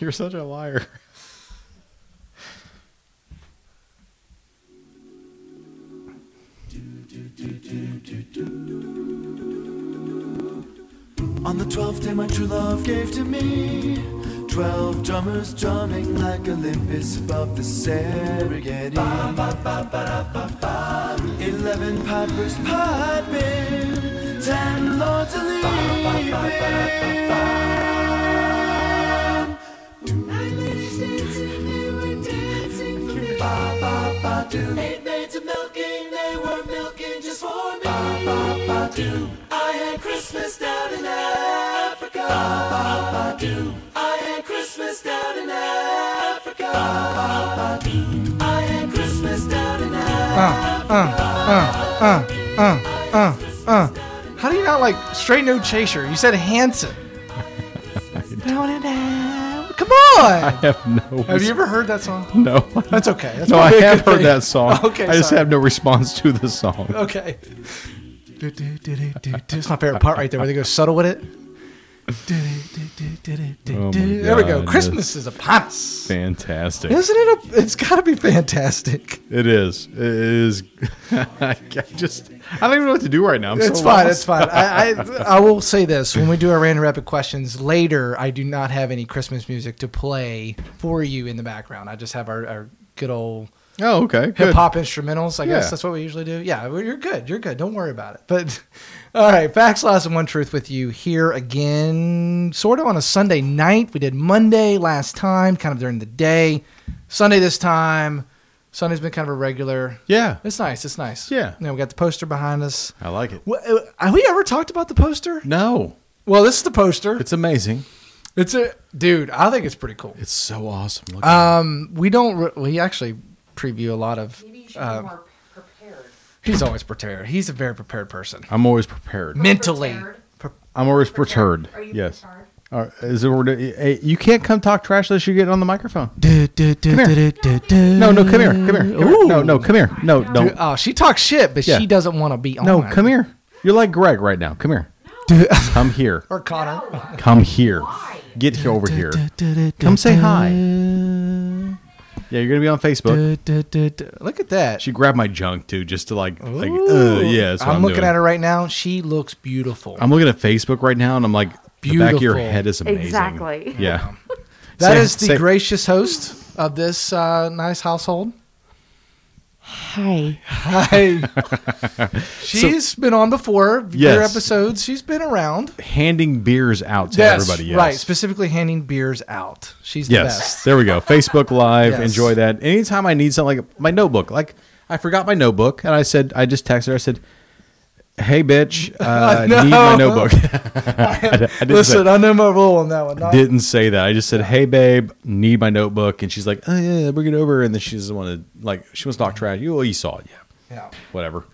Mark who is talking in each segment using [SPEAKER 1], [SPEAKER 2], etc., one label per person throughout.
[SPEAKER 1] You're such a liar.
[SPEAKER 2] On the twelfth day, my true love gave to me twelve drummers drumming like Olympus above the Serengeti. Eleven pipers piping, ten lords a leaping. Nine ladies dancing, they were dancing for me. Ba ba ba do. Eight maids a milking, they were milking just for me. Ba ba ba do. I had Christmas down in Africa. Ba ba ba do. I had Christmas down in Africa. Ba ba ba do. I had Christmas down in
[SPEAKER 3] How do you not like straight no chaser? You said Hanson. Down in Af- Come
[SPEAKER 1] I
[SPEAKER 3] on.
[SPEAKER 1] have no.
[SPEAKER 3] Have you ever heard that song?
[SPEAKER 1] No.
[SPEAKER 3] That's okay. That's
[SPEAKER 1] no, I
[SPEAKER 3] probably a
[SPEAKER 1] have
[SPEAKER 3] good
[SPEAKER 1] heard
[SPEAKER 3] thing.
[SPEAKER 1] that song.
[SPEAKER 3] Okay,
[SPEAKER 1] I just
[SPEAKER 3] sorry.
[SPEAKER 1] have no response to the song.
[SPEAKER 3] Okay. Do, do, do, do, do, do. It's my favorite part right there where they go subtle with it. Do, do, do, do, do, do,
[SPEAKER 1] Oh
[SPEAKER 3] do.
[SPEAKER 1] my
[SPEAKER 3] There we go.
[SPEAKER 1] God,
[SPEAKER 3] Christmas is upon us.
[SPEAKER 1] Fantastic.
[SPEAKER 3] Isn't it? A, it's got to be fantastic.
[SPEAKER 1] It is. It is. I just. I don't even know what to do right now. I'm
[SPEAKER 3] It's
[SPEAKER 1] so
[SPEAKER 3] fine.
[SPEAKER 1] lost.
[SPEAKER 3] It's fine. I, I I will say this: when we do our random rapid questions later, I do not have any Christmas music to play for you in the background. I just have our, our good old
[SPEAKER 1] Oh, okay.
[SPEAKER 3] hip
[SPEAKER 1] Good.
[SPEAKER 3] hop instrumentals. I
[SPEAKER 1] Yeah.
[SPEAKER 3] guess that's what we usually do. Yeah, well, you're good. You're good. Don't worry about it. But all right, facts, lies, and one truth with you here again, sort of on a Sunday night. We did Monday last time, kind of during the day. Sunday this time. Sunday's been kind of a regular.
[SPEAKER 1] Yeah,
[SPEAKER 3] It's nice. It's nice.
[SPEAKER 1] Yeah.
[SPEAKER 3] Now we got the poster behind us.
[SPEAKER 1] I like it.
[SPEAKER 3] Wha- uh, Have we ever talked about the poster?
[SPEAKER 1] No,
[SPEAKER 3] Well, this is the poster.
[SPEAKER 1] it's amazing.
[SPEAKER 3] It's a dude. I think it's pretty cool.
[SPEAKER 1] It's so awesome. Look
[SPEAKER 3] Um, we don't. Re- we actually preview a lot of.
[SPEAKER 4] Maybe you should
[SPEAKER 3] Uh,
[SPEAKER 4] be more prepared.
[SPEAKER 3] He's always prepared. He's a very prepared person.
[SPEAKER 1] I'm always prepared.
[SPEAKER 3] Mentally,
[SPEAKER 4] Prepared?
[SPEAKER 3] Pre-
[SPEAKER 1] I'm always prepared.
[SPEAKER 4] Are you
[SPEAKER 1] Yes.
[SPEAKER 4] prepared?
[SPEAKER 1] Uh, Is there, hey, eh, you can't come talk trash unless you get on the microphone.
[SPEAKER 3] Come
[SPEAKER 1] here. No, no, come here. Come here. Come here. No, no, come here. No,
[SPEAKER 3] Dude,
[SPEAKER 1] don't.
[SPEAKER 3] oh, she talks shit, but
[SPEAKER 1] Yeah.
[SPEAKER 3] she doesn't want to be on.
[SPEAKER 1] No, come here. You're like Greg right now. Come here.
[SPEAKER 3] Oh Dude,
[SPEAKER 1] Come here.
[SPEAKER 3] or Connor.
[SPEAKER 1] Come here. Get here over here. Come say hi. Yeah, you're gonna be on Facebook.
[SPEAKER 3] Look at that.
[SPEAKER 1] She grabbed my junk too, just to like, like,
[SPEAKER 3] Ooh.
[SPEAKER 1] uh, yeah. That's what
[SPEAKER 3] I'm,
[SPEAKER 1] I'm,
[SPEAKER 3] looking
[SPEAKER 1] doing.
[SPEAKER 3] at her right now. She looks beautiful.
[SPEAKER 1] I'm looking at Facebook right now, and I'm like, the back of your
[SPEAKER 3] Beautiful.
[SPEAKER 1] head is amazing.
[SPEAKER 4] Exactly.
[SPEAKER 1] Yeah.
[SPEAKER 3] That
[SPEAKER 1] Say-
[SPEAKER 3] is the
[SPEAKER 1] say-
[SPEAKER 3] gracious host of this uh, nice household.
[SPEAKER 4] Hi.
[SPEAKER 3] Hi. She's been on before, your
[SPEAKER 1] Yes.
[SPEAKER 3] episodes. She's been around.
[SPEAKER 1] Handing beers out to everybody. Yes.
[SPEAKER 3] Right. Specifically handing beers out. She's the
[SPEAKER 1] Yes.
[SPEAKER 3] best.
[SPEAKER 1] There we go. Facebook Live.
[SPEAKER 3] Yes.
[SPEAKER 1] Enjoy that. Anytime I need something like my notebook, like I forgot my notebook, and I said, I just texted her. I said, "Hey, bitch, uh, I need my
[SPEAKER 3] No.
[SPEAKER 1] notebook." I, d- I didn't
[SPEAKER 3] Listen,
[SPEAKER 1] say,
[SPEAKER 3] I know my rule on that one. Not-
[SPEAKER 1] didn't say that. I just said, "Hey, babe, need my notebook," and she's like, "Oh yeah, bring it over." And then she doesn't want to like she wants to talk trash. You, well, you saw it, yeah,
[SPEAKER 3] Yeah.
[SPEAKER 1] whatever.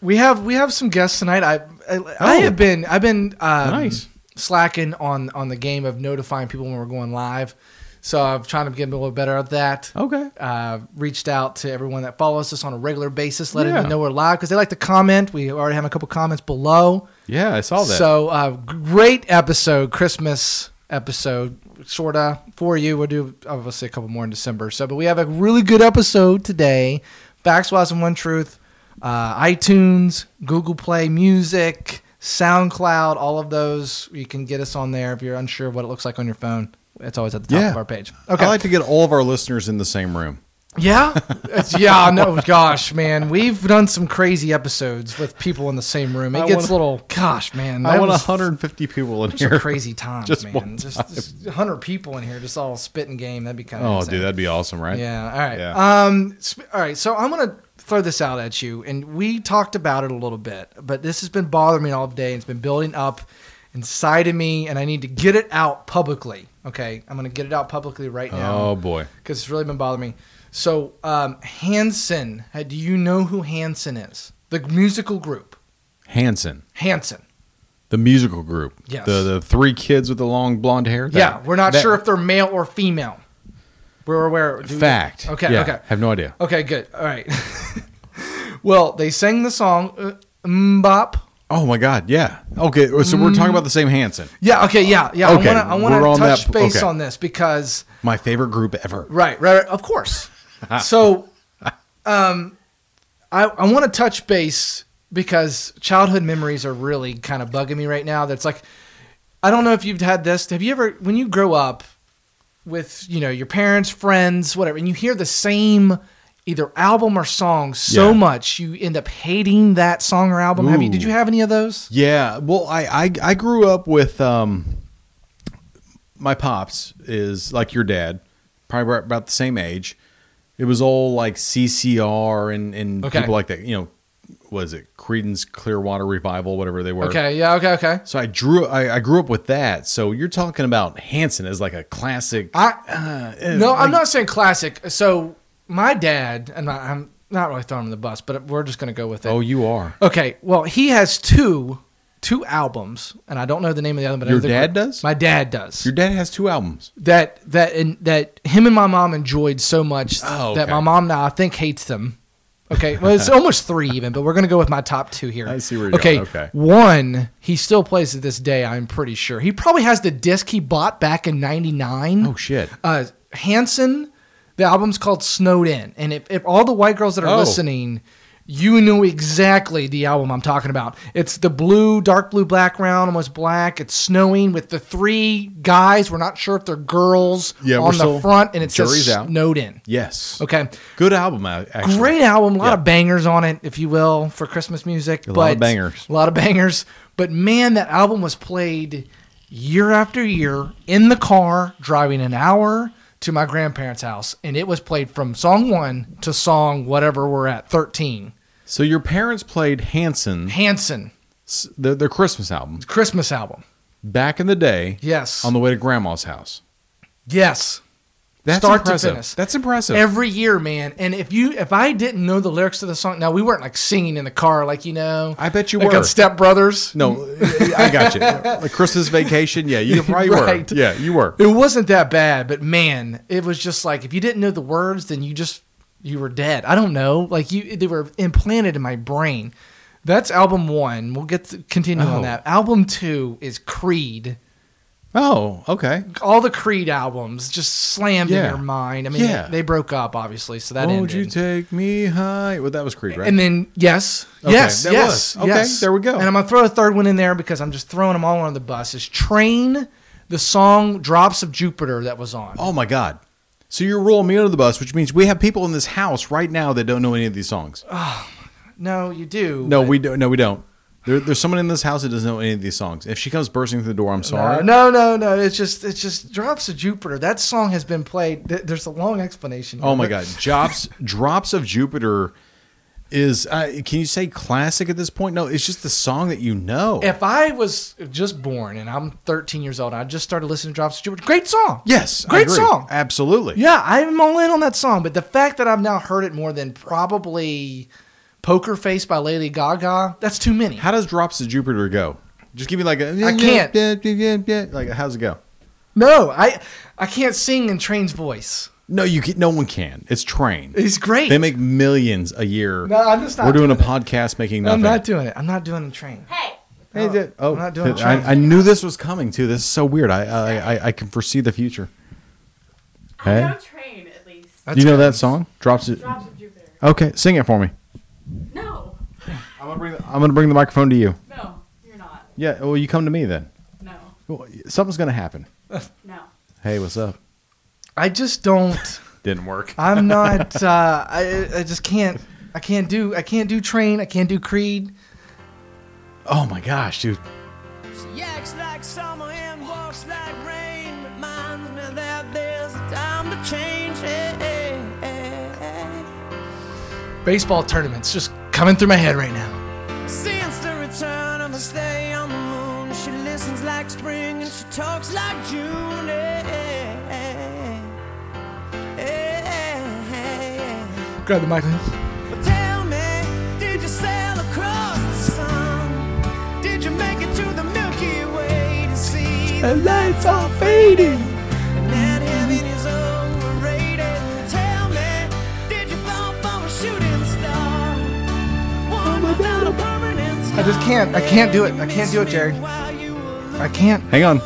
[SPEAKER 3] We have we have some guests tonight. I I, I
[SPEAKER 1] Oh.
[SPEAKER 3] have been I've been um,
[SPEAKER 1] Nice.
[SPEAKER 3] slacking on on the game of notifying people when we're going live. So I'm trying to get a little better at that.
[SPEAKER 1] Okay.
[SPEAKER 3] Uh, reached out to everyone that follows us on a regular basis, letting
[SPEAKER 1] Yeah.
[SPEAKER 3] them know we're live because they like to comment. We already have a couple comments below.
[SPEAKER 1] Yeah, I saw that.
[SPEAKER 3] So uh, great episode, Christmas episode, sorta for you. We'll do obviously a couple more in December. So, but we have a really good episode today. Facts, Lies, and One Truth. Uh, iTunes, Google Play Music, SoundCloud, all of those. You can get us on there if you're unsure of what it looks like on your phone. It's always at the top
[SPEAKER 1] Yeah.
[SPEAKER 3] of our page.
[SPEAKER 1] I like to get all of our listeners in the same room.
[SPEAKER 3] Yeah, it's, yeah. No, gosh, man, we've done some crazy episodes with people in the same room. It
[SPEAKER 1] I
[SPEAKER 3] gets
[SPEAKER 1] wanna-
[SPEAKER 3] little. Gosh, man,
[SPEAKER 1] I
[SPEAKER 3] that
[SPEAKER 1] want
[SPEAKER 3] was-
[SPEAKER 1] 150 people in
[SPEAKER 3] those
[SPEAKER 1] here.
[SPEAKER 3] are crazy times,
[SPEAKER 1] Just one
[SPEAKER 3] man. Just, just 100 people in here just all spitting game. That'd be kind of
[SPEAKER 1] Oh, dude, that'd be awesome, right?
[SPEAKER 3] Yeah. All right.
[SPEAKER 1] Yeah.
[SPEAKER 3] Um. sp- All right. So I'm gonna throw this out at you, and we talked about it a little bit, but this has been bothering me all day. and It's been building up inside of me, and I need to get it out publicly. Okay, I'm gonna get it out publicly right
[SPEAKER 1] Oh
[SPEAKER 3] now
[SPEAKER 1] boy.
[SPEAKER 3] because it's really been bothering me. So, um, Hanson, uh, do you know who Hanson is? The musical group
[SPEAKER 1] Hanson,
[SPEAKER 3] Hanson.
[SPEAKER 1] the musical group.
[SPEAKER 3] Yes.
[SPEAKER 1] The the three kids with the long blonde hair. That-
[SPEAKER 3] yeah, we're not
[SPEAKER 1] that-
[SPEAKER 3] sure if they're male or female. We're aware. do we-
[SPEAKER 1] fact.
[SPEAKER 3] Okay.
[SPEAKER 1] Yeah,
[SPEAKER 3] Okay.
[SPEAKER 1] Have no idea.
[SPEAKER 3] Okay. Good. All right. well, they sang the song uh, "Mbop
[SPEAKER 1] Oh my God! Yeah. Okay. So we're talking about the same Hanson.
[SPEAKER 3] Yeah. Okay. Yeah. Yeah.
[SPEAKER 1] Okay,
[SPEAKER 3] I want to. I
[SPEAKER 1] we're
[SPEAKER 3] want
[SPEAKER 1] on
[SPEAKER 3] to touch
[SPEAKER 1] that-
[SPEAKER 3] base
[SPEAKER 1] okay.
[SPEAKER 3] on this because
[SPEAKER 1] My favorite group ever.
[SPEAKER 3] right, right, right, of course. so, um, I I want to touch base because childhood memories are really kind of bugging me right now. That's like, I don't know if you've had this. Have you ever when you grow up with you know your parents, friends, whatever, and you hear the same either album or song so
[SPEAKER 1] Yeah.
[SPEAKER 3] much you end up hating that song or album. Have you? Did
[SPEAKER 1] Ooh.
[SPEAKER 3] you have any of those?
[SPEAKER 1] Yeah. Well, I I, I grew up with um, my pops is like your dad, probably about- about the same age. It was all like CCR and and
[SPEAKER 3] Okay.
[SPEAKER 1] people like that. You know, was it Creedence Clearwater Revival, whatever they were.
[SPEAKER 3] Okay. Yeah. Okay. Okay.
[SPEAKER 1] So I drew. I, I grew up with that. So you're talking about Hanson as like a classic.
[SPEAKER 3] I
[SPEAKER 1] eh,
[SPEAKER 3] No,
[SPEAKER 1] like-
[SPEAKER 3] I'm not saying classic. So my dad, and I, I'm not really throwing him the bus, but we're just going to go with it.
[SPEAKER 1] Oh, you are.
[SPEAKER 3] Okay. Well, he has two two albums, and I don't know the name of the other. But I know
[SPEAKER 1] Your
[SPEAKER 3] the
[SPEAKER 1] dad
[SPEAKER 3] group-
[SPEAKER 1] does?
[SPEAKER 3] My dad does.
[SPEAKER 1] Your dad has two albums.
[SPEAKER 3] that that and that him and my mom enjoyed so much
[SPEAKER 1] Oh,
[SPEAKER 3] that
[SPEAKER 1] okay.
[SPEAKER 3] my mom now I think hates them. Okay, well it's almost three even, but we're gonna go with my top two here.
[SPEAKER 1] I see where you're
[SPEAKER 3] okay,
[SPEAKER 1] going, okay.
[SPEAKER 3] one he still plays to this day. I'm pretty sure he probably has the disc he bought back in '99.
[SPEAKER 1] Oh, shit.
[SPEAKER 3] Uh, Hanson, the album's called Snowed In, and if, if all the white girls that are
[SPEAKER 1] Oh.
[SPEAKER 3] listening. You know exactly the album I'm talking about. It's the blue, dark blue background, almost black. It's snowing with the three guys. We're not sure if they're girls
[SPEAKER 1] Yeah, we're
[SPEAKER 3] on the
[SPEAKER 1] still-
[SPEAKER 3] front, and it says
[SPEAKER 1] jury's out.
[SPEAKER 3] snowed in.
[SPEAKER 1] Yes.
[SPEAKER 3] Okay,
[SPEAKER 1] Good album. a- Actually.
[SPEAKER 3] great album. A lot
[SPEAKER 1] Yeah.
[SPEAKER 3] of bangers on it, if you will, for Christmas music. A
[SPEAKER 1] lot of bangers.
[SPEAKER 3] A lot of bangers. But man, that album was played year after year in the car, driving an hour to my grandparents' house, and it was played from song one to song whatever we're at, thirteen.
[SPEAKER 1] So your parents played Hanson,
[SPEAKER 3] Hanson
[SPEAKER 1] s- their, their Christmas album,
[SPEAKER 3] Christmas album.
[SPEAKER 1] back in the day
[SPEAKER 3] Yes.
[SPEAKER 1] on the way to grandma's house.
[SPEAKER 3] yes.
[SPEAKER 1] That's
[SPEAKER 3] Start to
[SPEAKER 1] impressive.
[SPEAKER 3] finish.
[SPEAKER 1] That's impressive.
[SPEAKER 3] every year, man. And if you if I didn't know the lyrics to the song, now we weren't like singing in the car, like you know,
[SPEAKER 1] I bet you
[SPEAKER 3] like
[SPEAKER 1] were.
[SPEAKER 3] on Step Brothers.
[SPEAKER 1] no, I got you. Like Christmas vacation. Yeah, you probably
[SPEAKER 3] Right.
[SPEAKER 1] were. Yeah, you were.
[SPEAKER 3] It wasn't that bad, but man, it was just like if you didn't know the words, then you just you were dead. I don't know, like you they were implanted in my brain. That's album one. We'll get to continue on
[SPEAKER 1] Oh.
[SPEAKER 3] that. Album two is Creed.
[SPEAKER 1] Oh, okay.
[SPEAKER 3] All the Creed albums just slammed in
[SPEAKER 1] Yeah.
[SPEAKER 3] your mind. I mean,
[SPEAKER 1] Yeah.
[SPEAKER 3] they, they broke up obviously, so that
[SPEAKER 1] Won't
[SPEAKER 3] ended.
[SPEAKER 1] you take me high? Well, that was Creed, right?
[SPEAKER 3] And then yes,
[SPEAKER 1] Okay,
[SPEAKER 3] yes,
[SPEAKER 1] that
[SPEAKER 3] yes,
[SPEAKER 1] was. Okay,
[SPEAKER 3] yes.
[SPEAKER 1] there we go.
[SPEAKER 3] And I'm gonna throw a third one in there because I'm just throwing them all on the bus. Is train the song "Drops of Jupiter" that was on?
[SPEAKER 1] oh my God. So you're rolling me under the bus, which means we have people in this house right now that don't know any of these songs.
[SPEAKER 3] Oh No, you do.
[SPEAKER 1] No,
[SPEAKER 3] but-
[SPEAKER 1] we don't. No, we don't. There, there's someone in this house that doesn't know any of these songs. If she comes bursting through the door, I'm sorry.
[SPEAKER 3] No, no, no. It's just, it's just "Drops of Jupiter." That song has been played. th- There's a long explanation. here,
[SPEAKER 1] Oh my
[SPEAKER 3] but-
[SPEAKER 1] God, drops drops of Jupiter is. Uh, can you say classic at this point? No, it's just the song that you know.
[SPEAKER 3] If I was just born and I'm 13 years old, and I just started listening to "Drops of Jupiter." Great song.
[SPEAKER 1] yes, I
[SPEAKER 3] great
[SPEAKER 1] agree.
[SPEAKER 3] song.
[SPEAKER 1] Absolutely.
[SPEAKER 3] Yeah, I'm all in on that song, but the fact that I've now heard it more than probably Poker Face by Lady Gaga, that's too many.
[SPEAKER 1] How does drops of Jupiter go? Just give me like a.
[SPEAKER 3] I can't.
[SPEAKER 1] Like how's it go?
[SPEAKER 3] No, I I can't sing in Train's voice.
[SPEAKER 1] No, you can, no one can. It's train.
[SPEAKER 3] He's great.
[SPEAKER 1] They make millions a year.
[SPEAKER 3] No, I'm just not
[SPEAKER 1] We're doing,
[SPEAKER 3] doing
[SPEAKER 1] a podcast making nothing.
[SPEAKER 3] I'm not doing it. I'm not doing the train.
[SPEAKER 2] Hey,
[SPEAKER 1] Hey, dude. oh,
[SPEAKER 3] I'm not doing
[SPEAKER 1] I,
[SPEAKER 3] a train.
[SPEAKER 1] I knew this was coming too. This is so weird. I I, I, I can foresee the future. Hey.
[SPEAKER 2] I know train at least.
[SPEAKER 1] you know
[SPEAKER 3] good.
[SPEAKER 1] that song? Drops it.
[SPEAKER 2] Drops of Jupiter.
[SPEAKER 1] Okay, sing it for me.
[SPEAKER 2] No,
[SPEAKER 1] I'm gonna bring the, I'm gonna bring the microphone to you.
[SPEAKER 2] no, you're not.
[SPEAKER 1] Yeah. Well, you come to me then.
[SPEAKER 2] No,
[SPEAKER 1] Well, something's gonna happen.
[SPEAKER 2] no.
[SPEAKER 1] Hey, what's up?
[SPEAKER 3] I just don't.
[SPEAKER 1] Didn't work.
[SPEAKER 3] I'm not. Uh, I I just can't. I can't do. I can't do train. I can't do Creed.
[SPEAKER 1] Oh my gosh, dude.
[SPEAKER 4] Yaks like summer and walks like rain. Reminds me that there's a time to change. Hey, hey, hey, hey.
[SPEAKER 3] Baseball tournaments just coming through my head right now.
[SPEAKER 4] Since the return of the stay on the moon, she listens like spring and she talks like June. Hey, hey, hey, hey, hey, hey.
[SPEAKER 3] Grab the mic.
[SPEAKER 4] But tell me, did you sail across the sun? Did you make it to the Milky Way to see the
[SPEAKER 3] lights are fading.
[SPEAKER 4] That heaven is overrated. Tell me, did you fall from a shooting star? One without a permanent
[SPEAKER 3] I just can't. I can't do it. I can't do it, Jerry. I can't.
[SPEAKER 1] Hang on.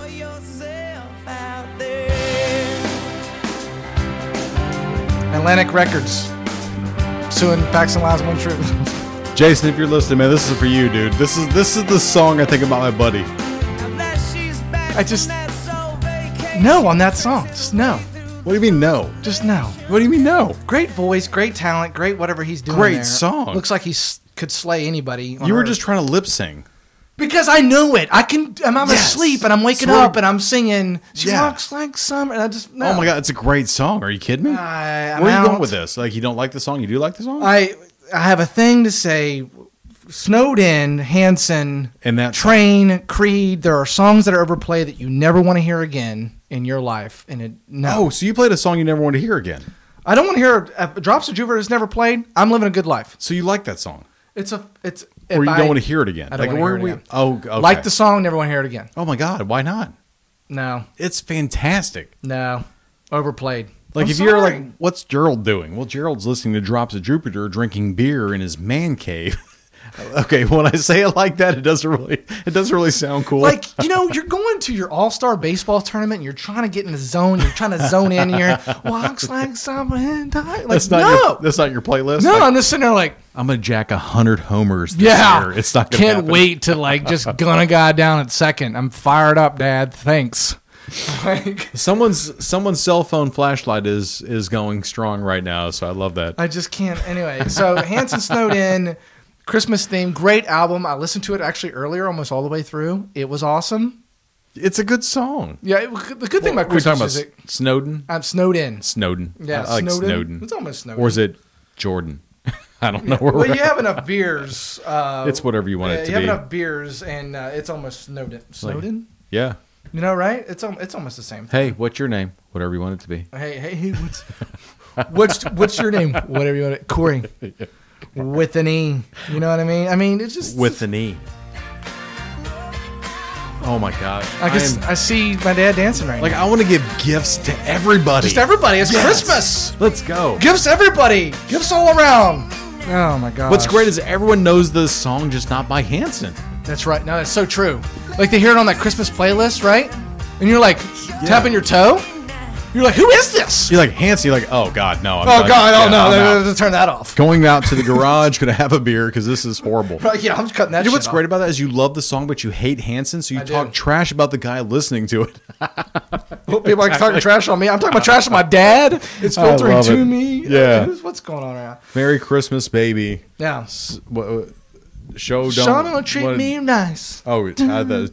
[SPEAKER 3] Atlantic Records suing Facts and Lies One Truth.
[SPEAKER 1] Jason, if you're listening, man, this is for you, dude. This is this is the song I think about my buddy.
[SPEAKER 4] I
[SPEAKER 3] just-
[SPEAKER 4] just
[SPEAKER 3] no on that song. Just no.
[SPEAKER 1] What do you mean no?
[SPEAKER 3] Just no.
[SPEAKER 1] What do you mean no?
[SPEAKER 3] Great voice, great talent, great whatever he's doing.
[SPEAKER 1] Great
[SPEAKER 3] there.
[SPEAKER 1] song.
[SPEAKER 3] Looks like he s- could slay anybody. on
[SPEAKER 1] You were
[SPEAKER 3] earth.
[SPEAKER 1] just trying to lip sing.
[SPEAKER 3] because I know it. I can. I'm, I'm
[SPEAKER 1] Yes.
[SPEAKER 3] asleep and I'm waking
[SPEAKER 1] So we're-
[SPEAKER 3] up and I'm singing. She
[SPEAKER 1] Yeah.
[SPEAKER 3] walks like summer. And I just. No.
[SPEAKER 1] Oh my god, it's a great song. Are you kidding me?
[SPEAKER 3] I, I'm
[SPEAKER 1] Where are you going
[SPEAKER 3] out.
[SPEAKER 1] with this? Like you don't like the song? You do like the song?
[SPEAKER 3] I I have a thing to say. Snowden, Hanson,
[SPEAKER 1] And that song.
[SPEAKER 3] Train, Creed. There are songs that are overplayed that you never want to hear again in your life. And it no,
[SPEAKER 1] Oh, so you played a song you never want to hear again.
[SPEAKER 3] I don't want to hear uh, Drops of Jupiter is never played. I'm living a good life.
[SPEAKER 1] So you like that song,
[SPEAKER 3] It's a it's
[SPEAKER 1] or you
[SPEAKER 3] if I-
[SPEAKER 1] don't want to hear it again?
[SPEAKER 3] I don't wanna
[SPEAKER 1] where
[SPEAKER 3] hear it
[SPEAKER 1] we-
[SPEAKER 3] again.
[SPEAKER 1] Oh, okay.
[SPEAKER 3] like the song, never want to hear it again.
[SPEAKER 1] Oh my god, why not?
[SPEAKER 3] No,
[SPEAKER 1] It's fantastic.
[SPEAKER 3] no, overplayed.
[SPEAKER 1] Like
[SPEAKER 3] I'm
[SPEAKER 1] if you're
[SPEAKER 3] sorry.
[SPEAKER 1] like, what's Gerald doing? Well, Gerald's listening to Drops of Jupiter, drinking beer in his man cave. okay, when I say it like that, it doesn't really it doesn't really sound cool.
[SPEAKER 3] Like, you know, you're going to your all star baseball tournament and you're trying to get in the zone. You're trying to zone in and you're walks like someone died. Like,
[SPEAKER 1] that's not
[SPEAKER 3] no.
[SPEAKER 1] your, that's not your playlist.
[SPEAKER 3] no,
[SPEAKER 1] Like,
[SPEAKER 3] I'm just sitting there like,
[SPEAKER 1] I'm gonna jack a hundred homers. This
[SPEAKER 3] yeah.
[SPEAKER 1] year. it's not. Gonna
[SPEAKER 3] Can't
[SPEAKER 1] happen.
[SPEAKER 3] wait to like just gun a guy down at second. I'm fired up, Dad. Thanks. Like,
[SPEAKER 1] Someone's someone's cell phone flashlight is is going strong right now, so I love that.
[SPEAKER 3] I just can't. Anyway, so Hanson Snowden, Christmas theme, great album. I listened to it actually earlier, almost all the way through. It was awesome.
[SPEAKER 1] it's a good song.
[SPEAKER 3] Yeah, it, the good thing
[SPEAKER 1] What
[SPEAKER 3] about
[SPEAKER 1] were we
[SPEAKER 3] Christmas
[SPEAKER 1] talking about?
[SPEAKER 3] music,
[SPEAKER 1] Snowden.
[SPEAKER 3] I'm Snowden.
[SPEAKER 1] Snowden.
[SPEAKER 3] Yeah,
[SPEAKER 1] I like Snowden.
[SPEAKER 3] It's almost Snowden.
[SPEAKER 1] Or is it Jordan? I don't know where
[SPEAKER 3] Well,
[SPEAKER 1] we're
[SPEAKER 3] you
[SPEAKER 1] at.
[SPEAKER 3] have enough beers. Uh,
[SPEAKER 1] It's whatever you want
[SPEAKER 3] yeah,
[SPEAKER 1] it to
[SPEAKER 3] you have
[SPEAKER 1] be.
[SPEAKER 3] enough beers, and uh, it's almost Snowden. Snowden,
[SPEAKER 1] Yeah.
[SPEAKER 3] you know, right? It's al- it's almost the same. thing.
[SPEAKER 1] Hey, what's your name? Whatever you want it to be.
[SPEAKER 3] Hey, hey, hey what's what's what's your name? Whatever you want, to, Corey. With an E, you know what I mean? I mean, it's just
[SPEAKER 1] With an E. Oh my god.
[SPEAKER 3] I, guess,
[SPEAKER 1] am-
[SPEAKER 3] I see my dad dancing right
[SPEAKER 1] like
[SPEAKER 3] now.
[SPEAKER 1] I want to give gifts to everybody.
[SPEAKER 3] Just everybody. It's
[SPEAKER 1] Yes.
[SPEAKER 3] Christmas.
[SPEAKER 1] Let's go.
[SPEAKER 3] Gifts, everybody. Gifts all around. Oh my god.
[SPEAKER 1] What's great is everyone knows this song, just not by Hanson.
[SPEAKER 3] That's right. No, that's so true. Like they hear it on that Christmas playlist, right? And you're like tapping your toe. You're like, who is this?
[SPEAKER 1] You're like Hanson. You're like, oh god, no. I'm
[SPEAKER 3] oh
[SPEAKER 1] done.
[SPEAKER 3] God!
[SPEAKER 1] Yeah,
[SPEAKER 3] Oh no!
[SPEAKER 1] I'm out.
[SPEAKER 3] no, no, no, Turn that off.
[SPEAKER 1] Going out to the garage, gonna have a beer because this is horrible.
[SPEAKER 3] Right, yeah, I'm just cutting that.
[SPEAKER 1] You know
[SPEAKER 3] shit
[SPEAKER 1] what's
[SPEAKER 3] off.
[SPEAKER 1] great about that is you love the song, but you hate Hanson, so you
[SPEAKER 3] I do.
[SPEAKER 1] talk trash about the guy listening to it.
[SPEAKER 3] Well, People are talking trash on me. I'm talking about trash on my dad. It's filtering
[SPEAKER 1] love
[SPEAKER 3] to
[SPEAKER 1] it.
[SPEAKER 3] me.
[SPEAKER 1] Yeah.
[SPEAKER 3] Who's- What's going on right now?
[SPEAKER 1] Merry Christmas, baby.
[SPEAKER 3] Yeah.
[SPEAKER 1] S- what- what- Show don't.
[SPEAKER 3] Shauna will treat
[SPEAKER 1] what-
[SPEAKER 3] me nice.
[SPEAKER 1] Oh, it- I, that,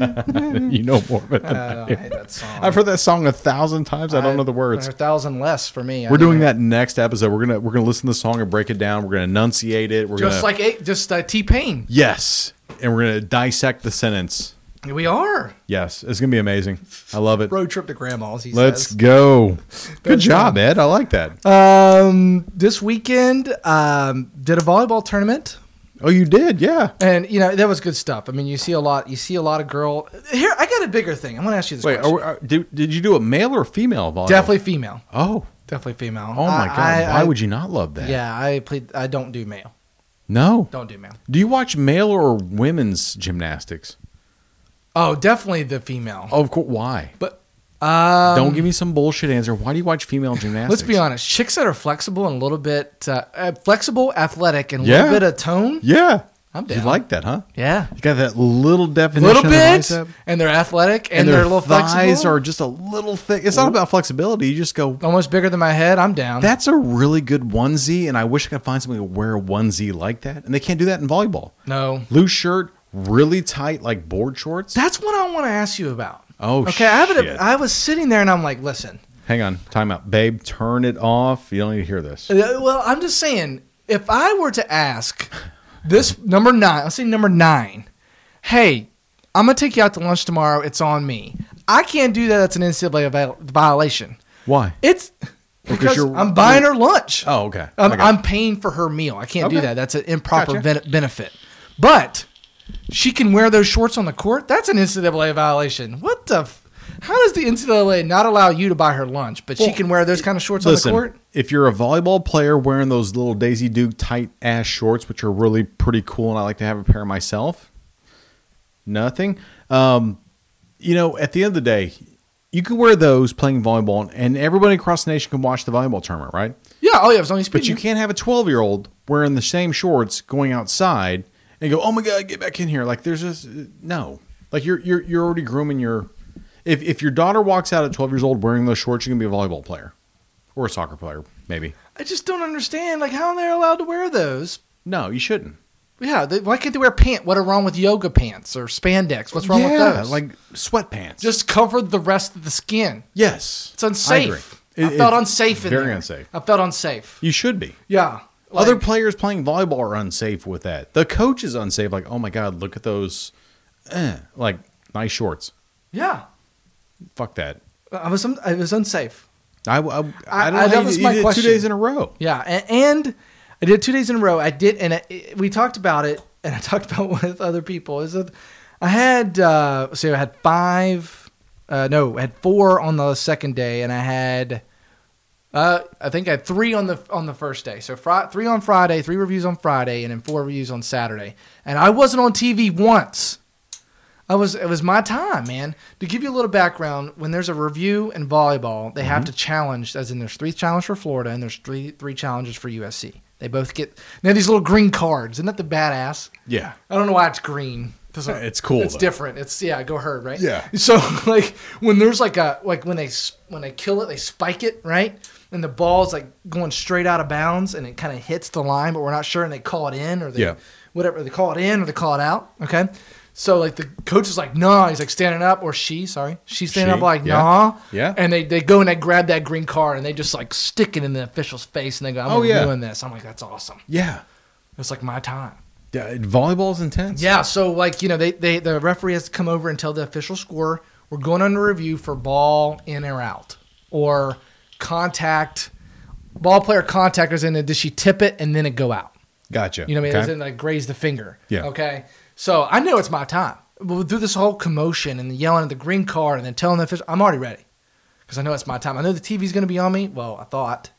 [SPEAKER 1] you know more about that.
[SPEAKER 3] I don't know, I hate that song.
[SPEAKER 1] I've heard that song a thousand times. I don't know the words.
[SPEAKER 3] A thousand less for me.
[SPEAKER 1] We're doing that next episode. We're gonna we're gonna listen to the song and break it down. We're gonna enunciate it. We're
[SPEAKER 3] Just
[SPEAKER 1] gonna
[SPEAKER 3] like eight, just uh, T Pain.
[SPEAKER 1] yes, and we're gonna dissect the sentence.
[SPEAKER 3] We are
[SPEAKER 1] Yes, it's gonna be amazing. I love it.
[SPEAKER 3] road trip to grandma's. He
[SPEAKER 1] Let's
[SPEAKER 3] says.
[SPEAKER 1] go. Good job, Ed. I like that.
[SPEAKER 3] Um, this weekend, um, did a volleyball tournament.
[SPEAKER 1] Oh, you did. Yeah.
[SPEAKER 3] And you know that was good stuff. I mean, you see a lot. You see a lot of girl. Here, I got a bigger thing. I'm going to ask you this
[SPEAKER 1] Wait,
[SPEAKER 3] question.
[SPEAKER 1] are, we- are, did, did you do a male or female volleyball?
[SPEAKER 3] Definitely female.
[SPEAKER 1] Oh,
[SPEAKER 3] Definitely female.
[SPEAKER 1] oh my
[SPEAKER 3] I-
[SPEAKER 1] God!
[SPEAKER 3] I-
[SPEAKER 1] Why
[SPEAKER 3] I-
[SPEAKER 1] would you not love that?
[SPEAKER 3] Yeah, I played. I don't do male.
[SPEAKER 1] No.
[SPEAKER 3] Don't do male.
[SPEAKER 1] Do you watch male or women's gymnastics?
[SPEAKER 3] Oh, definitely the female.
[SPEAKER 1] Of course. Why?
[SPEAKER 3] But uh,
[SPEAKER 1] Don't give me some bullshit answer. Why do you watch female gymnastics?
[SPEAKER 3] let's be honest. Chicks that are flexible and a little bit uh, uh, flexible, athletic, and a
[SPEAKER 1] Yeah.
[SPEAKER 3] little bit of tone.
[SPEAKER 1] Yeah.
[SPEAKER 3] I'm
[SPEAKER 1] You
[SPEAKER 3] down.
[SPEAKER 1] like that, huh?
[SPEAKER 3] Yeah,
[SPEAKER 1] You got that little
[SPEAKER 3] a
[SPEAKER 1] definition. of
[SPEAKER 3] little
[SPEAKER 1] the
[SPEAKER 3] bit,
[SPEAKER 1] bicep,
[SPEAKER 3] and they're athletic, and,
[SPEAKER 1] and,
[SPEAKER 3] they're
[SPEAKER 1] their
[SPEAKER 3] a little
[SPEAKER 1] thighs
[SPEAKER 3] flexible.
[SPEAKER 1] are just a little thick. It's not about flexibility. You just go.
[SPEAKER 3] almost bigger than my head. I'm down.
[SPEAKER 1] That's a really good onesie, and I wish I could find somebody to wear a onesie like that. And they can't do that in volleyball.
[SPEAKER 3] no,
[SPEAKER 1] Loose shirt, really tight, like board shorts.
[SPEAKER 3] that's what I want to ask you about.
[SPEAKER 1] Oh,
[SPEAKER 3] okay. I, have
[SPEAKER 1] shit.
[SPEAKER 3] it, I was sitting there, and I'm like, listen.
[SPEAKER 1] Hang on, time out, babe. Turn it off. You don't need to hear this.
[SPEAKER 3] Uh, Well, I'm just saying, if I were to ask this number nine, let's say number nine, hey, I'm gonna take you out to lunch tomorrow. It's on me. I can't do that. That's an NCAA viol- violation.
[SPEAKER 1] Why?
[SPEAKER 3] It's because
[SPEAKER 1] you're-
[SPEAKER 3] I'm buying her lunch.
[SPEAKER 1] Oh, okay.
[SPEAKER 3] Um, I'm,
[SPEAKER 1] I got
[SPEAKER 3] I'm
[SPEAKER 1] it.
[SPEAKER 3] paying for her meal. I can't do
[SPEAKER 1] Okay.
[SPEAKER 3] that. That's an improper
[SPEAKER 1] Gotcha.
[SPEAKER 3] ben- benefit. But she can wear those shorts on the court. That's an NCAA violation. What the? F- How does the NCAA not allow you to buy her lunch, but she
[SPEAKER 1] Well,
[SPEAKER 3] can wear those kind of shorts
[SPEAKER 1] Listen,
[SPEAKER 3] on the court?
[SPEAKER 1] if you're a volleyball player wearing those little Daisy Duke tight ass shorts, which are really pretty cool, and I like to have a pair myself, nothing. Um, you know, at the end of the day, you could wear those playing volleyball, and everybody across the nation can watch the volleyball tournament, right?
[SPEAKER 3] Yeah. Oh yeah. It was only
[SPEAKER 1] But
[SPEAKER 3] speaking.
[SPEAKER 1] you can't have a 12 year old wearing the same shorts going outside and go, oh my God, get back in here. Like, there's just uh, no. Like, you're, you're, you're already grooming your. If, if your daughter walks out at 12 years old wearing those shorts, you can be a volleyball player or a soccer player, maybe.
[SPEAKER 3] I just don't understand. Like how they're allowed to wear those.
[SPEAKER 1] No, you shouldn't.
[SPEAKER 3] Yeah. They, why can't they wear pants? What are wrong with yoga pants or spandex? What's wrong with those?
[SPEAKER 1] Like, sweatpants.
[SPEAKER 3] just cover the rest of the skin.
[SPEAKER 1] yes.
[SPEAKER 3] It's unsafe. I, felt unsafe in
[SPEAKER 1] Very
[SPEAKER 3] there.
[SPEAKER 1] unsafe.
[SPEAKER 3] I felt unsafe.
[SPEAKER 1] You should be.
[SPEAKER 3] Yeah.
[SPEAKER 1] Other
[SPEAKER 3] Like,
[SPEAKER 1] players playing volleyball are unsafe with that. The coach is unsafe. Like, oh my God, look at those, eh, like, nice shorts.
[SPEAKER 3] yeah.
[SPEAKER 1] Fuck that.
[SPEAKER 3] I was. un- I was unsafe.
[SPEAKER 1] I, I, I
[SPEAKER 3] I-
[SPEAKER 1] don't
[SPEAKER 3] I-
[SPEAKER 1] know.
[SPEAKER 3] that
[SPEAKER 1] you-
[SPEAKER 3] was
[SPEAKER 1] you
[SPEAKER 3] my
[SPEAKER 1] did it
[SPEAKER 3] question.
[SPEAKER 1] Two days in a row.
[SPEAKER 3] Yeah, and, and I did it two days in a row. I did, and I, we talked about it, and I talked about it with other people. Is that I had uh, so I had five, uh, no, I had four on the second day, and I had, uh, I think I had three on the on the first day. So fri- three on Friday, three reviews on Friday, and then four reviews on Saturday. And I wasn't on TV once. I was it was my time, man. To give you a little background, when there's a review in volleyball, they have to challenge as in there's three challenges for Florida and there's three three challenges for USC. They both get they have these little green cards. Isn't that the badass?
[SPEAKER 1] Yeah.
[SPEAKER 3] I don't know why it's green. 'Cause I-
[SPEAKER 1] It's cool,
[SPEAKER 3] It's
[SPEAKER 1] though.
[SPEAKER 3] different. It's yeah, go herd, right?
[SPEAKER 1] Yeah.
[SPEAKER 3] So like when there's like a like when they s- when they kill it, they spike it, right? And the ball's like going straight out of bounds and it kind of hits the line, but we're not sure and they call it in or they
[SPEAKER 1] Yeah.
[SPEAKER 3] whatever they call it in or they call it out. Okay. So like the coach is like, nah, he's like standing up or she, sorry. She's standing
[SPEAKER 1] She,
[SPEAKER 3] up like,
[SPEAKER 1] yeah.
[SPEAKER 3] nah.
[SPEAKER 1] Yeah.
[SPEAKER 3] And they, they go and they grab that green card and they just like stick it in the official's face and they go, I'm
[SPEAKER 1] Oh, yeah.
[SPEAKER 3] doing this. I'm like, that's awesome.
[SPEAKER 1] Yeah.
[SPEAKER 3] It's like my time.
[SPEAKER 1] Yeah. Volleyball's intense.
[SPEAKER 3] Yeah, so like you know, they, they the referee has to come over and tell the official score we're going under review for ball in or out or contact ball player contact is in it. Did she tip it and then it go out?
[SPEAKER 1] Gotcha.
[SPEAKER 3] You know what I mean?
[SPEAKER 1] Okay.
[SPEAKER 3] As in like graze the finger.
[SPEAKER 1] Yeah.
[SPEAKER 3] Okay. So I know it's my time. But through this whole commotion and yelling at the green card and then telling the official, I'm already ready because I know it's my time. I know the TV's going to be on me. Well, I thought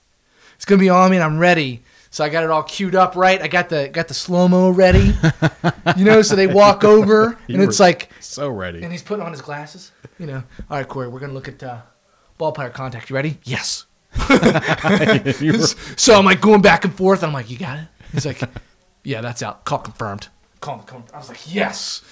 [SPEAKER 3] it's going to be on me and I'm ready. So I got it all queued up right. I got the got the slow mo ready. you know, so they walk over
[SPEAKER 1] You
[SPEAKER 3] and it's
[SPEAKER 1] were
[SPEAKER 3] like
[SPEAKER 1] so ready.
[SPEAKER 3] and he's putting on his glasses. You know, all right, Corey, we're gonna look at uh, ball player contact. You ready? Yes.
[SPEAKER 1] You were-
[SPEAKER 3] So I'm like going back and forth. I'm like, you got it. He's like, yeah, that's out. Call confirmed. Call confirmed. I was like, yes.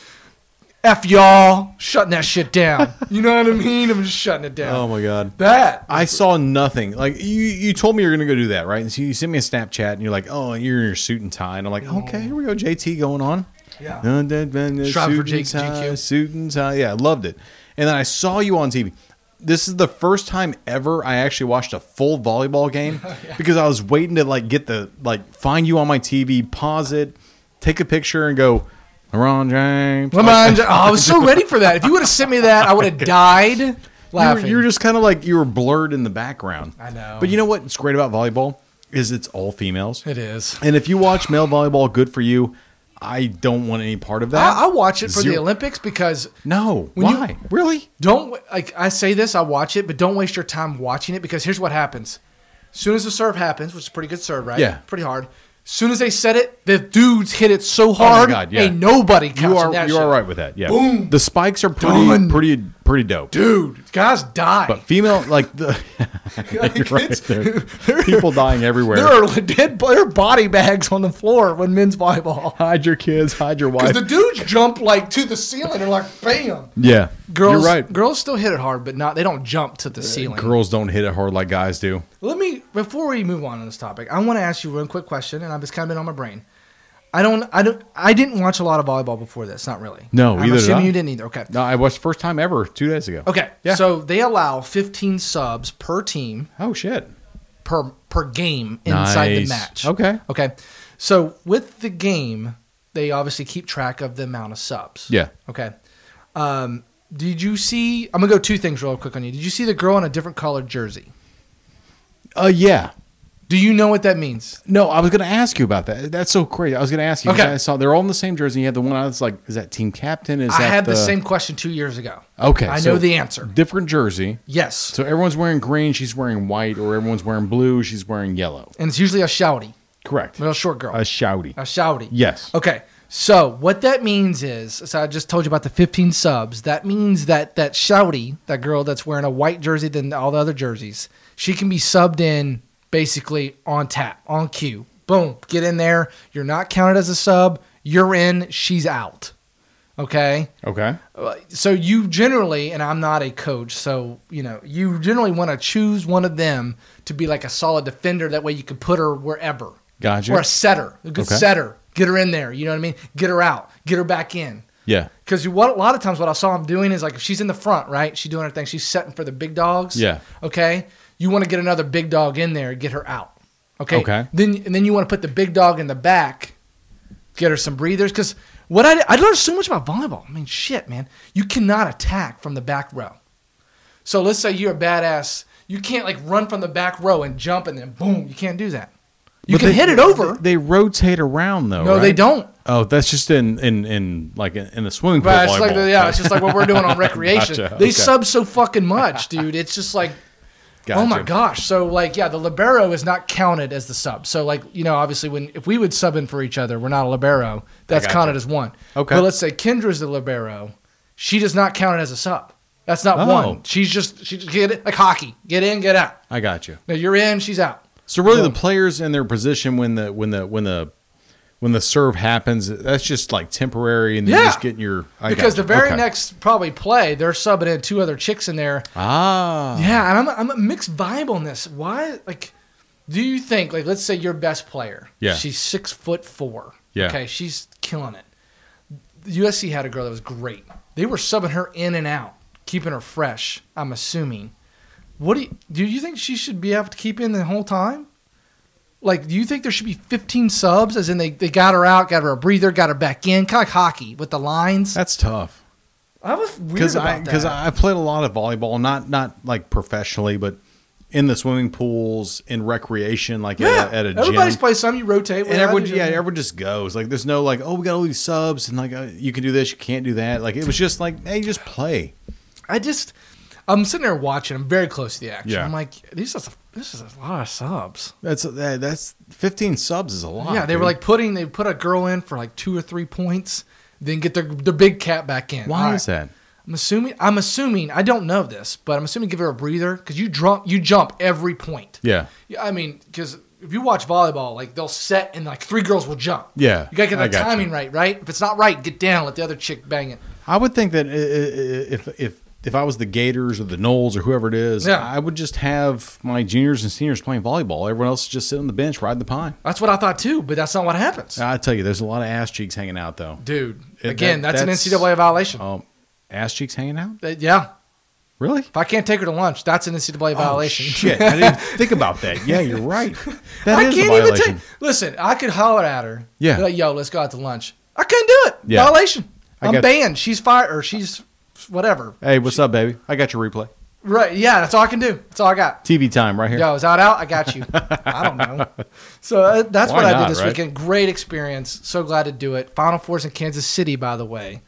[SPEAKER 3] F y'all, shutting that shit down. You know what I mean? I'm just shutting it down.
[SPEAKER 1] oh my god.
[SPEAKER 3] That
[SPEAKER 1] I saw nothing. Like you, you told me you're gonna go do that, right? And so you sent me a Snapchat, and you're like, "Oh, you're in your suit and tie," and I'm like, "Okay, here we go, JT going on."
[SPEAKER 3] Yeah.
[SPEAKER 1] Dun, dun, dun, dun,
[SPEAKER 3] Strive for
[SPEAKER 1] suit and
[SPEAKER 3] Jake-
[SPEAKER 1] tie,
[SPEAKER 3] GQ.
[SPEAKER 1] Suit and tie. Yeah, I loved it. And then I saw you on TV. This is the first time ever I actually watched a full volleyball game because I was waiting to like get the like find you on my TV, pause it, take a picture, and go, "LeBron James."
[SPEAKER 3] LeBron James- oh, I was so ready for that. If you would have sent me that, I would have died
[SPEAKER 1] You were,
[SPEAKER 3] laughing.
[SPEAKER 1] you were just kind of like you were blurred in the background.
[SPEAKER 3] I know.
[SPEAKER 1] But you know what's great about volleyball is it's all females.
[SPEAKER 3] it is.
[SPEAKER 1] And if you watch male volleyball, good for you. I don't want any part of that.
[SPEAKER 3] I, I watch it for the
[SPEAKER 1] Zero-
[SPEAKER 3] Olympics because
[SPEAKER 1] No.
[SPEAKER 3] When you-
[SPEAKER 1] why? really?
[SPEAKER 3] Don't wa- like I say this, I watch it, but don't waste your time watching it because here's what happens. As soon as the serve happens, which is a pretty good serve, right?
[SPEAKER 1] Yeah.
[SPEAKER 3] Pretty hard. As soon as they set it, the dudes hit it so hard,
[SPEAKER 1] Oh God, yeah.
[SPEAKER 3] ain't nobody catching
[SPEAKER 1] You are
[SPEAKER 3] that
[SPEAKER 1] you
[SPEAKER 3] shit.
[SPEAKER 1] are right with that. Yeah.
[SPEAKER 3] Boom.
[SPEAKER 1] The spikes are pretty
[SPEAKER 3] Done.
[SPEAKER 1] pretty pretty dope.
[SPEAKER 3] Dude, guys die.
[SPEAKER 1] But female like the you're right
[SPEAKER 3] it's-
[SPEAKER 1] there. people dying everywhere.
[SPEAKER 3] there are dead there are body bags on the floor when men's volleyball.
[SPEAKER 1] hide your kids, hide your wife.
[SPEAKER 3] Because the dudes jump like to the ceiling and like bam.
[SPEAKER 1] yeah.
[SPEAKER 3] Girls,
[SPEAKER 1] you're right. Uh,
[SPEAKER 3] girls still hit it hard, but not they don't jump to the ceiling.
[SPEAKER 1] Girls don't hit it hard like guys do.
[SPEAKER 3] Let me before we move on to this topic, I want to ask you one quick question, and I've just kind of been on my brain. I don't, I don't, I didn't watch a lot of volleyball before this. Not really.
[SPEAKER 1] No,
[SPEAKER 3] I'm
[SPEAKER 1] either did
[SPEAKER 3] assuming
[SPEAKER 1] I.
[SPEAKER 3] you didn't either. Okay.
[SPEAKER 1] No, I watched the first time ever two days ago.
[SPEAKER 3] Okay.
[SPEAKER 1] Yeah.
[SPEAKER 3] So they allow 15 subs per team
[SPEAKER 1] Oh shit.
[SPEAKER 3] per per game inside the
[SPEAKER 1] Nice.
[SPEAKER 3] match.
[SPEAKER 1] Okay.
[SPEAKER 3] Okay. So with the game, they obviously keep track of the amount of subs.
[SPEAKER 1] Yeah.
[SPEAKER 3] Okay. Um, did you see? I'm gonna go two things real quick on you. Did you see the girl in a different colored jersey?
[SPEAKER 1] Uh yeah.
[SPEAKER 3] Do you know what that means?
[SPEAKER 1] No, I was going to ask you about that. That's so crazy. I was going to ask you. 'cause
[SPEAKER 3] Okay.
[SPEAKER 1] I saw they're all in the same jersey. You had the one I was like, is that team captain? Is
[SPEAKER 3] I
[SPEAKER 1] that
[SPEAKER 3] had the, same question two years ago.
[SPEAKER 1] Okay,
[SPEAKER 3] I
[SPEAKER 1] so-
[SPEAKER 3] know the answer.
[SPEAKER 1] different jersey.
[SPEAKER 3] Yes.
[SPEAKER 1] So everyone's wearing green. She's wearing white, or everyone's wearing blue. She's wearing yellow.
[SPEAKER 3] and it's usually a shouty,
[SPEAKER 1] Correct.
[SPEAKER 3] little short girl.
[SPEAKER 1] A shouty.
[SPEAKER 3] A shouty.
[SPEAKER 1] Yes.
[SPEAKER 3] Okay. So what that means is, so I just told you about the 15 subs. That means that that shouty, that girl that's wearing a white jersey than all the other jerseys, she can be subbed in basically on tap, on cue. Boom, get in there. You're not counted as a sub. You're in. She's out. Okay.
[SPEAKER 1] Okay.
[SPEAKER 3] Uh, so you generally and i'm not a coach so you know you generally want to choose one of them to be like a solid defender that way you can put her wherever
[SPEAKER 1] Gotcha.
[SPEAKER 3] or a setter a good
[SPEAKER 1] Okay.
[SPEAKER 3] setter get her in there you know what i mean get her out get her back in
[SPEAKER 1] Yeah.
[SPEAKER 3] because what a lot of times what i saw him doing is like if she's in the front right she's doing her thing she's setting for the big dogs
[SPEAKER 1] Yeah.
[SPEAKER 3] okay you want to get another big dog in there get her out okay
[SPEAKER 1] Okay.
[SPEAKER 3] then and then you want to put the big dog in the back get her some breathers because what I, I learned so much about volleyball. I mean, shit, man, you cannot attack from the back row. So let's say you're a badass, you can't like run from the back row and jump and then boom, you can't do that. You
[SPEAKER 1] But
[SPEAKER 3] can
[SPEAKER 1] they-
[SPEAKER 3] hit it over.
[SPEAKER 1] They, they rotate around though.
[SPEAKER 3] no, they
[SPEAKER 1] right?
[SPEAKER 3] don't.
[SPEAKER 1] Oh, that's just in in in like in, in the swimming pool.
[SPEAKER 3] Right, it's like
[SPEAKER 1] volleyball.
[SPEAKER 3] yeah, it's just like what we're doing on recreation.
[SPEAKER 1] Gotcha,
[SPEAKER 3] They
[SPEAKER 1] okay.
[SPEAKER 3] sub so fucking much, dude. It's just like Oh my
[SPEAKER 1] Gotcha.
[SPEAKER 3] gosh! So like, yeah, the libero is not counted as the sub. So like, you know, obviously, when if we would sub in for each other, we're not a libero. That's
[SPEAKER 1] gotcha.
[SPEAKER 3] counted as one.
[SPEAKER 1] Okay.
[SPEAKER 3] But let's say Kendra's the libero. She does not count it as a sub. That's not
[SPEAKER 1] Oh.
[SPEAKER 3] one. She's just she just get it like hockey. Get in, get out.
[SPEAKER 1] I got you.
[SPEAKER 3] Now you're in. She's out.
[SPEAKER 1] So really, the players in their position when the when the when the when the serve happens, that's just like temporary, and you're
[SPEAKER 3] Yeah.
[SPEAKER 1] just getting your I
[SPEAKER 3] because
[SPEAKER 1] got
[SPEAKER 3] the
[SPEAKER 1] you.
[SPEAKER 3] very
[SPEAKER 1] Okay.
[SPEAKER 3] next probably play, they're subbing in two other chicks in there.
[SPEAKER 1] ah
[SPEAKER 3] Yeah, and I'm I'm a mixed vibe on this. Why like do you think like let's say your best player?
[SPEAKER 1] Yeah.
[SPEAKER 3] She's six foot four.
[SPEAKER 1] Yeah.
[SPEAKER 3] Okay, she's killing it. USC had a girl that was great. They were subbing her in and out, keeping her fresh, I'm assuming. What do you, do you think she should be able to keep in the whole time? Like, do you think there should be 15 subs? As in, they, they got her out, got her a breather, got her back in, kind of like hockey with the lines.
[SPEAKER 1] that's tough
[SPEAKER 3] I was weird
[SPEAKER 1] because
[SPEAKER 3] about
[SPEAKER 1] I
[SPEAKER 3] that.
[SPEAKER 1] because I played a lot of volleyball, not not like professionally, but in the swimming pools, in recreation, like
[SPEAKER 3] yeah,
[SPEAKER 1] uh, at, a, at a
[SPEAKER 3] everybody's
[SPEAKER 1] gym.
[SPEAKER 3] played some. You rotate,
[SPEAKER 1] and
[SPEAKER 3] whatever,
[SPEAKER 1] everyone,
[SPEAKER 3] you-
[SPEAKER 1] yeah, everyone just goes. Like, there's no like, oh, we got all these subs, and like, uh, you can do this, you can't do that. Like, it was just like, hey, just play.
[SPEAKER 3] I just I'm sitting there watching. I'm very close to the action.
[SPEAKER 1] Yeah.
[SPEAKER 3] I'm like, this is this is a lot of subs.
[SPEAKER 1] That's that, that's 15 subs is a lot.
[SPEAKER 3] yeah, they were
[SPEAKER 1] dude.
[SPEAKER 3] like putting they put a girl in for like two or three points, then get their their big cat back in.
[SPEAKER 1] why
[SPEAKER 3] All
[SPEAKER 1] is
[SPEAKER 3] right.
[SPEAKER 1] that?
[SPEAKER 3] I'm assuming I'm assuming I don't know this, but I'm assuming give her a breather because you jump you jump every point.
[SPEAKER 1] Yeah,
[SPEAKER 3] Yeah, I mean, because if you watch volleyball, like they'll set and like three girls will jump.
[SPEAKER 1] Yeah,
[SPEAKER 3] you gotta get
[SPEAKER 1] I
[SPEAKER 3] that
[SPEAKER 1] got you.
[SPEAKER 3] timing right, right? If it's not right, get down, let the other chick bang it.
[SPEAKER 1] I would think that i- i- i- if if if I was the Gators or the Knowles or whoever it is,
[SPEAKER 3] Yeah.
[SPEAKER 1] I would just have my juniors and seniors playing volleyball. Everyone else just sit on the bench, ride the pine.
[SPEAKER 3] That's what I thought too, but that's not what happens,
[SPEAKER 1] I tell you, there's a lot of ass cheeks hanging out though.
[SPEAKER 3] dude.
[SPEAKER 1] It-
[SPEAKER 3] Again,
[SPEAKER 1] that-
[SPEAKER 3] that's, an NCAA violation.
[SPEAKER 1] Um, ass cheeks hanging out?
[SPEAKER 3] Uh, yeah,
[SPEAKER 1] Really?
[SPEAKER 3] If I can't take her to lunch, that's an NCAA violation.
[SPEAKER 1] Oh, shit, I didn't think about that. Yeah, you're right. That
[SPEAKER 3] I
[SPEAKER 1] is a
[SPEAKER 3] can't
[SPEAKER 1] violation.
[SPEAKER 3] even take. Listen, I could holler at her.
[SPEAKER 1] Yeah.
[SPEAKER 3] Be like, yo, let's go out to lunch. I couldn't do it.
[SPEAKER 1] Yeah.
[SPEAKER 3] Violation.
[SPEAKER 1] I
[SPEAKER 3] I'm
[SPEAKER 1] got-
[SPEAKER 3] banned. She's fired or she's whatever.
[SPEAKER 1] Hey, what's up, baby? I got your replay.
[SPEAKER 3] Right. Yeah. That's all I can do. That's all I got.
[SPEAKER 1] TV time right here.
[SPEAKER 3] Yo, is that out? I got you. I don't know. So uh, that's
[SPEAKER 1] Why
[SPEAKER 3] what I
[SPEAKER 1] not,
[SPEAKER 3] did this
[SPEAKER 1] right?
[SPEAKER 3] weekend. Great experience. So glad to do it. Final Fours in Kansas City, by the way.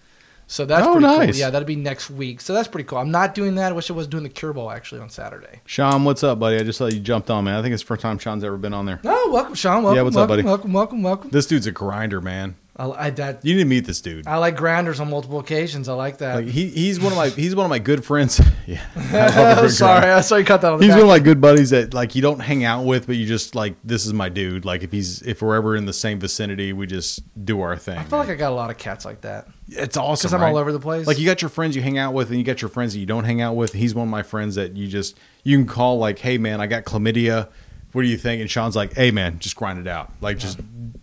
[SPEAKER 3] So that's
[SPEAKER 1] Oh,
[SPEAKER 3] pretty
[SPEAKER 1] nice.
[SPEAKER 3] cool. Yeah, that'll be next week. So that's pretty cool. I'm not doing that. I wish I was doing the Cure Bowl actually on Saturday.
[SPEAKER 1] Sean, what's up, buddy? I just thought you jumped on, man. I think it's the first time Sean's ever been on there.
[SPEAKER 3] No, welcome, Sean. Welcome,
[SPEAKER 1] what's up,
[SPEAKER 3] welcome,
[SPEAKER 1] buddy?
[SPEAKER 3] welcome, welcome, welcome.
[SPEAKER 1] This dude's a grinder, man.
[SPEAKER 3] I, I that
[SPEAKER 1] You need to meet this dude.
[SPEAKER 3] I like grinders on multiple occasions. I like that.
[SPEAKER 1] Like he, he's one of my he's one of my good friends. yeah, I love the
[SPEAKER 3] I'm
[SPEAKER 1] big
[SPEAKER 3] sorry,
[SPEAKER 1] guy.
[SPEAKER 3] I saw you cut that on the
[SPEAKER 1] He's
[SPEAKER 3] back.
[SPEAKER 1] one of my good buddies that like you don't hang out with, but you just like this is my dude. Like if he's if we're ever in the same vicinity, we just do our thing.
[SPEAKER 3] I feel like I got a lot of cats like that.
[SPEAKER 1] it's awesome
[SPEAKER 3] 'Cause I'm
[SPEAKER 1] right?
[SPEAKER 3] all over the place.
[SPEAKER 1] Like you got your friends you hang out with, and you got your friends that you don't hang out with. He's one of my friends that you just you can call like, hey man, I got chlamydia. What do you think? And Sean's like, hey man, just grind it out. Like just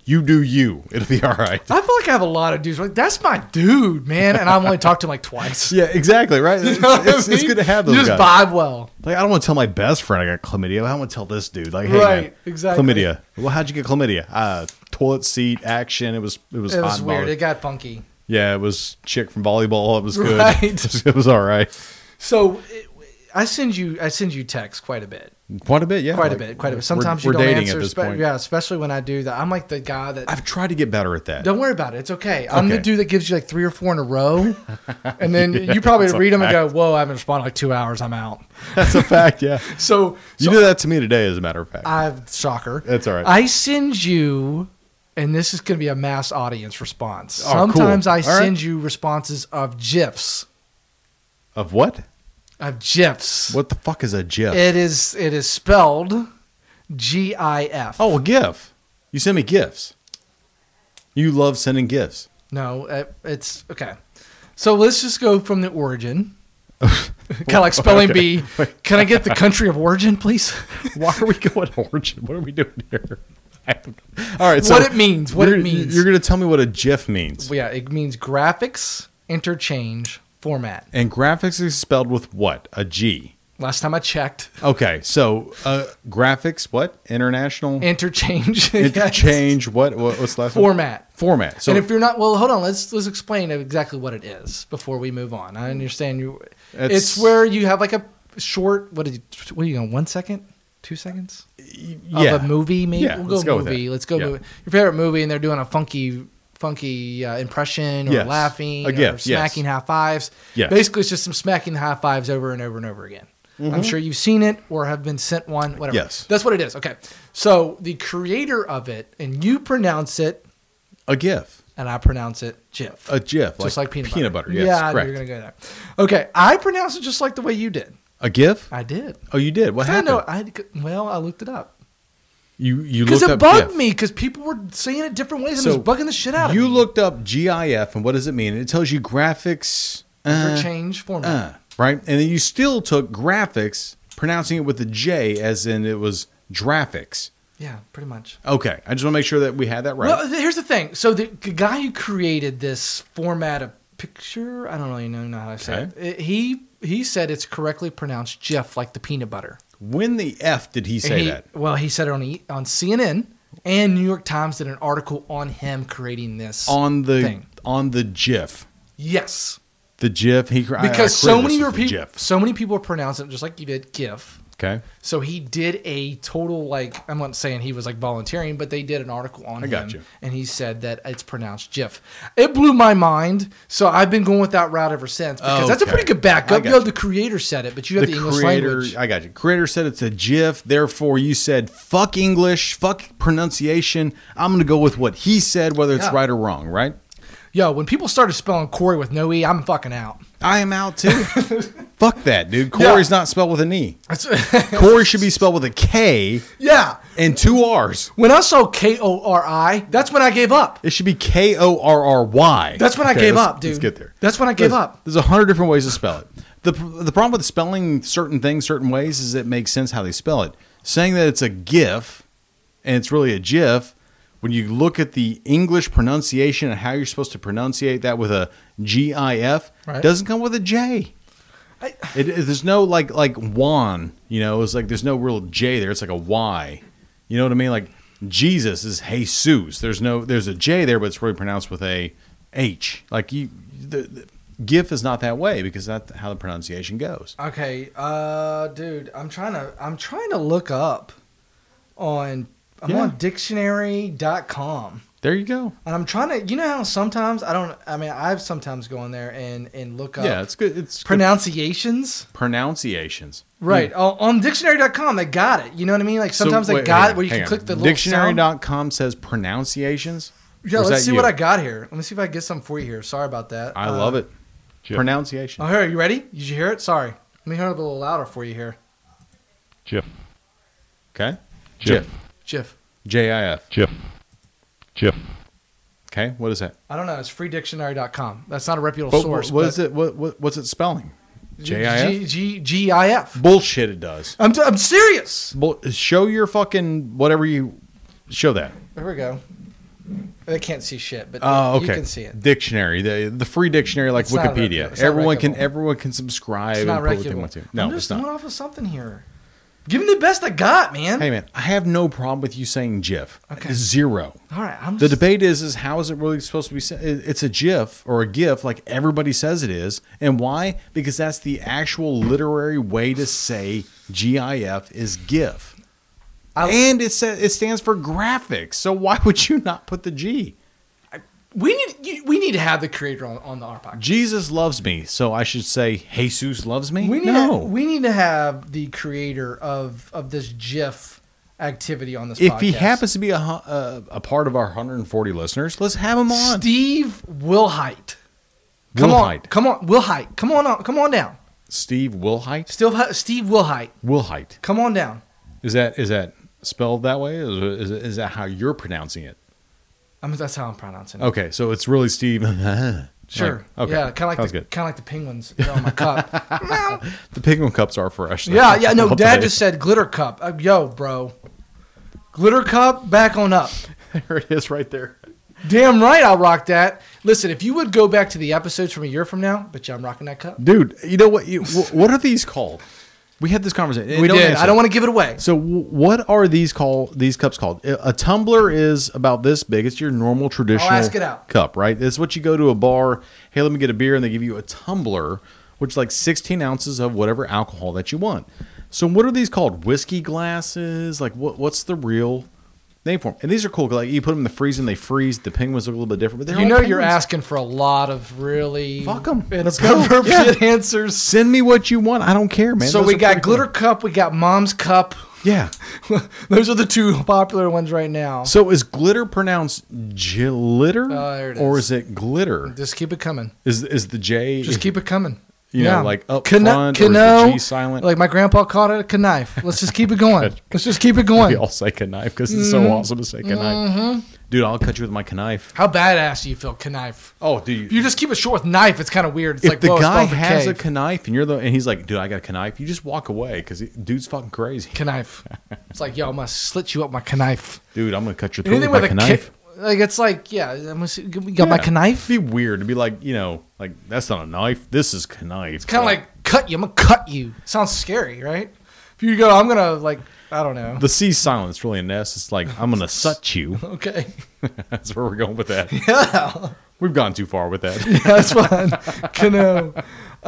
[SPEAKER 1] you do you. It'll be all right.
[SPEAKER 3] I feel like I have a lot of dudes. Like that's my dude, man. And I've only talked to him like twice.
[SPEAKER 1] Yeah, exactly. Right. It's,
[SPEAKER 3] You know what I
[SPEAKER 1] it's- it's
[SPEAKER 3] mean?
[SPEAKER 1] good to have
[SPEAKER 3] You
[SPEAKER 1] those
[SPEAKER 3] Just
[SPEAKER 1] guys.
[SPEAKER 3] vibe well.
[SPEAKER 1] Like, I don't want to tell my best friend I got chlamydia. I don't want to tell this dude. Like, hey,
[SPEAKER 3] Right,
[SPEAKER 1] man,
[SPEAKER 3] exactly.
[SPEAKER 1] chlamydia. Well, how'd you get chlamydia? Uh, toilet seat action. It was it was
[SPEAKER 3] It
[SPEAKER 1] hot
[SPEAKER 3] was
[SPEAKER 1] and
[SPEAKER 3] weird.
[SPEAKER 1] bothered.
[SPEAKER 3] It got funky.
[SPEAKER 1] yeah, it was chick from volleyball. It was good.
[SPEAKER 3] Right.
[SPEAKER 1] It, was, it was all right.
[SPEAKER 3] So it, I send you I send you texts quite a bit,
[SPEAKER 1] Quite a bit, yeah.
[SPEAKER 3] quite a
[SPEAKER 1] Like,
[SPEAKER 3] bit, quite a
[SPEAKER 1] we're-
[SPEAKER 3] bit. Sometimes
[SPEAKER 1] we're
[SPEAKER 3] you don't
[SPEAKER 1] dating
[SPEAKER 3] answer.
[SPEAKER 1] at this
[SPEAKER 3] spe-
[SPEAKER 1] point.
[SPEAKER 3] Yeah, especially when I do that. I'm like the guy that
[SPEAKER 1] I've tried to get better at that.
[SPEAKER 3] Don't worry about it. It's okay. I'm the
[SPEAKER 1] Okay.
[SPEAKER 3] dude that gives you like three or four in a row, and then you probably
[SPEAKER 1] that's a
[SPEAKER 3] read them and go, "Whoa, I haven't responded in like two hours. I'm out."
[SPEAKER 1] That's a fact, yeah.
[SPEAKER 3] So,
[SPEAKER 1] You
[SPEAKER 3] so
[SPEAKER 1] did that to me today, as a matter of fact.
[SPEAKER 3] I shocker.
[SPEAKER 1] That's all right.
[SPEAKER 3] I send you, and this is going to be a mass audience response.
[SPEAKER 1] Oh, cool.
[SPEAKER 3] Sometimes I
[SPEAKER 1] All right.
[SPEAKER 3] send you responses of gifs,
[SPEAKER 1] of what?
[SPEAKER 3] of gifs.
[SPEAKER 1] What the fuck is a GIF?
[SPEAKER 3] It is it is spelled G I F.
[SPEAKER 1] oh, a GIF. You send me GIFs. You love sending GIFs.
[SPEAKER 3] No, it, it's okay. So let's just go from the origin. kind of like spelling bee. Can I get the country of origin, please?
[SPEAKER 1] Why are we going origin? What are we doing here? I don't know. All right, so
[SPEAKER 3] What it means, what it
[SPEAKER 1] you're-
[SPEAKER 3] means.
[SPEAKER 1] You're going to tell me what a GIF means.
[SPEAKER 3] Well, yeah, it means graphics interchange format.
[SPEAKER 1] And graphics is spelled with what? A G.
[SPEAKER 3] Last time I checked,
[SPEAKER 1] Okay, so uh, graphics, what? International
[SPEAKER 3] interchange yes.
[SPEAKER 1] interchange, what? what? What's the last one?
[SPEAKER 3] format.
[SPEAKER 1] Format. So
[SPEAKER 3] and if you're not well, hold on. Let's let's explain exactly what it is before we move on. I understand you. It's,
[SPEAKER 1] It's-
[SPEAKER 3] where you have like a short. What is? What are you going? One second? Two seconds?
[SPEAKER 1] yeah.
[SPEAKER 3] of a movie. Maybe
[SPEAKER 1] Yeah,
[SPEAKER 3] we'll
[SPEAKER 1] let's
[SPEAKER 3] go
[SPEAKER 1] go with
[SPEAKER 3] movie.
[SPEAKER 1] that.
[SPEAKER 3] Let's go
[SPEAKER 1] Yeah.
[SPEAKER 3] movie. Your favorite movie, and they're doing a funky, funky uh, impression or
[SPEAKER 1] Yes.
[SPEAKER 3] laughing
[SPEAKER 1] A
[SPEAKER 3] or
[SPEAKER 1] gif, yes.
[SPEAKER 3] smacking high fives.
[SPEAKER 1] Yes.
[SPEAKER 3] Basically, it's just some smacking high fives over and over and over again. I'm sure you've seen it or have been sent one. Whatever.
[SPEAKER 1] Mm-hmm. Yes.
[SPEAKER 3] That's what it is. Okay. So the creator of it, and you pronounce it,
[SPEAKER 1] a GIF.
[SPEAKER 3] and I pronounce it GIF.
[SPEAKER 1] A GIF.
[SPEAKER 3] just like, peanut, butter.
[SPEAKER 1] Yes,
[SPEAKER 3] yeah, I knew
[SPEAKER 1] correct.
[SPEAKER 3] you were gonna go there. Okay, I pronounce it just like the way you did.
[SPEAKER 1] A GIF?
[SPEAKER 3] I did.
[SPEAKER 1] Oh, you did. What
[SPEAKER 3] I
[SPEAKER 1] happened?
[SPEAKER 3] know. I well, I looked it up.
[SPEAKER 1] You you
[SPEAKER 3] Because
[SPEAKER 1] looked
[SPEAKER 3] it
[SPEAKER 1] up
[SPEAKER 3] bugged
[SPEAKER 1] GIF.
[SPEAKER 3] me because people were saying it different ways and
[SPEAKER 1] So,
[SPEAKER 3] it was bugging the shit out of
[SPEAKER 1] You
[SPEAKER 3] me.
[SPEAKER 1] looked up GIF and what does it mean? It tells you graphics uh,
[SPEAKER 3] for change format.
[SPEAKER 1] uh, right? And then you still took graphics, pronouncing it with a J as in it was graphics.
[SPEAKER 3] yeah, pretty much.
[SPEAKER 1] Okay, I just want to make sure that we had that right.
[SPEAKER 3] Well, th- here's the thing. So the g- guy who created this format of picture, I don't really know, know how to say it. it. He he said it's correctly pronounced Jeff, like the peanut butter.
[SPEAKER 1] when the F did he say
[SPEAKER 3] He-
[SPEAKER 1] that?
[SPEAKER 3] Well, he said it on E- on CNN and New York Times did an article on him creating this.
[SPEAKER 1] On the
[SPEAKER 3] Thing.
[SPEAKER 1] on the GIF.
[SPEAKER 3] yes,
[SPEAKER 1] The GIF he cr- I- I
[SPEAKER 3] because so
[SPEAKER 1] created
[SPEAKER 3] many
[SPEAKER 1] this
[SPEAKER 3] were
[SPEAKER 1] as the
[SPEAKER 3] people,
[SPEAKER 1] GIF.
[SPEAKER 3] so many people pronounce it just like you did, GIF.
[SPEAKER 1] Okay.
[SPEAKER 3] So he did a total like I'm not saying he was like volunteering, but they did an article on
[SPEAKER 1] I
[SPEAKER 3] him,
[SPEAKER 1] got you.
[SPEAKER 3] and he said that it's pronounced Jif. It blew my mind, so I've been going with that route ever since because that's a
[SPEAKER 1] Okay.
[SPEAKER 3] pretty good
[SPEAKER 1] I
[SPEAKER 3] backup.
[SPEAKER 1] got
[SPEAKER 3] You know,
[SPEAKER 1] you.
[SPEAKER 3] the creator said it, but you have the, English
[SPEAKER 1] creator,
[SPEAKER 3] language.
[SPEAKER 1] I got you. Creator said it's a GIF, therefore you said fuck English, fuck pronunciation. I'm gonna go with what he said, whether it's
[SPEAKER 3] Yeah.
[SPEAKER 1] right or wrong, right?
[SPEAKER 3] Yo, when people started spelling Corey with no e, I'm fucking out.
[SPEAKER 1] I am out too. fuck that, dude. Corey's not spelled with an E.
[SPEAKER 3] That's-
[SPEAKER 1] Corey should be spelled with a K
[SPEAKER 3] yeah.
[SPEAKER 1] and two R's.
[SPEAKER 3] When I saw K O R I, that's when I gave up.
[SPEAKER 1] It should be K O R R Y.
[SPEAKER 3] That's when I
[SPEAKER 1] Okay,
[SPEAKER 3] gave
[SPEAKER 1] let's-
[SPEAKER 3] up, dude.
[SPEAKER 1] Let's get there.
[SPEAKER 3] That's when I gave
[SPEAKER 1] There's-
[SPEAKER 3] up.
[SPEAKER 1] There's a hundred different ways to spell it. The, the problem with spelling certain things certain ways is it makes sense how they spell it. Saying that it's a GIF and it's really a GIF, when you look at the English pronunciation and how you're supposed to pronunciate that with a GIF,
[SPEAKER 3] Right.
[SPEAKER 1] doesn't come with a J.
[SPEAKER 3] I-
[SPEAKER 1] It, it- there's no like like Juan, you know. It's like there's no real J there. It's like a Y. You know what I mean? Like Jesus is Jesus. There's no there's a J there, but it's really pronounced with a H. Like you, the, the GIF is not that way because that's how the pronunciation goes.
[SPEAKER 3] Okay, uh, dude, I'm trying to I'm trying to look up on I'm
[SPEAKER 1] Yeah.
[SPEAKER 3] on dictionary.com
[SPEAKER 1] There you go.
[SPEAKER 3] and I'm trying to you know how sometimes I don't I mean I've sometimes go in there and and look up
[SPEAKER 1] Yeah, it's good. It's good
[SPEAKER 3] pronunciations.
[SPEAKER 1] pronunciations.
[SPEAKER 3] Right. Oh, on dictionary.com they got it. You know what I mean? Like
[SPEAKER 1] So,
[SPEAKER 3] sometimes they
[SPEAKER 1] wait,
[SPEAKER 3] got
[SPEAKER 1] hang
[SPEAKER 3] it where you
[SPEAKER 1] on,
[SPEAKER 3] can
[SPEAKER 1] hang
[SPEAKER 3] click
[SPEAKER 1] on.
[SPEAKER 3] the little sound.
[SPEAKER 1] dictionary.com says pronunciations.
[SPEAKER 3] Yeah,
[SPEAKER 1] Or is
[SPEAKER 3] let's
[SPEAKER 1] that
[SPEAKER 3] see what
[SPEAKER 1] you?
[SPEAKER 3] I got here. Let me see if I can get something for you here. Sorry about that.
[SPEAKER 1] I
[SPEAKER 3] Uh,
[SPEAKER 1] love it. Pronunciation.
[SPEAKER 3] Oh, here, you ready? Did you hear it? Sorry. Let me hear it a little louder for you here.
[SPEAKER 5] Jiff.
[SPEAKER 1] Okay.
[SPEAKER 5] Jiff.
[SPEAKER 1] GIF.
[SPEAKER 3] Jiff.
[SPEAKER 1] J I F.
[SPEAKER 5] Jiff. Jiff.
[SPEAKER 1] Okay. What is that?
[SPEAKER 3] I don't know. It's freedictionary.com. That's not a reputable
[SPEAKER 1] But
[SPEAKER 3] source.
[SPEAKER 1] wh- what
[SPEAKER 3] but-
[SPEAKER 1] is it? What, what what's it spelling?
[SPEAKER 3] G-
[SPEAKER 1] J-I-F?
[SPEAKER 3] G- G-I-F.
[SPEAKER 1] Bullshit. It does.
[SPEAKER 3] I'm, t- I'm serious.
[SPEAKER 1] Bull- show your fucking whatever you show that.
[SPEAKER 3] There we go. They can't see shit, but
[SPEAKER 1] Oh, okay.
[SPEAKER 3] you can see it.
[SPEAKER 1] Dictionary, the the free dictionary like
[SPEAKER 3] It's not reputable.
[SPEAKER 1] Wikipedia.
[SPEAKER 3] It's not
[SPEAKER 1] Everyone can
[SPEAKER 3] reputable.
[SPEAKER 1] everyone can subscribe
[SPEAKER 3] It's
[SPEAKER 1] and
[SPEAKER 3] not
[SPEAKER 1] put what they
[SPEAKER 3] regular.
[SPEAKER 1] want to. No,
[SPEAKER 3] I'm just
[SPEAKER 1] it's
[SPEAKER 3] going
[SPEAKER 1] not.
[SPEAKER 3] off of something here. Give him the best I got, man.
[SPEAKER 1] Hey man, I have no problem with you saying GIF.
[SPEAKER 3] Okay.
[SPEAKER 1] Zero.
[SPEAKER 3] All right, I'm
[SPEAKER 1] The
[SPEAKER 3] just-
[SPEAKER 1] debate is is how is it really supposed to be? Said? It's a GIF or a GIF, like everybody says it is, and why? Because that's the actual literary way to say GIF is GIF,
[SPEAKER 3] I-
[SPEAKER 1] and it says it stands for graphics. So why would you not put the G?
[SPEAKER 3] we need you, we need to have the creator on, on the our podcast.
[SPEAKER 1] Jesus loves me, so I should say Jesus loves me.
[SPEAKER 3] We need
[SPEAKER 1] no,
[SPEAKER 3] to, we need to have the creator of of this GIF activity on this.
[SPEAKER 1] if
[SPEAKER 3] podcast.
[SPEAKER 1] he happens to be a, hu- a a part of our 140 listeners, let's have him on.
[SPEAKER 3] Steve Wilhite. Come on,
[SPEAKER 1] Wilhite.
[SPEAKER 3] come on, Wilhite. Come on, on, come on down.
[SPEAKER 1] Steve Wilhite.
[SPEAKER 3] Steve Steve Wilhite.
[SPEAKER 1] Wilhite.
[SPEAKER 3] Come on down.
[SPEAKER 1] Is that is that spelled that way? Is, is, is that how you're pronouncing it?
[SPEAKER 3] I mean, that's how I'm pronouncing it.
[SPEAKER 1] Okay, so it's really Steve.
[SPEAKER 3] Sure.
[SPEAKER 1] Like, Oh, okay.
[SPEAKER 3] Yeah, kind of like
[SPEAKER 1] Sounds
[SPEAKER 3] the,
[SPEAKER 1] good.
[SPEAKER 3] kind of like the penguins they're on my cup.
[SPEAKER 1] The pigment cups are fresh. though.
[SPEAKER 3] yeah, yeah. No,
[SPEAKER 1] I'll
[SPEAKER 3] Dad
[SPEAKER 1] tell
[SPEAKER 3] just said glitter cup. Uh, yo, bro, glitter cup back on up.
[SPEAKER 1] you. there it is right there.
[SPEAKER 3] Damn right, I'll rock that. Listen, if you would go back to the episodes from a year from now, but yeah, I'm rocking that cup.
[SPEAKER 1] Dude, you know what? You, wh- what are these called? We had this conversation.
[SPEAKER 3] We did. I don't want to give it away.
[SPEAKER 1] So wh- what are these call these cups called? A a tumbler is about this big. It's your normal traditional
[SPEAKER 3] ask it out.
[SPEAKER 1] cup, right? It's what you go to a bar. Hey, let me get a beer, and they give you a tumbler, which is like sixteen ounces of whatever alcohol that you want. So what are these called? Whiskey glasses? Like what? What's the real name for them? And these are cool. 'cause, Like you put them in the freezer, and they freeze. The penguins look a little bit different. But they're
[SPEAKER 3] You
[SPEAKER 1] all
[SPEAKER 3] know you're
[SPEAKER 1] penguins.
[SPEAKER 3] asking for a lot of really
[SPEAKER 1] Fuck 'em. Let's go.
[SPEAKER 3] inappropriate
[SPEAKER 1] Yeah.
[SPEAKER 3] answers.
[SPEAKER 1] Send me what you want. I don't care, man.
[SPEAKER 3] so
[SPEAKER 1] Those
[SPEAKER 3] we
[SPEAKER 1] are
[SPEAKER 3] got
[SPEAKER 1] pretty cool.
[SPEAKER 3] glitter cup, we got mom's cup.
[SPEAKER 1] Yeah.
[SPEAKER 3] Those are the two popular ones right now.
[SPEAKER 1] So is glitter pronounced glitter,
[SPEAKER 3] Oh, there it
[SPEAKER 1] or
[SPEAKER 3] is.
[SPEAKER 1] is it glitter?
[SPEAKER 3] Just keep it coming.
[SPEAKER 1] Is is the J?
[SPEAKER 3] Just keep it coming.
[SPEAKER 1] You know, like up
[SPEAKER 3] Cano-
[SPEAKER 1] front, or is the
[SPEAKER 3] cano-
[SPEAKER 1] G silent?
[SPEAKER 3] Like my grandpa called it a knife. Let's just keep it going. Let's just keep it
[SPEAKER 1] We
[SPEAKER 3] going. Mm-hmm.
[SPEAKER 1] all say knife because it's so awesome to say knife. Dude, I'll cut you with my knife.
[SPEAKER 3] How badass do you feel, knife?
[SPEAKER 1] Oh, do you?
[SPEAKER 3] If you just keep it short with knife, it's kind of weird. It's
[SPEAKER 1] if
[SPEAKER 3] like
[SPEAKER 1] the
[SPEAKER 3] whoa, it's
[SPEAKER 1] guy
[SPEAKER 3] spelled for
[SPEAKER 1] has
[SPEAKER 3] cave.
[SPEAKER 1] a knife and you're the and he's like, dude, I got a knife. You just walk away because dude's fucking crazy.
[SPEAKER 3] knife. It's like, yo, I'm gonna slit you up my knife.
[SPEAKER 1] Dude, I'm gonna cut your throat
[SPEAKER 3] Anything
[SPEAKER 1] with,
[SPEAKER 3] with a
[SPEAKER 1] my knife.
[SPEAKER 3] knife. Like it's like, yeah, I'm gonna see, you got my
[SPEAKER 1] Yeah.
[SPEAKER 3] knife.
[SPEAKER 1] It'd be weird to be like, you know, like that's not a knife. This is knife. It's
[SPEAKER 3] Kind of like cut you. I'm gonna cut you. Sounds scary, right? If you go, I'm gonna like, I don't know.
[SPEAKER 1] the C silent. It's really an S. It's like I'm gonna sut you.
[SPEAKER 3] Okay,
[SPEAKER 1] That's where we're going with that.
[SPEAKER 3] yeah,
[SPEAKER 1] We've gone too far with that.
[SPEAKER 3] that's fine. Cano.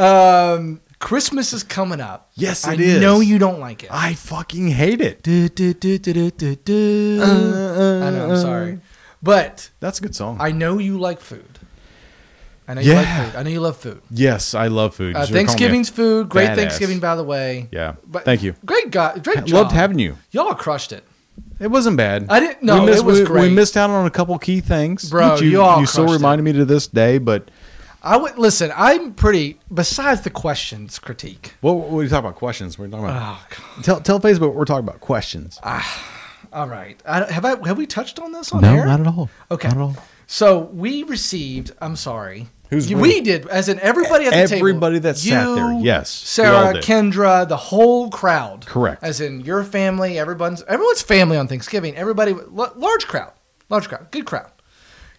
[SPEAKER 3] Um, Christmas is coming up.
[SPEAKER 1] Yes,
[SPEAKER 3] I
[SPEAKER 1] it is.
[SPEAKER 3] know you don't like it.
[SPEAKER 1] I fucking hate it. Uh,
[SPEAKER 3] Du- du- du- du- du- du- du. I know. I'm sorry, but
[SPEAKER 1] That's a good song.
[SPEAKER 3] I know you like food. I know you
[SPEAKER 1] Yeah.
[SPEAKER 3] like food. I know you love food.
[SPEAKER 1] yes, I love food. You're
[SPEAKER 3] Uh,
[SPEAKER 1] calling me a-
[SPEAKER 3] Thanksgiving's food. Great
[SPEAKER 1] badass.
[SPEAKER 3] Thanksgiving, by the way.
[SPEAKER 1] Yeah.
[SPEAKER 3] But
[SPEAKER 1] Thank you.
[SPEAKER 3] Great God, great job.
[SPEAKER 1] Loved having you.
[SPEAKER 3] Y'all crushed it,
[SPEAKER 1] It wasn't bad.
[SPEAKER 3] I didn't- no,
[SPEAKER 1] We missed,
[SPEAKER 3] it was
[SPEAKER 1] we,
[SPEAKER 3] great.
[SPEAKER 1] We missed out on a couple key things,
[SPEAKER 3] Bro,
[SPEAKER 1] which
[SPEAKER 3] you all
[SPEAKER 1] you still
[SPEAKER 3] crushed it.
[SPEAKER 1] reminded me to this day. But
[SPEAKER 3] I would listen. I'm pretty. Besides the questions critique,
[SPEAKER 1] what, what are you talking about? Questions? We're talking about.
[SPEAKER 3] oh God.
[SPEAKER 1] Tell tell Facebook we're talking about questions.
[SPEAKER 3] All right, I, don't- have I have we touched on this on
[SPEAKER 1] no,
[SPEAKER 3] air?
[SPEAKER 1] not at all.
[SPEAKER 3] Okay.
[SPEAKER 1] not at all.
[SPEAKER 3] So we received. I'm sorry.
[SPEAKER 1] Who's
[SPEAKER 3] You-
[SPEAKER 1] we?
[SPEAKER 3] we did as in everybody at the table.
[SPEAKER 1] Everybody that sat there, yes, we all
[SPEAKER 3] Sarah,
[SPEAKER 1] did.
[SPEAKER 3] Kendra, the whole crowd.
[SPEAKER 1] Correct.
[SPEAKER 3] As in your family, everyone's everyone's family on Thanksgiving. Everybody, l- large crowd, large crowd, good crowd.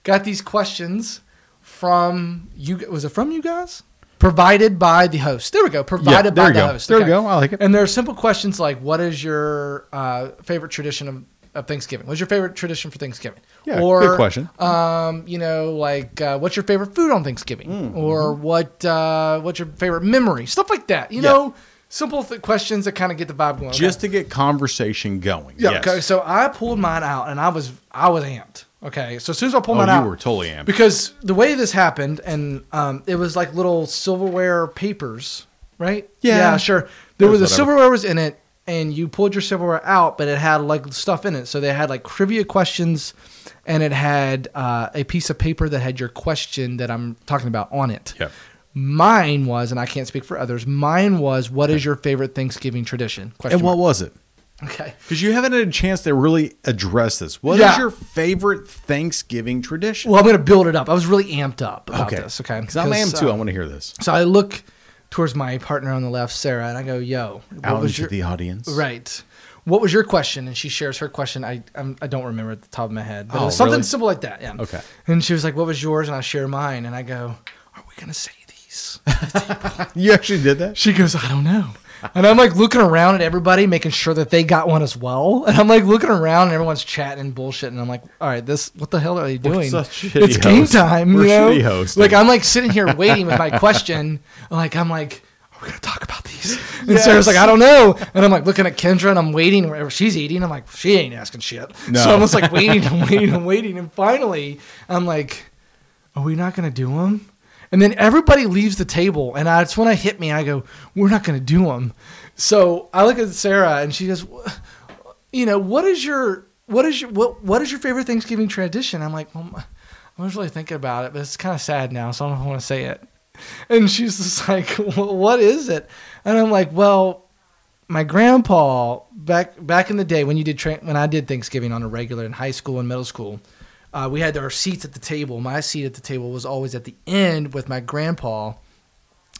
[SPEAKER 3] Got these questions from you. Was it from you guys? Provided by the host. There we go. Provided
[SPEAKER 1] there
[SPEAKER 3] by
[SPEAKER 1] you
[SPEAKER 3] the
[SPEAKER 1] go.
[SPEAKER 3] host.
[SPEAKER 1] There we go. I like it.
[SPEAKER 3] And there are simple questions like, "What is your uh, favorite tradition of, of Thanksgiving? What's your favorite tradition for Thanksgiving?"
[SPEAKER 1] Yeah, good question.
[SPEAKER 3] um, you know, like uh, what's your favorite food on Thanksgiving,
[SPEAKER 1] Mm,
[SPEAKER 3] or what uh, what's your favorite memory, stuff like that. You
[SPEAKER 1] mm-hmm. Yeah.
[SPEAKER 3] know, simple th- questions that kind of get the vibe going.
[SPEAKER 1] Just
[SPEAKER 3] okay.
[SPEAKER 1] to get conversation going.
[SPEAKER 3] yeah.
[SPEAKER 1] yes.
[SPEAKER 3] Okay, so I pulled mine out, and I was I was amped. Okay, so as soon as I pulled
[SPEAKER 1] oh,
[SPEAKER 3] mine
[SPEAKER 1] you
[SPEAKER 3] out,
[SPEAKER 1] were totally amped.
[SPEAKER 3] because the way this happened, and um, it was like little silverware papers, right?
[SPEAKER 1] Yeah.
[SPEAKER 3] sure. There was,
[SPEAKER 1] was
[SPEAKER 3] the
[SPEAKER 1] whatever.
[SPEAKER 3] silverware was in it, and you pulled your silverware out, but it had like stuff in it. So they had like trivia questions, and it had uh, a piece of paper that had your question that I'm talking about on it.
[SPEAKER 1] yeah.
[SPEAKER 3] Mine was, and I can't speak for others. Mine was, what is your favorite Thanksgiving tradition? Question
[SPEAKER 1] And what
[SPEAKER 3] mark.
[SPEAKER 1] was it?
[SPEAKER 3] Okay.
[SPEAKER 1] Because you haven't had a chance to really address this. What is
[SPEAKER 3] Yeah.
[SPEAKER 1] your favorite Thanksgiving tradition?
[SPEAKER 3] Well, I'm going to build it up. I was really amped up about
[SPEAKER 1] okay.
[SPEAKER 3] this. Okay.
[SPEAKER 1] Because I am too.
[SPEAKER 3] uh,
[SPEAKER 1] I want to hear this.
[SPEAKER 3] So I look towards my partner on the left, Sarah, and I go, "Yo, what
[SPEAKER 1] Out
[SPEAKER 3] was
[SPEAKER 1] into
[SPEAKER 3] your
[SPEAKER 1] the audience.
[SPEAKER 3] right? What was your question?" And she shares her question. I I'm, I don't remember at the top of my head, but it
[SPEAKER 1] Oh,
[SPEAKER 3] was something
[SPEAKER 1] really?
[SPEAKER 3] simple like that. Yeah.
[SPEAKER 1] Okay.
[SPEAKER 3] And she was like, "What was yours?" And I share mine, and I go, "Are we gonna say these?"
[SPEAKER 1] You actually did that?
[SPEAKER 3] she goes, "I don't know." And I'm like looking around at everybody, making sure that they got one as well. And I'm like looking around and everyone's chatting and bullshitting. And I'm like, all right, this, what the hell are they doing?
[SPEAKER 1] such shitty
[SPEAKER 3] it's game
[SPEAKER 1] hosts.
[SPEAKER 3] time.
[SPEAKER 1] We're
[SPEAKER 3] you know?
[SPEAKER 1] shitty hosts.
[SPEAKER 3] Like I'm like sitting here waiting with my question. Like I'm like, are we gonna talk about these? And Sarah's like, I don't know. And I'm like looking at Kendra and I'm waiting wherever she's eating. I'm like, she ain't asking shit.
[SPEAKER 1] No.
[SPEAKER 3] So I'm just like waiting and waiting and waiting. And finally, I'm like, are we not gonna do them? And then everybody leaves the table, and I, it's when I hit me. I go, "We're not going to do them." So I look at Sarah, and she goes, "Wha- "You know, what is your what is your what what is your favorite Thanksgiving tradition?" I'm like, well, m- "I was really thinking about it, but it's kind of sad now, so I don't want to say it." And she's just like, well, "What is it?" And I'm like, "Well, my grandpa back back in the day when you did tra- when I did Thanksgiving on a regular in high school and middle school, uh, we had our seats at the table. My seat at the table was always at the end with my grandpa,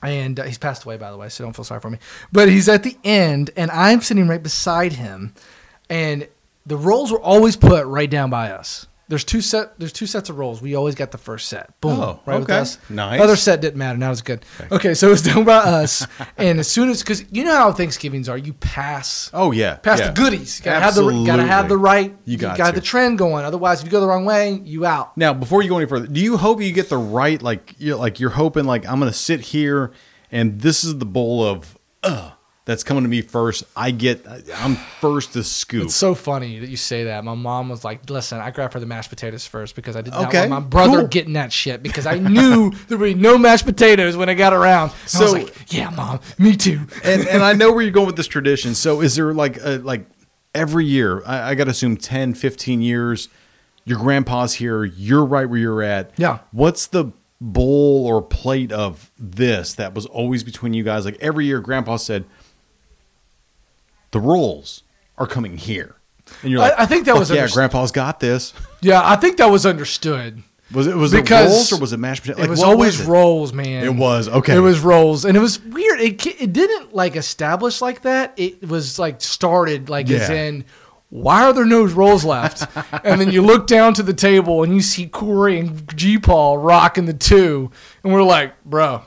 [SPEAKER 3] and uh, he's passed away by the way, so don't feel sorry for me. But he's at the end, and I'm sitting right beside him, and the rolls were always put right down by us. There's two set. There's two sets of rolls. We always got the first set. Boom.
[SPEAKER 1] Oh,
[SPEAKER 3] right with
[SPEAKER 1] okay.
[SPEAKER 3] us.
[SPEAKER 1] Nice.
[SPEAKER 3] Other set didn't matter. Now it's good. Okay, so it's done by us. and as soon as, because you know how Thanksgivings are, you pass.
[SPEAKER 1] Oh yeah,
[SPEAKER 3] Pass
[SPEAKER 1] yeah.
[SPEAKER 3] the goodies. Gotta have the, gotta have the
[SPEAKER 1] Absolutely.
[SPEAKER 3] right.
[SPEAKER 1] You
[SPEAKER 3] You
[SPEAKER 1] got
[SPEAKER 3] got,
[SPEAKER 1] to.
[SPEAKER 3] the trend going. Otherwise, if you go the wrong way, you out.
[SPEAKER 1] Now, before you go any further, do you hope you get the right like you're like you're hoping like I'm going to sit here and this is the bowl of uh that's coming to me first. I get I'm first to scoop.
[SPEAKER 3] It's so funny that you say that. My mom was like, "Listen, I grabbed for the mashed potatoes first because I did not
[SPEAKER 1] Okay,
[SPEAKER 3] want my brother
[SPEAKER 1] cool.
[SPEAKER 3] getting that shit because I knew there would be no mashed potatoes when I got around." And I
[SPEAKER 1] So-
[SPEAKER 3] was like, "Yeah, mom, me too."
[SPEAKER 1] and and I know where you're going with this tradition. So is there like a, like every year, I, I got to assume 10, 15 years, your grandpa's here, you're right where you're at.
[SPEAKER 3] Yeah.
[SPEAKER 1] What's the bowl or plate of this that was always between you guys? Like every year, grandpa said, the rolls are coming here. And you're
[SPEAKER 3] I-
[SPEAKER 1] like,
[SPEAKER 3] I think that
[SPEAKER 1] "Fuck
[SPEAKER 3] was
[SPEAKER 1] yeah,
[SPEAKER 3] underst-
[SPEAKER 1] grandpa's got this.
[SPEAKER 3] Yeah, I think that was understood.
[SPEAKER 1] Was it was
[SPEAKER 3] Because
[SPEAKER 1] it rolls or was it mashed potatoes?
[SPEAKER 3] it was
[SPEAKER 1] what
[SPEAKER 3] always
[SPEAKER 1] it?
[SPEAKER 3] rolls, man.
[SPEAKER 1] It was, okay.
[SPEAKER 3] It was rolls, and it was weird. It ki- it didn't like establish like that. It was like started like as
[SPEAKER 1] Yeah.
[SPEAKER 3] in. Why are there no rolls left? and then you look down to the table and you see Corey and G Paul rocking the two, and we're like, bro,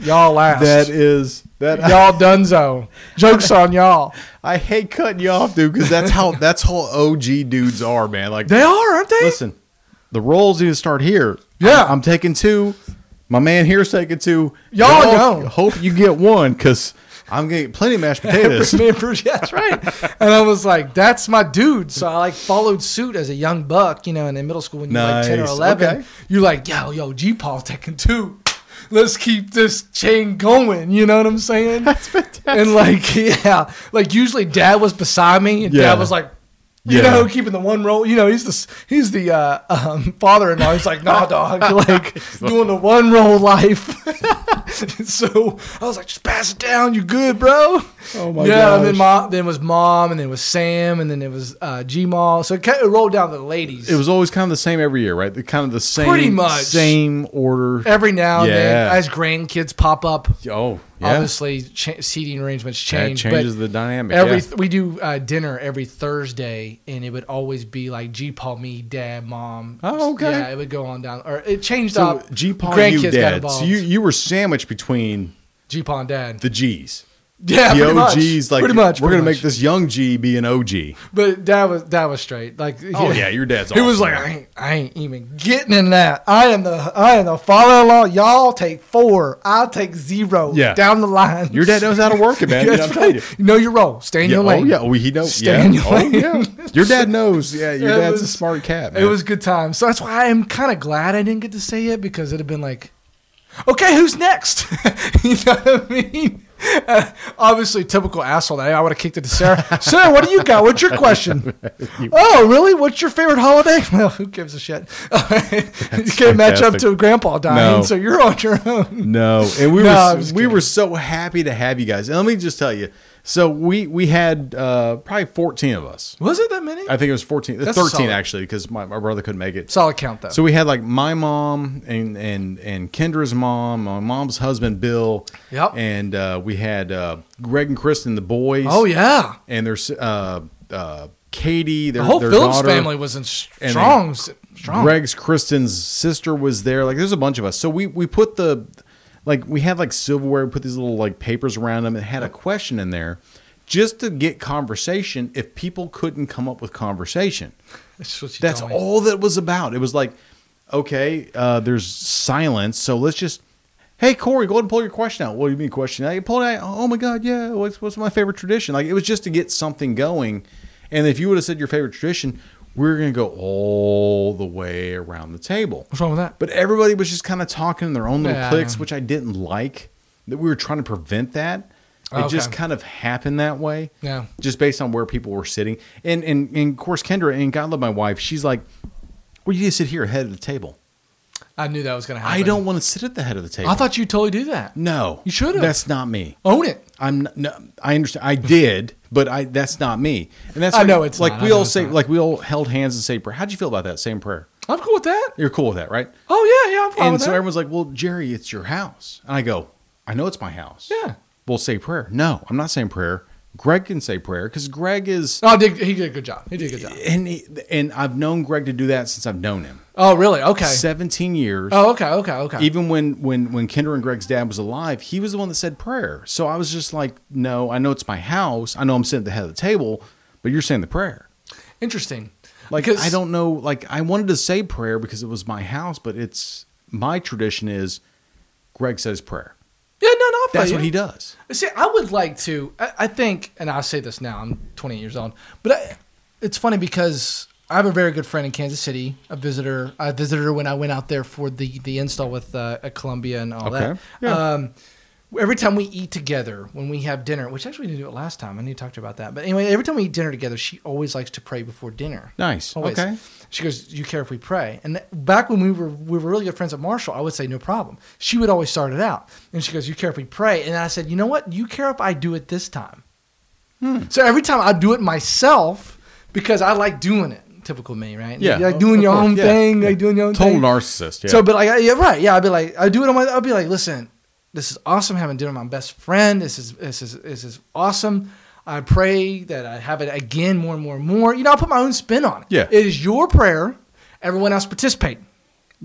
[SPEAKER 3] y'all last.
[SPEAKER 1] That is that
[SPEAKER 3] y'all donezo. Jokes on y'all.
[SPEAKER 1] I hate cutting you off, dude, because that's how that's how OG dudes are, man. Like,
[SPEAKER 3] They are, aren't they?
[SPEAKER 1] listen, the rolls need to start here.
[SPEAKER 3] Yeah.
[SPEAKER 1] I'm, I'm taking two. My man here's taking two.
[SPEAKER 3] Y'all know.
[SPEAKER 1] Hope you get one, because I'm gonna get plenty of mashed potatoes.
[SPEAKER 3] Members, yeah, that's right. and I was like, that's my dude. So I like followed suit as a young buck, you know, and in middle school when you're like 10 or
[SPEAKER 1] Nice.
[SPEAKER 3] 11,
[SPEAKER 1] Okay.
[SPEAKER 3] you're like, yo, yo, G Paul taking two. Let's keep this chain going. You know what I'm saying? That's fantastic. And like, yeah, like usually dad was beside me and
[SPEAKER 1] Yeah.
[SPEAKER 3] dad was like, you
[SPEAKER 1] Yeah.
[SPEAKER 3] know, keeping the one roll. You know, he's the he's the uh, um, father-in-law. He's like, nah, dog, like doing the one roll life. so I was like, just pass it down. You good, bro?
[SPEAKER 1] Oh, my
[SPEAKER 3] Yeah, and then
[SPEAKER 1] gosh.
[SPEAKER 3] mom, then it was mom, and then it was Sam, and then it was uh, G Mall. So it, kind of rolled down to the ladies.
[SPEAKER 1] It was always kind of the same every year, right? The- Kind of the same,
[SPEAKER 3] Pretty much.
[SPEAKER 1] same order.
[SPEAKER 3] every now and then
[SPEAKER 1] Yeah.
[SPEAKER 3] as grandkids pop up.
[SPEAKER 1] oh, yeah.
[SPEAKER 3] Obviously, cha- seating arrangements
[SPEAKER 1] that
[SPEAKER 3] change. but
[SPEAKER 1] changes the dynamic.
[SPEAKER 3] Every
[SPEAKER 1] yeah.
[SPEAKER 3] we do uh, dinner every Thursday, and it would always be like G Paul, me, Dad, Mom.
[SPEAKER 1] Oh, okay.
[SPEAKER 3] Yeah, it would go on down, or it changed
[SPEAKER 1] so
[SPEAKER 3] up.
[SPEAKER 1] G Paul,
[SPEAKER 3] grandkids
[SPEAKER 1] you
[SPEAKER 3] got
[SPEAKER 1] dad.
[SPEAKER 3] involved.
[SPEAKER 1] So you you were sandwiched between
[SPEAKER 3] G Paul and Dad.
[SPEAKER 1] the G's.
[SPEAKER 3] yeah,
[SPEAKER 1] The
[SPEAKER 3] pretty much.
[SPEAKER 1] OG's like
[SPEAKER 3] pretty much.
[SPEAKER 1] we're
[SPEAKER 3] pretty
[SPEAKER 1] gonna
[SPEAKER 3] much.
[SPEAKER 1] make this young G be an OG.
[SPEAKER 3] But Dad was Dad was straight. Like,
[SPEAKER 1] Oh yeah, your dad's.
[SPEAKER 3] He was
[SPEAKER 1] awesome.
[SPEAKER 3] like, I ain't, I ain't even getting in that. I am the I am the father-in-law. Y'all take four. I'll take zero.
[SPEAKER 1] Yeah.
[SPEAKER 3] down the line.
[SPEAKER 1] your dad knows how to work it, man. You
[SPEAKER 3] That's
[SPEAKER 1] know, I'm
[SPEAKER 3] right.
[SPEAKER 1] telling you.
[SPEAKER 3] Know your role. Stay in
[SPEAKER 1] Yeah,
[SPEAKER 3] your
[SPEAKER 1] oh
[SPEAKER 3] lane.
[SPEAKER 1] yeah, well, he knows.
[SPEAKER 3] Stay
[SPEAKER 1] Yeah.
[SPEAKER 3] in your
[SPEAKER 1] oh,
[SPEAKER 3] lane.
[SPEAKER 1] yeah. Your dad knows. Yeah, your
[SPEAKER 3] It
[SPEAKER 1] dad's a
[SPEAKER 3] was-
[SPEAKER 1] smart cat. Man.
[SPEAKER 3] It was good time. So that's why I'm kind of glad I didn't get to say it because it'd have been like, okay, who's next? you know what I mean? Uh, obviously, typical asshole. That I would have kicked it to Sarah. Sarah, what do you got? What's your question? oh, really? What's your favorite holiday? Well, who gives a shit? you can't match up
[SPEAKER 1] fantastic.
[SPEAKER 3] to Grandpa dying,
[SPEAKER 1] No.
[SPEAKER 3] so you're on your own.
[SPEAKER 1] no, and we
[SPEAKER 3] No, I'm
[SPEAKER 1] were
[SPEAKER 3] just
[SPEAKER 1] we
[SPEAKER 3] kidding.
[SPEAKER 1] were so happy to have you guys. And let me just tell you. So we we had uh, probably 14 of us.
[SPEAKER 3] Was it that many?
[SPEAKER 1] I think it was 14,
[SPEAKER 3] That's
[SPEAKER 1] 13
[SPEAKER 3] solid.
[SPEAKER 1] actually, because my, my brother couldn't make it.
[SPEAKER 3] Solid count though.
[SPEAKER 1] So we had like my mom and and and Kendra's mom, my mom's husband Bill,
[SPEAKER 3] Yep.
[SPEAKER 1] and uh, we had uh, Greg and Kristen, the boys.
[SPEAKER 3] oh yeah,
[SPEAKER 1] and there's uh, uh, Katie, their
[SPEAKER 3] the whole
[SPEAKER 1] their
[SPEAKER 3] Phillips
[SPEAKER 1] daughter.
[SPEAKER 3] family was in
[SPEAKER 1] and
[SPEAKER 3] strong, strong.
[SPEAKER 1] Greg's Kristen's sister was there. Like there's a bunch of us. So we we put the like we had like silverware, we put these little like papers around them. It had a question in there just to get conversation if people couldn't come up with conversation.
[SPEAKER 3] That's what you
[SPEAKER 1] That's
[SPEAKER 3] told me.
[SPEAKER 1] all that was about. It was like, okay, uh, there's silence, so let's just, hey Corey, go ahead and pull your question out. What do you mean question? I pull it out. Oh my god, yeah. What's what's my favorite tradition? Like it was just to get something going. And if you would have said your favorite tradition, we are gonna go all the way around the table.
[SPEAKER 3] What's wrong with that?
[SPEAKER 1] But everybody was just kind of talking in their own little
[SPEAKER 3] Yeah.
[SPEAKER 1] cliques, which I didn't like. That we were trying to prevent that. It
[SPEAKER 3] Okay.
[SPEAKER 1] just kind of happened that way
[SPEAKER 3] Yeah.
[SPEAKER 1] just based on where people were sitting. And and, and of course, Kendra and God love my wife. She's like, "Well, you just sit here ahead of the table.
[SPEAKER 3] I knew that was going to
[SPEAKER 1] I
[SPEAKER 3] happen.
[SPEAKER 1] don't want to sit at the head of the table.
[SPEAKER 3] I thought you totally do that.
[SPEAKER 1] no,
[SPEAKER 3] You should've.
[SPEAKER 1] That's not me.
[SPEAKER 3] Own it.
[SPEAKER 1] I'm n- no, I understand. I did, but I that's not me. And that's
[SPEAKER 3] I
[SPEAKER 1] why-
[SPEAKER 3] know it's
[SPEAKER 1] like
[SPEAKER 3] not. I
[SPEAKER 1] we
[SPEAKER 3] know
[SPEAKER 1] all
[SPEAKER 3] it's
[SPEAKER 1] say
[SPEAKER 3] not.
[SPEAKER 1] like we all held hands and say prayer. How'd you feel about that same prayer?
[SPEAKER 3] I'm cool with that.
[SPEAKER 1] You're cool with that, right?
[SPEAKER 3] Oh yeah, yeah, I'm fine
[SPEAKER 1] and
[SPEAKER 3] with
[SPEAKER 1] so
[SPEAKER 3] that.
[SPEAKER 1] everyone's like, "Well, Jerry, it's your house," and I go, "I know it's my house."
[SPEAKER 3] Yeah.
[SPEAKER 1] We'll say prayer. No, I'm not saying prayer. Greg can say prayer because Greg is
[SPEAKER 3] Oh, did, he did a good job. He did a good job.
[SPEAKER 1] and he, and I've known Greg to do that since I've known him.
[SPEAKER 3] Oh, really? Okay.
[SPEAKER 1] 17 years.
[SPEAKER 3] Oh, okay, okay, okay.
[SPEAKER 1] Even when when when Kendra and Greg's dad was alive, he was the one that said prayer. So I was just like, "No, I know it's my house. I know I'm sitting at the head of the table, but you're saying the prayer."
[SPEAKER 3] Interesting.
[SPEAKER 1] Like
[SPEAKER 3] Because-
[SPEAKER 1] I don't know, like I wanted to say prayer because it was my house, but it's my tradition is Greg says prayer.
[SPEAKER 3] Yeah, no, no. I feel
[SPEAKER 1] That's
[SPEAKER 3] you.
[SPEAKER 1] what he does.
[SPEAKER 3] See, I would like to. I, I think, and I say this now. I'm 28 years old, but I, it's funny because I have a very good friend in Kansas City. A visitor. I visited her when I went out there for the the install with uh, at Columbia and all
[SPEAKER 1] Okay.
[SPEAKER 3] that. Um, every time we eat together, when we have dinner, which actually we didn't do it last time. I need to talk to her about that. But anyway, every time we eat dinner together, she always likes to pray before dinner.
[SPEAKER 1] Nice.
[SPEAKER 3] Always.
[SPEAKER 1] Okay.
[SPEAKER 3] She goes, "Do you care if we pray?" And th- back when we were we were really good friends at Marshall, I would say no problem. She would always start it out, and she goes, "You care if we pray?" And I said, "You know what? You care if I do it this time."
[SPEAKER 1] Hmm.
[SPEAKER 3] So every time I do it myself because I like doing it. Typical me, right?
[SPEAKER 1] Yeah.
[SPEAKER 3] like doing
[SPEAKER 1] Of
[SPEAKER 3] your
[SPEAKER 1] course.
[SPEAKER 3] own
[SPEAKER 1] Yeah.
[SPEAKER 3] thing,
[SPEAKER 1] Yeah.
[SPEAKER 3] like doing your own
[SPEAKER 1] Total
[SPEAKER 3] thing.
[SPEAKER 1] narcissist. Yeah.
[SPEAKER 3] So, but like, I, yeah, right, yeah, I'd be like, I do it on my, I'd be like, listen, this is awesome having dinner with my best friend. This is this is this is awesome. I pray that I have it again more and more and more. You know, I put my own spin on it.
[SPEAKER 1] Yeah.
[SPEAKER 3] it is your prayer. Everyone else participate.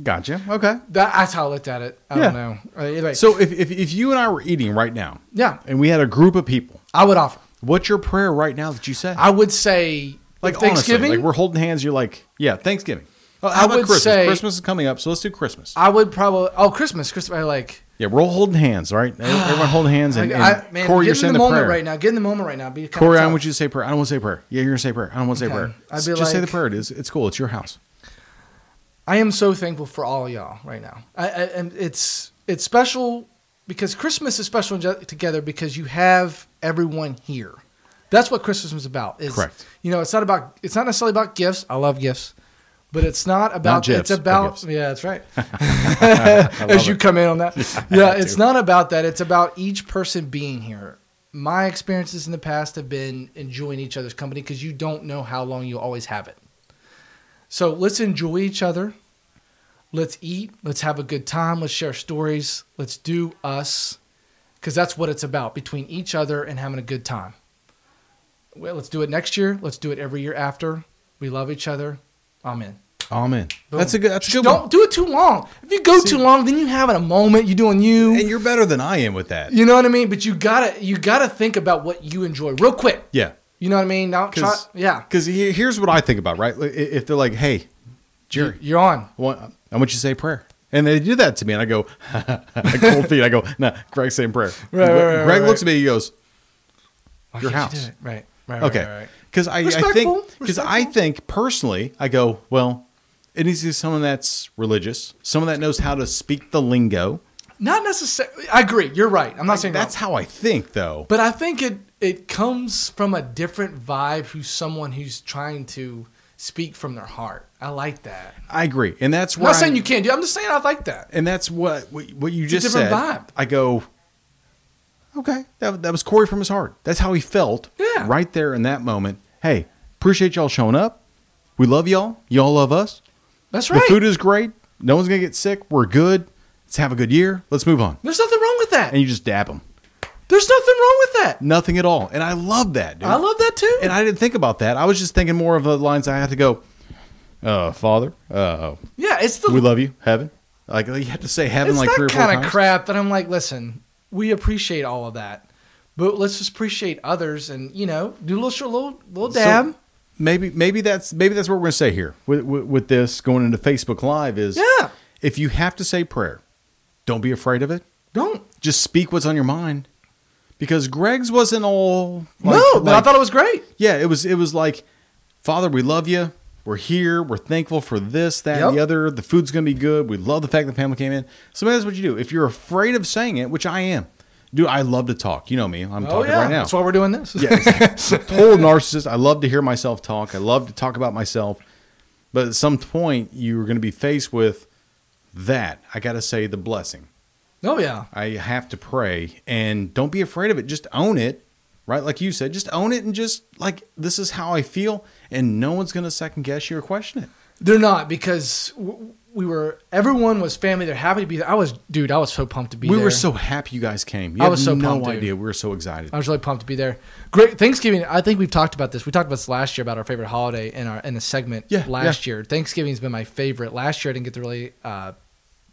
[SPEAKER 1] gotcha. Okay.
[SPEAKER 3] That, that's how I looked at it. I
[SPEAKER 1] Yeah.
[SPEAKER 3] don't know. Uh, anyway,
[SPEAKER 1] So if, if if you and I were eating right now,
[SPEAKER 3] yeah,
[SPEAKER 1] and we had a group of people,
[SPEAKER 3] I would offer.
[SPEAKER 1] what's your prayer right now that you say?
[SPEAKER 3] I would say
[SPEAKER 1] like Thanksgiving.
[SPEAKER 3] Thanksgiving.
[SPEAKER 1] like we're holding hands. You're like, yeah, Thanksgiving. Oh,
[SPEAKER 3] I
[SPEAKER 1] how about
[SPEAKER 3] would
[SPEAKER 1] Christmas?
[SPEAKER 3] say-
[SPEAKER 1] Christmas is coming up, so let's do Christmas.
[SPEAKER 3] I would probably oh Christmas, Christmas. I like.
[SPEAKER 1] yeah, we're all holding hands, all right? Everyone holding hands, and,
[SPEAKER 3] I-
[SPEAKER 1] and
[SPEAKER 3] I, man,
[SPEAKER 1] Corey,
[SPEAKER 3] get
[SPEAKER 1] you're
[SPEAKER 3] in
[SPEAKER 1] saying
[SPEAKER 3] the
[SPEAKER 1] the,
[SPEAKER 3] moment
[SPEAKER 1] prayer.
[SPEAKER 3] right now. Get in the moment right now. Be kinda
[SPEAKER 1] Corey, I
[SPEAKER 3] tough.
[SPEAKER 1] want you to say prayer. I don't want to say prayer. Yeah, you're gonna say prayer. I don't want to say
[SPEAKER 3] Okay.
[SPEAKER 1] prayer.
[SPEAKER 3] I'd be
[SPEAKER 1] Just say the
[SPEAKER 3] like-
[SPEAKER 1] prayer. It is. It's cool. It's your house.
[SPEAKER 3] I am so thankful for all y'all right now. I, I and it's it's special because Christmas is special ju- together because you have everyone here. That's what Christmas is about. Is,
[SPEAKER 1] Correct.
[SPEAKER 3] You know, it's not about it's not necessarily about gifts. I love gifts, but it's not about
[SPEAKER 1] gifs,
[SPEAKER 3] it's
[SPEAKER 1] but
[SPEAKER 3] about
[SPEAKER 1] gifts.
[SPEAKER 3] yeah, that's right.
[SPEAKER 1] love
[SPEAKER 3] As you
[SPEAKER 1] it.
[SPEAKER 3] come in on that, yeah, it's
[SPEAKER 1] too.
[SPEAKER 3] not about that. It's about each person being here. My experiences in the past have been enjoying each other's company because you don't know how long you'll always have it. So let's enjoy each other. Let's eat. Let's have a good time. Let's share stories. Let's do us because that's what it's about between each other and having a good time. Well, let's do it next year. Let's do it every year after. We love each other. Amen.
[SPEAKER 1] Amen. That's a good. That's a good
[SPEAKER 3] Don't
[SPEAKER 1] one.
[SPEAKER 3] do it too long. If you go too long, then you have it a moment. You doing you.
[SPEAKER 1] And you're better than I am with that.
[SPEAKER 3] You know what I mean? But you gotta you gotta think about what you enjoy real quick.
[SPEAKER 1] Yeah.
[SPEAKER 3] You know what I mean? Now try
[SPEAKER 1] 'Cause-
[SPEAKER 3] yeah.
[SPEAKER 1] Because here's what I think about. Right. I- If they're like, hey, Jerry,
[SPEAKER 3] You're on.
[SPEAKER 1] I want, I want you to say a prayer. And they do that to me, and I go, like cold feet. I go, nah, Greg saying prayer.
[SPEAKER 3] Right, right, right,
[SPEAKER 1] Greg
[SPEAKER 3] right.
[SPEAKER 1] looks at me, he goes,
[SPEAKER 3] Why
[SPEAKER 1] Your
[SPEAKER 3] can't you
[SPEAKER 1] house.
[SPEAKER 3] do it? Right. Right. Right, right,
[SPEAKER 1] okay.
[SPEAKER 3] right.
[SPEAKER 1] Because I, I
[SPEAKER 3] Respectful,
[SPEAKER 1] think, because I
[SPEAKER 3] respectful.
[SPEAKER 1] think personally, I go, well, it needs to be someone that's religious, someone that knows how to speak the lingo.
[SPEAKER 3] Not necessarily. I agree. You're right. I'm not saying
[SPEAKER 1] That's
[SPEAKER 3] that's
[SPEAKER 1] how I think, though.
[SPEAKER 3] But I think it it comes from a different vibe who's someone who's trying to speak from their heart. I like that.
[SPEAKER 1] I agree, and that's
[SPEAKER 3] I'm
[SPEAKER 1] where
[SPEAKER 3] not saying
[SPEAKER 1] I'm-
[SPEAKER 3] you can't do. it. I'm just saying I like that.
[SPEAKER 1] and that's what what, what you
[SPEAKER 3] a
[SPEAKER 1] just
[SPEAKER 3] different
[SPEAKER 1] said.
[SPEAKER 3] vibe.
[SPEAKER 1] I go, okay, that, that was Corey from his heart. That's how he felt.
[SPEAKER 3] Yeah.
[SPEAKER 1] right there in that moment. Hey, appreciate y'all showing up. We love y'all. Y'all love us.
[SPEAKER 3] That's right.
[SPEAKER 1] The food is great. No one's gonna get sick. We're good. Let's have a good year. Let's move on.
[SPEAKER 3] There's nothing wrong with that.
[SPEAKER 1] And you just dab them.
[SPEAKER 3] There's nothing wrong with that.
[SPEAKER 1] Nothing at all. And I love that, dude.
[SPEAKER 3] I love that too.
[SPEAKER 1] and I didn't think about that. I was just thinking more of the lines I have to go. Uh, Father, uh,
[SPEAKER 3] yeah, it's the
[SPEAKER 1] we love you, heaven. Like you have to say heaven
[SPEAKER 3] it's
[SPEAKER 1] like
[SPEAKER 3] that
[SPEAKER 1] three or four
[SPEAKER 3] kind
[SPEAKER 1] times.
[SPEAKER 3] of crap that I'm like, listen, we appreciate all of that, but let's just appreciate others and you know do a little short, little little
[SPEAKER 1] So-
[SPEAKER 3] dab.
[SPEAKER 1] Maybe maybe that's maybe that's what we're going to say here with, with with this going into Facebook Live is
[SPEAKER 3] yeah,
[SPEAKER 1] if you have to say prayer, don't be afraid of it.
[SPEAKER 3] don't.
[SPEAKER 1] Just speak what's on your mind. Because Greg's wasn't all like-
[SPEAKER 3] no, but I
[SPEAKER 1] like-
[SPEAKER 3] thought it was great.
[SPEAKER 1] yeah, it was it was like, Father, we love you. We're here. We're thankful for this, that, and the
[SPEAKER 3] Yep.
[SPEAKER 1] other. The food's gonna be good. We love the fact the family came in. So maybe that's what you do. If you're afraid of saying it, which I am, dude, I love to talk. You know me. I'm
[SPEAKER 3] Oh
[SPEAKER 1] talking
[SPEAKER 3] yeah,
[SPEAKER 1] right now.
[SPEAKER 3] that's why we're doing this.
[SPEAKER 1] Yeah, it's a total narcissist. I love to hear myself talk. I love to talk about myself. But at some point, you're going to be faced with that. I got to say the blessing.
[SPEAKER 3] Oh yeah,
[SPEAKER 1] I have to pray and don't be afraid of it. Just own it, right? Like you said, just own it and just like, this is how I feel. And no one's going to second guess you or question it.
[SPEAKER 3] they're not because w- we were. Everyone was family. They're happy to be there. I was, dude. I was so pumped to be
[SPEAKER 1] we
[SPEAKER 3] there.
[SPEAKER 1] were so happy you guys came. You
[SPEAKER 3] I
[SPEAKER 1] have
[SPEAKER 3] was so
[SPEAKER 1] no
[SPEAKER 3] pumped, dude.
[SPEAKER 1] idea. We were so excited.
[SPEAKER 3] I was really pumped to be there. Great Thanksgiving. I think we've talked about this. We talked about this last year about our favorite holiday in our in a segment
[SPEAKER 1] Yeah,
[SPEAKER 3] last year. Thanksgiving's been my favorite. Last year I didn't get to really uh,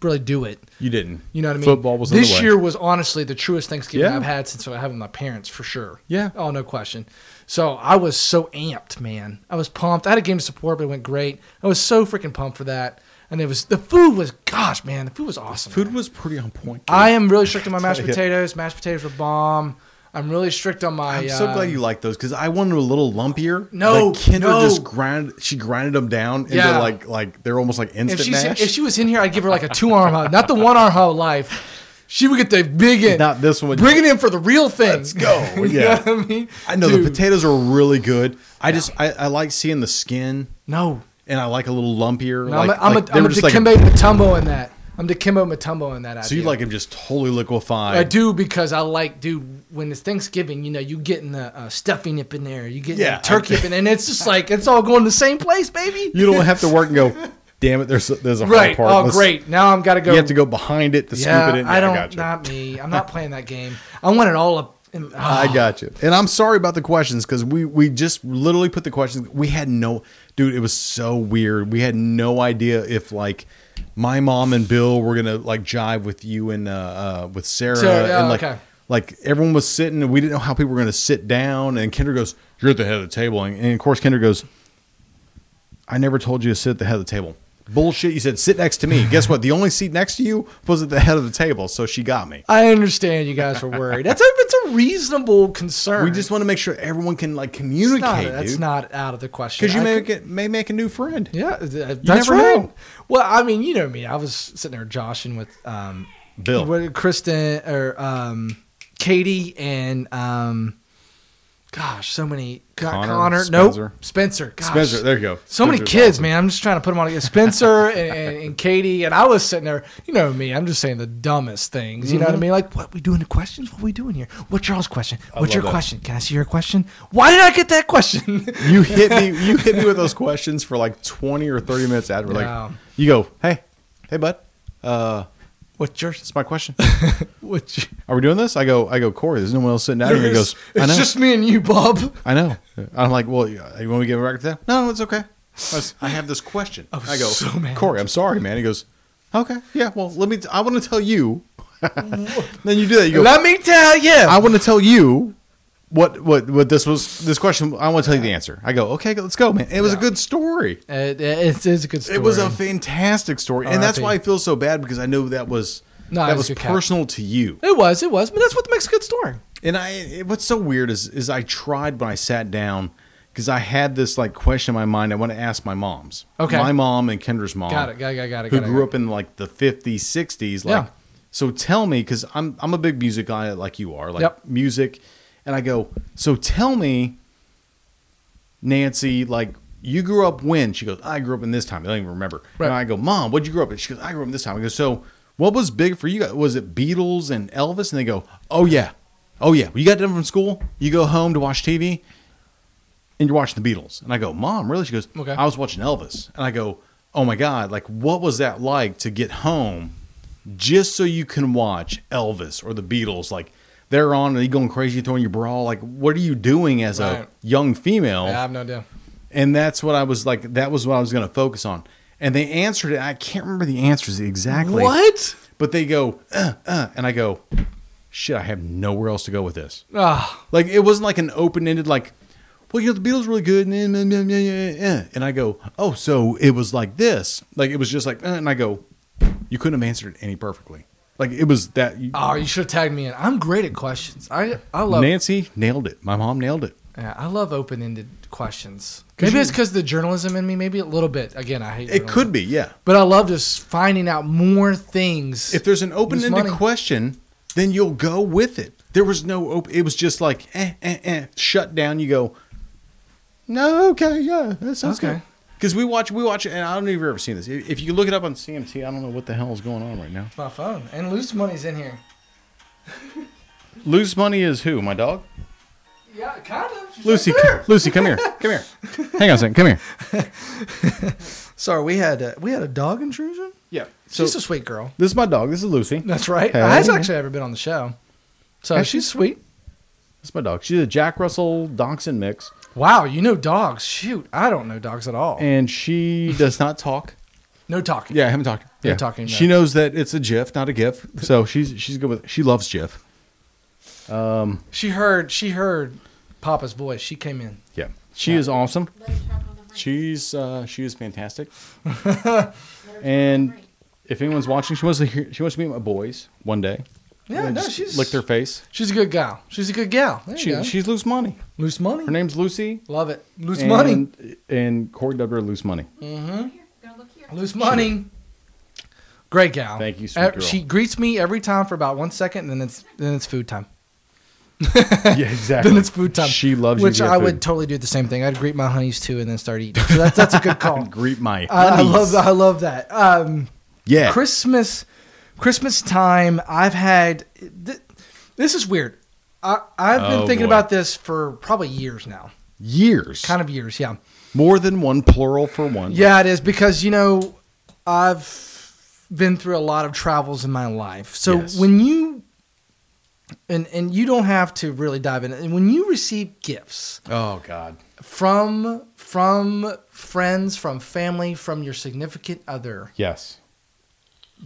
[SPEAKER 3] really do it.
[SPEAKER 1] You didn't.
[SPEAKER 3] You know what I mean?
[SPEAKER 1] Football was in
[SPEAKER 3] this
[SPEAKER 1] the way.
[SPEAKER 3] year was honestly the truest Thanksgiving
[SPEAKER 1] Yeah.
[SPEAKER 3] I've had since I had with my parents for sure.
[SPEAKER 1] Yeah.
[SPEAKER 3] Oh no question. So I was so amped, man. I was pumped. I had a game to support, but it went great. I was so freaking pumped for that. And it was the food was gosh, man, the food was awesome.
[SPEAKER 1] Food
[SPEAKER 3] man.
[SPEAKER 1] was pretty on point.
[SPEAKER 3] I am really strict on my mashed
[SPEAKER 1] Tell ya.
[SPEAKER 3] potatoes. Mashed potatoes were bomb. I'm really strict on my.
[SPEAKER 1] I'm so
[SPEAKER 3] uh,
[SPEAKER 1] glad you like those because I wanted a little lumpier.
[SPEAKER 3] No,
[SPEAKER 1] like Kendra
[SPEAKER 3] no.
[SPEAKER 1] just grind. She grinded them down into
[SPEAKER 3] Yeah.
[SPEAKER 1] like like they're almost like instant
[SPEAKER 3] If she
[SPEAKER 1] mash.
[SPEAKER 3] if she was in here, I'd give her like a two arm hug, not the one arm hug life. She would get the big end.
[SPEAKER 1] Not this one.
[SPEAKER 3] Bring it in for the real thing.
[SPEAKER 1] Let's go.
[SPEAKER 3] you
[SPEAKER 1] Yeah.
[SPEAKER 3] know what I mean.
[SPEAKER 1] I know the
[SPEAKER 3] Dude,
[SPEAKER 1] potatoes are really good. I just I, I like seeing the skin
[SPEAKER 3] No,
[SPEAKER 1] and I like a little lumpier.
[SPEAKER 3] no
[SPEAKER 1] like,
[SPEAKER 3] I'm a,
[SPEAKER 1] like, they
[SPEAKER 3] I'm a, I'm
[SPEAKER 1] were
[SPEAKER 3] a
[SPEAKER 1] just like-
[SPEAKER 3] Dikembe Mutombo in that. I'm Dikembe Mutombo in that.
[SPEAKER 1] so you
[SPEAKER 3] idea.
[SPEAKER 1] like them just totally liquefied.
[SPEAKER 3] I do because I like, dude. When it's Thanksgiving, you know, you getting the uh, stuffing up in there, you getting
[SPEAKER 1] Yeah,
[SPEAKER 3] the turkey
[SPEAKER 1] I-
[SPEAKER 3] up in there, and it's just like it's all going to the same place, baby.
[SPEAKER 1] You don't have to work and go. Damn it! There's a, there's a hard
[SPEAKER 3] right?
[SPEAKER 1] part.
[SPEAKER 3] Oh,
[SPEAKER 1] Let's-
[SPEAKER 3] great. Now I'm got to go.
[SPEAKER 1] You have to go behind it to scoop it in.
[SPEAKER 3] I don't.
[SPEAKER 1] got you.
[SPEAKER 3] Not me. I'm not playing that game. I want it all up. In,
[SPEAKER 1] I got you. And I'm sorry about the questions because we we just literally put the questions. We had no, dude. It was so weird. We had no idea if like my mom and Bill were gonna like jive with you and uh, uh with Sarah,
[SPEAKER 3] Sarah, yeah,
[SPEAKER 1] and like
[SPEAKER 3] okay.
[SPEAKER 1] like everyone was sitting and we didn't know how people were gonna sit down. And Kendra goes, "You're at the head of the table," and, and of course Kendra goes, "I never told you to sit at the head of the table." Bullshit! You said sit next to me. Guess what? The only seat next to you was at the head of the table, so she got me.
[SPEAKER 3] I understand you guys were worried. That's a it's a reasonable concern.
[SPEAKER 1] We just want to make sure everyone can like
[SPEAKER 3] It's
[SPEAKER 1] communicate,
[SPEAKER 3] not,
[SPEAKER 1] dude.
[SPEAKER 3] That's not out of the question.
[SPEAKER 1] because you
[SPEAKER 3] I
[SPEAKER 1] may
[SPEAKER 3] could-
[SPEAKER 1] get, may make a new friend.
[SPEAKER 3] yeah, th- that's
[SPEAKER 1] never
[SPEAKER 3] right.
[SPEAKER 1] know.
[SPEAKER 3] Well, I mean, you know me. I was sitting there joshing with um,
[SPEAKER 1] Bill.
[SPEAKER 3] what, Kristen, or um, Katie, and um, gosh, so many. God,
[SPEAKER 1] Connor,
[SPEAKER 3] Connor,
[SPEAKER 1] Spencer.
[SPEAKER 3] nope, Spencer. Gosh.
[SPEAKER 1] Spencer, there you go.
[SPEAKER 3] So many
[SPEAKER 1] Spencer's
[SPEAKER 3] kids,
[SPEAKER 1] awesome.
[SPEAKER 3] man. I'm just trying to put them on. Spencer and, and, and Katie and I was sitting there. You know me. I'm just saying the dumbest things. You know what
[SPEAKER 1] Mm-hmm.
[SPEAKER 3] I mean? Like, what we doing? The questions? What we doing here? What's y'all's question? What's your
[SPEAKER 1] love that.
[SPEAKER 3] question? Can I see your question? Why did I get that question?
[SPEAKER 1] You hit me. You hit me with those questions for like twenty or thirty minutes after. Like
[SPEAKER 3] Yeah.
[SPEAKER 1] you go, hey, hey, bud. Uh,
[SPEAKER 3] what's your?
[SPEAKER 1] that's my question.
[SPEAKER 3] What's your?
[SPEAKER 1] Are we doing this? I go, I go, Corey. There's no one else sitting down here. He
[SPEAKER 3] It's,
[SPEAKER 1] goes, I know,
[SPEAKER 3] just me and you, Bob.
[SPEAKER 1] I know. I'm like, well, you want me to get back to that? No, it's okay. I, was- I have this question. I,
[SPEAKER 3] was
[SPEAKER 1] go,
[SPEAKER 3] Oh, so mad.
[SPEAKER 1] Corey, I'm sorry, man. He goes, okay, yeah. Well, let me. I want to tell you. then you do that. You go.
[SPEAKER 3] Let me tell you.
[SPEAKER 1] I want to tell you what what what this was this question. I want to tell you the answer. I go, okay, let's go, man. It was a good story.
[SPEAKER 3] it, it is uh, a good story.
[SPEAKER 1] It was a fantastic story, and that's
[SPEAKER 3] R.I.P.
[SPEAKER 1] why I feel so bad because I know that was
[SPEAKER 3] No, it
[SPEAKER 1] that was
[SPEAKER 3] was good cat.
[SPEAKER 1] personal to you.
[SPEAKER 3] It was. It was. But that's what makes a good story.
[SPEAKER 1] And I, it, what's so weird is is I tried when I sat down because I had this like question in my mind. I want to ask my moms,
[SPEAKER 3] Okay.
[SPEAKER 1] my mom and Kendra's mom,
[SPEAKER 3] Got it. Got it. Got it. Got it.
[SPEAKER 1] who
[SPEAKER 3] got it,
[SPEAKER 1] grew
[SPEAKER 3] got
[SPEAKER 1] up in like the 50s 60s like
[SPEAKER 3] Yeah.
[SPEAKER 1] so tell me because i'm i'm a big music guy like you are like
[SPEAKER 3] Yep.
[SPEAKER 1] music and i go so tell me nancy like you grew up when she goes i grew up in this time i don't even remember
[SPEAKER 3] Right.
[SPEAKER 1] and i go mom what'd you grow up in she goes i grew up in this time i go so what was big for you guys? was it beatles and elvis and they go oh yeah oh yeah you got done from school you go home to watch tv and you're watching the Beatles. And I go, Mom, really? She goes,
[SPEAKER 3] Okay.
[SPEAKER 1] I was watching Elvis. And I go, Oh my God, like, what was that like to get home just so you can watch Elvis or the Beatles? Like, they're on and you going crazy, throwing your bra. Like, what are you doing as a
[SPEAKER 3] Right.
[SPEAKER 1] young female?
[SPEAKER 3] Yeah, I have no idea.
[SPEAKER 1] And that's what I was like, that was what I was going to focus on. and they answered it. I can't remember the answers exactly.
[SPEAKER 3] What?
[SPEAKER 1] But they go, uh, uh, and I go, shit, I have nowhere else to go with this.
[SPEAKER 3] Ah,
[SPEAKER 1] Like it wasn't like an open ended like, well, you know, the Beatles really good, and eh, meh, meh, meh, eh, eh, eh." and I go, oh, so it was like this, like it was just like, eh, and I go, you couldn't have answered it any perfectly, like it was that. you-
[SPEAKER 3] oh, you should have tagged me in. I'm great at questions. I I love
[SPEAKER 1] Nancy nailed it. My mom nailed it.
[SPEAKER 3] yeah, I love open ended questions.
[SPEAKER 1] 'Cause
[SPEAKER 3] Maybe
[SPEAKER 1] you-
[SPEAKER 3] it's because the journalism in me. Maybe a little bit. Again, I hate
[SPEAKER 1] It could be, yeah.
[SPEAKER 3] but I love just finding out more things.
[SPEAKER 1] If there's an open ended
[SPEAKER 3] money.
[SPEAKER 1] question, then you'll go with it. There was no open. It was just like eh, eh, eh, shut down. You go. No, okay, yeah, that sounds
[SPEAKER 3] Okay.
[SPEAKER 1] good. Because we watch, we watch, and I don't know if you've ever seen this. If if you look it up on CMT, I don't know what the hell is going on right now.
[SPEAKER 3] my phone and loose money's in here.
[SPEAKER 1] Loose money is who? My dog,
[SPEAKER 3] Yeah, kind of.
[SPEAKER 1] Lucy. Lucy, come here, come here. Hang on a second, come here.
[SPEAKER 3] Sorry, we had a, we had a dog intrusion.
[SPEAKER 1] Yeah. So
[SPEAKER 3] She's a sweet girl.
[SPEAKER 1] this is my dog. This is Lucy. This
[SPEAKER 3] That's right.
[SPEAKER 1] Hey.
[SPEAKER 3] I've actually ever been on the show, so
[SPEAKER 1] Has she?
[SPEAKER 3] she's sweet.
[SPEAKER 1] is my dog. She's a Jack Russell Dachshund mix,
[SPEAKER 3] Wow, you know dogs. Shoot, I don't know dogs at all.
[SPEAKER 1] and she does not talk.
[SPEAKER 3] no talking.
[SPEAKER 1] Yeah, I haven't talked.
[SPEAKER 3] You're
[SPEAKER 1] Yeah,
[SPEAKER 3] talking about-
[SPEAKER 1] She knows that it's a GIF, not a GIF. So she's she's good with. She loves GIF.
[SPEAKER 3] She heard. She heard Papa's voice. She came in.
[SPEAKER 1] Yeah, she is awesome. She's uh, she is fantastic. and if anyone's watching, she wants to hear. She wants to meet my boys one day.
[SPEAKER 3] Yeah,
[SPEAKER 1] And
[SPEAKER 3] no,
[SPEAKER 1] just
[SPEAKER 3] she's
[SPEAKER 1] lick their face.
[SPEAKER 3] She's a good gal. She's a good gal. There you
[SPEAKER 1] She,
[SPEAKER 3] go.
[SPEAKER 1] she's loose money.
[SPEAKER 3] loose money.
[SPEAKER 1] Her name's Lucy.
[SPEAKER 3] Love it. Loose
[SPEAKER 1] and,
[SPEAKER 3] money.
[SPEAKER 1] And Corey dubbed her loose money.
[SPEAKER 3] Loose money. Great gal.
[SPEAKER 1] Thank you, sweet
[SPEAKER 3] Uh,
[SPEAKER 1] girl.
[SPEAKER 3] She greets me every time for about one second, and then it's then it's food time.
[SPEAKER 1] yeah, exactly.
[SPEAKER 3] Then it's food time.
[SPEAKER 1] She loves
[SPEAKER 3] Which
[SPEAKER 1] you.
[SPEAKER 3] I would totally do the same thing. I'd greet my honeys too, and then start eating. So that's that's a good call.
[SPEAKER 1] greet my.
[SPEAKER 3] I, I
[SPEAKER 1] honeys.
[SPEAKER 3] love I love that. Um,
[SPEAKER 1] Yeah.
[SPEAKER 3] Christmas, Christmas time. I've had. Th- this is weird. I, I've been
[SPEAKER 1] Oh,
[SPEAKER 3] thinking
[SPEAKER 1] boy.
[SPEAKER 3] about this for probably years now.
[SPEAKER 1] Years.
[SPEAKER 3] Kind of years, yeah.
[SPEAKER 1] more than one plural for one.
[SPEAKER 3] Yeah, it is because you know I've been through a lot of travels in my life. So
[SPEAKER 1] Yes.
[SPEAKER 3] when you and and you don't have to really dive in. And when you receive gifts
[SPEAKER 1] Oh God.
[SPEAKER 3] from from friends, from family, from your significant other,
[SPEAKER 1] Yes.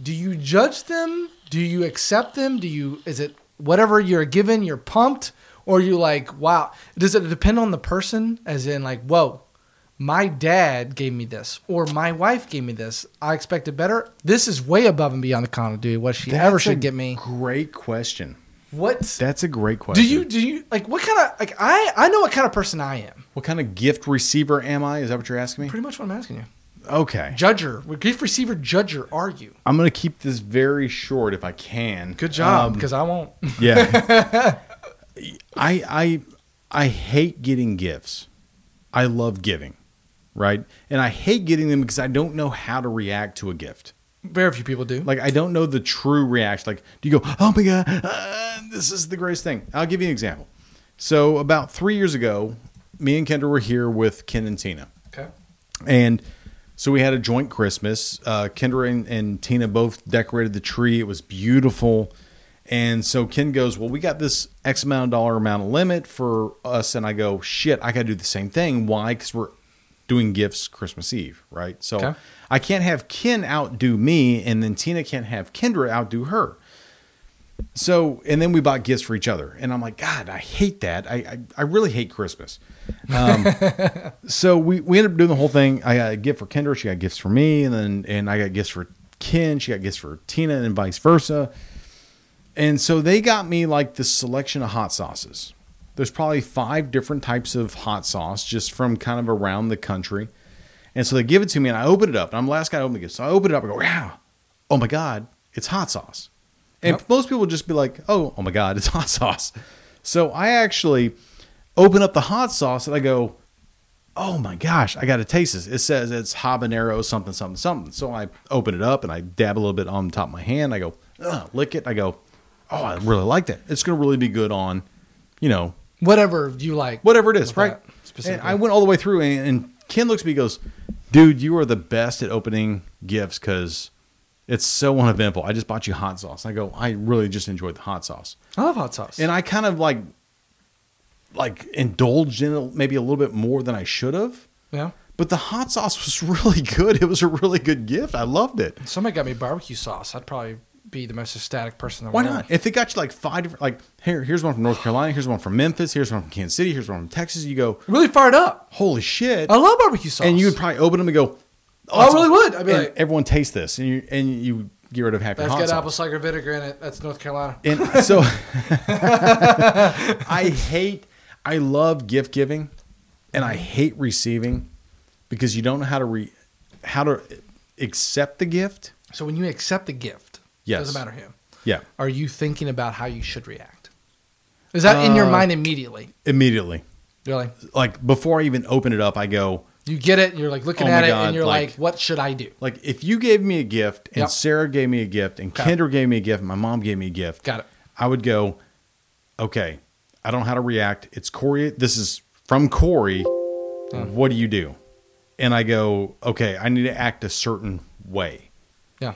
[SPEAKER 3] do you judge them? Do you accept them? Do you is it whatever you're given, you're pumped? Or you like, wow. Does it depend on the person? As in like, whoa, my dad gave me this, or my wife gave me this. I expected better. This is way above and beyond the con of duty. What she ever
[SPEAKER 1] That's a
[SPEAKER 3] should get me.
[SPEAKER 1] Great question.
[SPEAKER 3] What
[SPEAKER 1] That's a great question.
[SPEAKER 3] do you do you like what kind of like I I know what kind of person I am.
[SPEAKER 1] What kind of gift receiver am I? Is that what you're asking me?
[SPEAKER 3] Pretty much what I'm asking you.
[SPEAKER 1] Okay.
[SPEAKER 3] Judger. what Gift receiver judger are you?
[SPEAKER 1] I'm gonna keep this very short if I can.
[SPEAKER 3] Good job,
[SPEAKER 1] Um,
[SPEAKER 3] because I won't.
[SPEAKER 1] yeah. I I I hate getting gifts. I love giving, right? And I hate getting them because I don't know how to react to a gift.
[SPEAKER 3] Very few people do.
[SPEAKER 1] Like I don't know the true reaction. Like, do you go, "Oh my god, uh, this is the greatest thing"? I'll give you an example. So about three years ago, me and Kendra were here with Ken and Tina,
[SPEAKER 3] Okay.
[SPEAKER 1] and so we had a joint Christmas. Uh, Kendra and, and Tina both decorated the tree. It was beautiful. And so Ken goes, Well, we got this X amount of dollar amount of limit for us. And I go, Shit, I got to do the same thing. Why? Because we're doing gifts Christmas Eve, right? So
[SPEAKER 3] Okay.
[SPEAKER 1] I can't have Ken outdo me, and then Tina can't have Kendra outdo her. So, and then we bought gifts for each other. And I'm like, God, I hate that. I, I, I really hate Christmas. Um, so we, we ended up doing the whole thing. I got a gift for Kendra. She got gifts for me. And then, and I got gifts for Ken. She got gifts for Tina and vice versa. And so they got me like this selection of hot sauces. There's probably five different types of hot sauce just from kind of around the country. And so they give it to me and I open it up. And I'm the last guy to open the gift. So I open it up and go, wow, oh my God, it's hot sauce. And
[SPEAKER 3] Yep.
[SPEAKER 1] most people would just be like, oh, oh my God, it's hot sauce. So I actually open up the hot sauce and I go, oh my gosh, I got to taste this. It says it's habanero something, something, something. So I open it up and I dab a little bit on the top of my hand. I go, Ugh, lick it. I go, oh, I really like that. It's going to really be good on, you know,
[SPEAKER 3] Whatever you like.
[SPEAKER 1] whatever it is,
[SPEAKER 3] With
[SPEAKER 1] right?
[SPEAKER 3] that
[SPEAKER 1] And
[SPEAKER 3] specifically.
[SPEAKER 1] I went all the way through, and, and Ken looks at me and goes, Dude, you are the best at opening gifts because it's so uneventful. I just bought you hot sauce. And I go, I really just enjoyed the hot sauce.
[SPEAKER 3] I love hot sauce.
[SPEAKER 1] And I kind of like, like indulged in it maybe a little bit more than I should have.
[SPEAKER 3] yeah.
[SPEAKER 1] But the hot sauce was really good. It was a really good gift. I loved it.
[SPEAKER 3] Somebody got me barbecue sauce. I'd probably be the most ecstatic person in the
[SPEAKER 1] Why
[SPEAKER 3] world.
[SPEAKER 1] not? If they got you like five different, like here, here's one from North Carolina, here's one from Memphis, here's one from Kansas City, here's one from Texas. You go,
[SPEAKER 3] Really fired up.
[SPEAKER 1] holy shit!
[SPEAKER 3] I love barbecue Oh, sauce.
[SPEAKER 1] and you would probably open them and go,
[SPEAKER 3] Oh, I
[SPEAKER 1] it's
[SPEAKER 3] really
[SPEAKER 1] awesome.
[SPEAKER 3] would. I'd be
[SPEAKER 1] and
[SPEAKER 3] like-
[SPEAKER 1] everyone taste this, and you and you get rid of happy
[SPEAKER 3] that's
[SPEAKER 1] hot
[SPEAKER 3] got
[SPEAKER 1] sauce.
[SPEAKER 3] apple cider vinegar in it. That's North Carolina.
[SPEAKER 1] And so I hate, I love gift giving, and I hate receiving because you don't know how to re, how to accept the gift.
[SPEAKER 3] So when you accept a gift,
[SPEAKER 1] Yes.
[SPEAKER 3] doesn't matter who,
[SPEAKER 1] Yeah,
[SPEAKER 3] are you thinking about how you should react? Is that in your
[SPEAKER 1] Uh,
[SPEAKER 3] mind immediately?
[SPEAKER 1] immediately,
[SPEAKER 3] You're like,
[SPEAKER 1] like before I even open it up, I go
[SPEAKER 3] you get it, and you're like looking
[SPEAKER 1] Oh my
[SPEAKER 3] at it,
[SPEAKER 1] God,
[SPEAKER 3] and you're like,
[SPEAKER 1] like-
[SPEAKER 3] what should I do?
[SPEAKER 1] like if you gave me a gift and
[SPEAKER 3] Yep.
[SPEAKER 1] Sarah gave me a gift and
[SPEAKER 3] Got it.
[SPEAKER 1] Kendra gave me a gift, and my mom gave me a gift.
[SPEAKER 3] Got it.
[SPEAKER 1] I would go, okay, I don't know how to react. It's Corey. This is from Corey.
[SPEAKER 3] Hmm.
[SPEAKER 1] What do you do? And I go, okay, I need to act a certain way.
[SPEAKER 3] Yeah.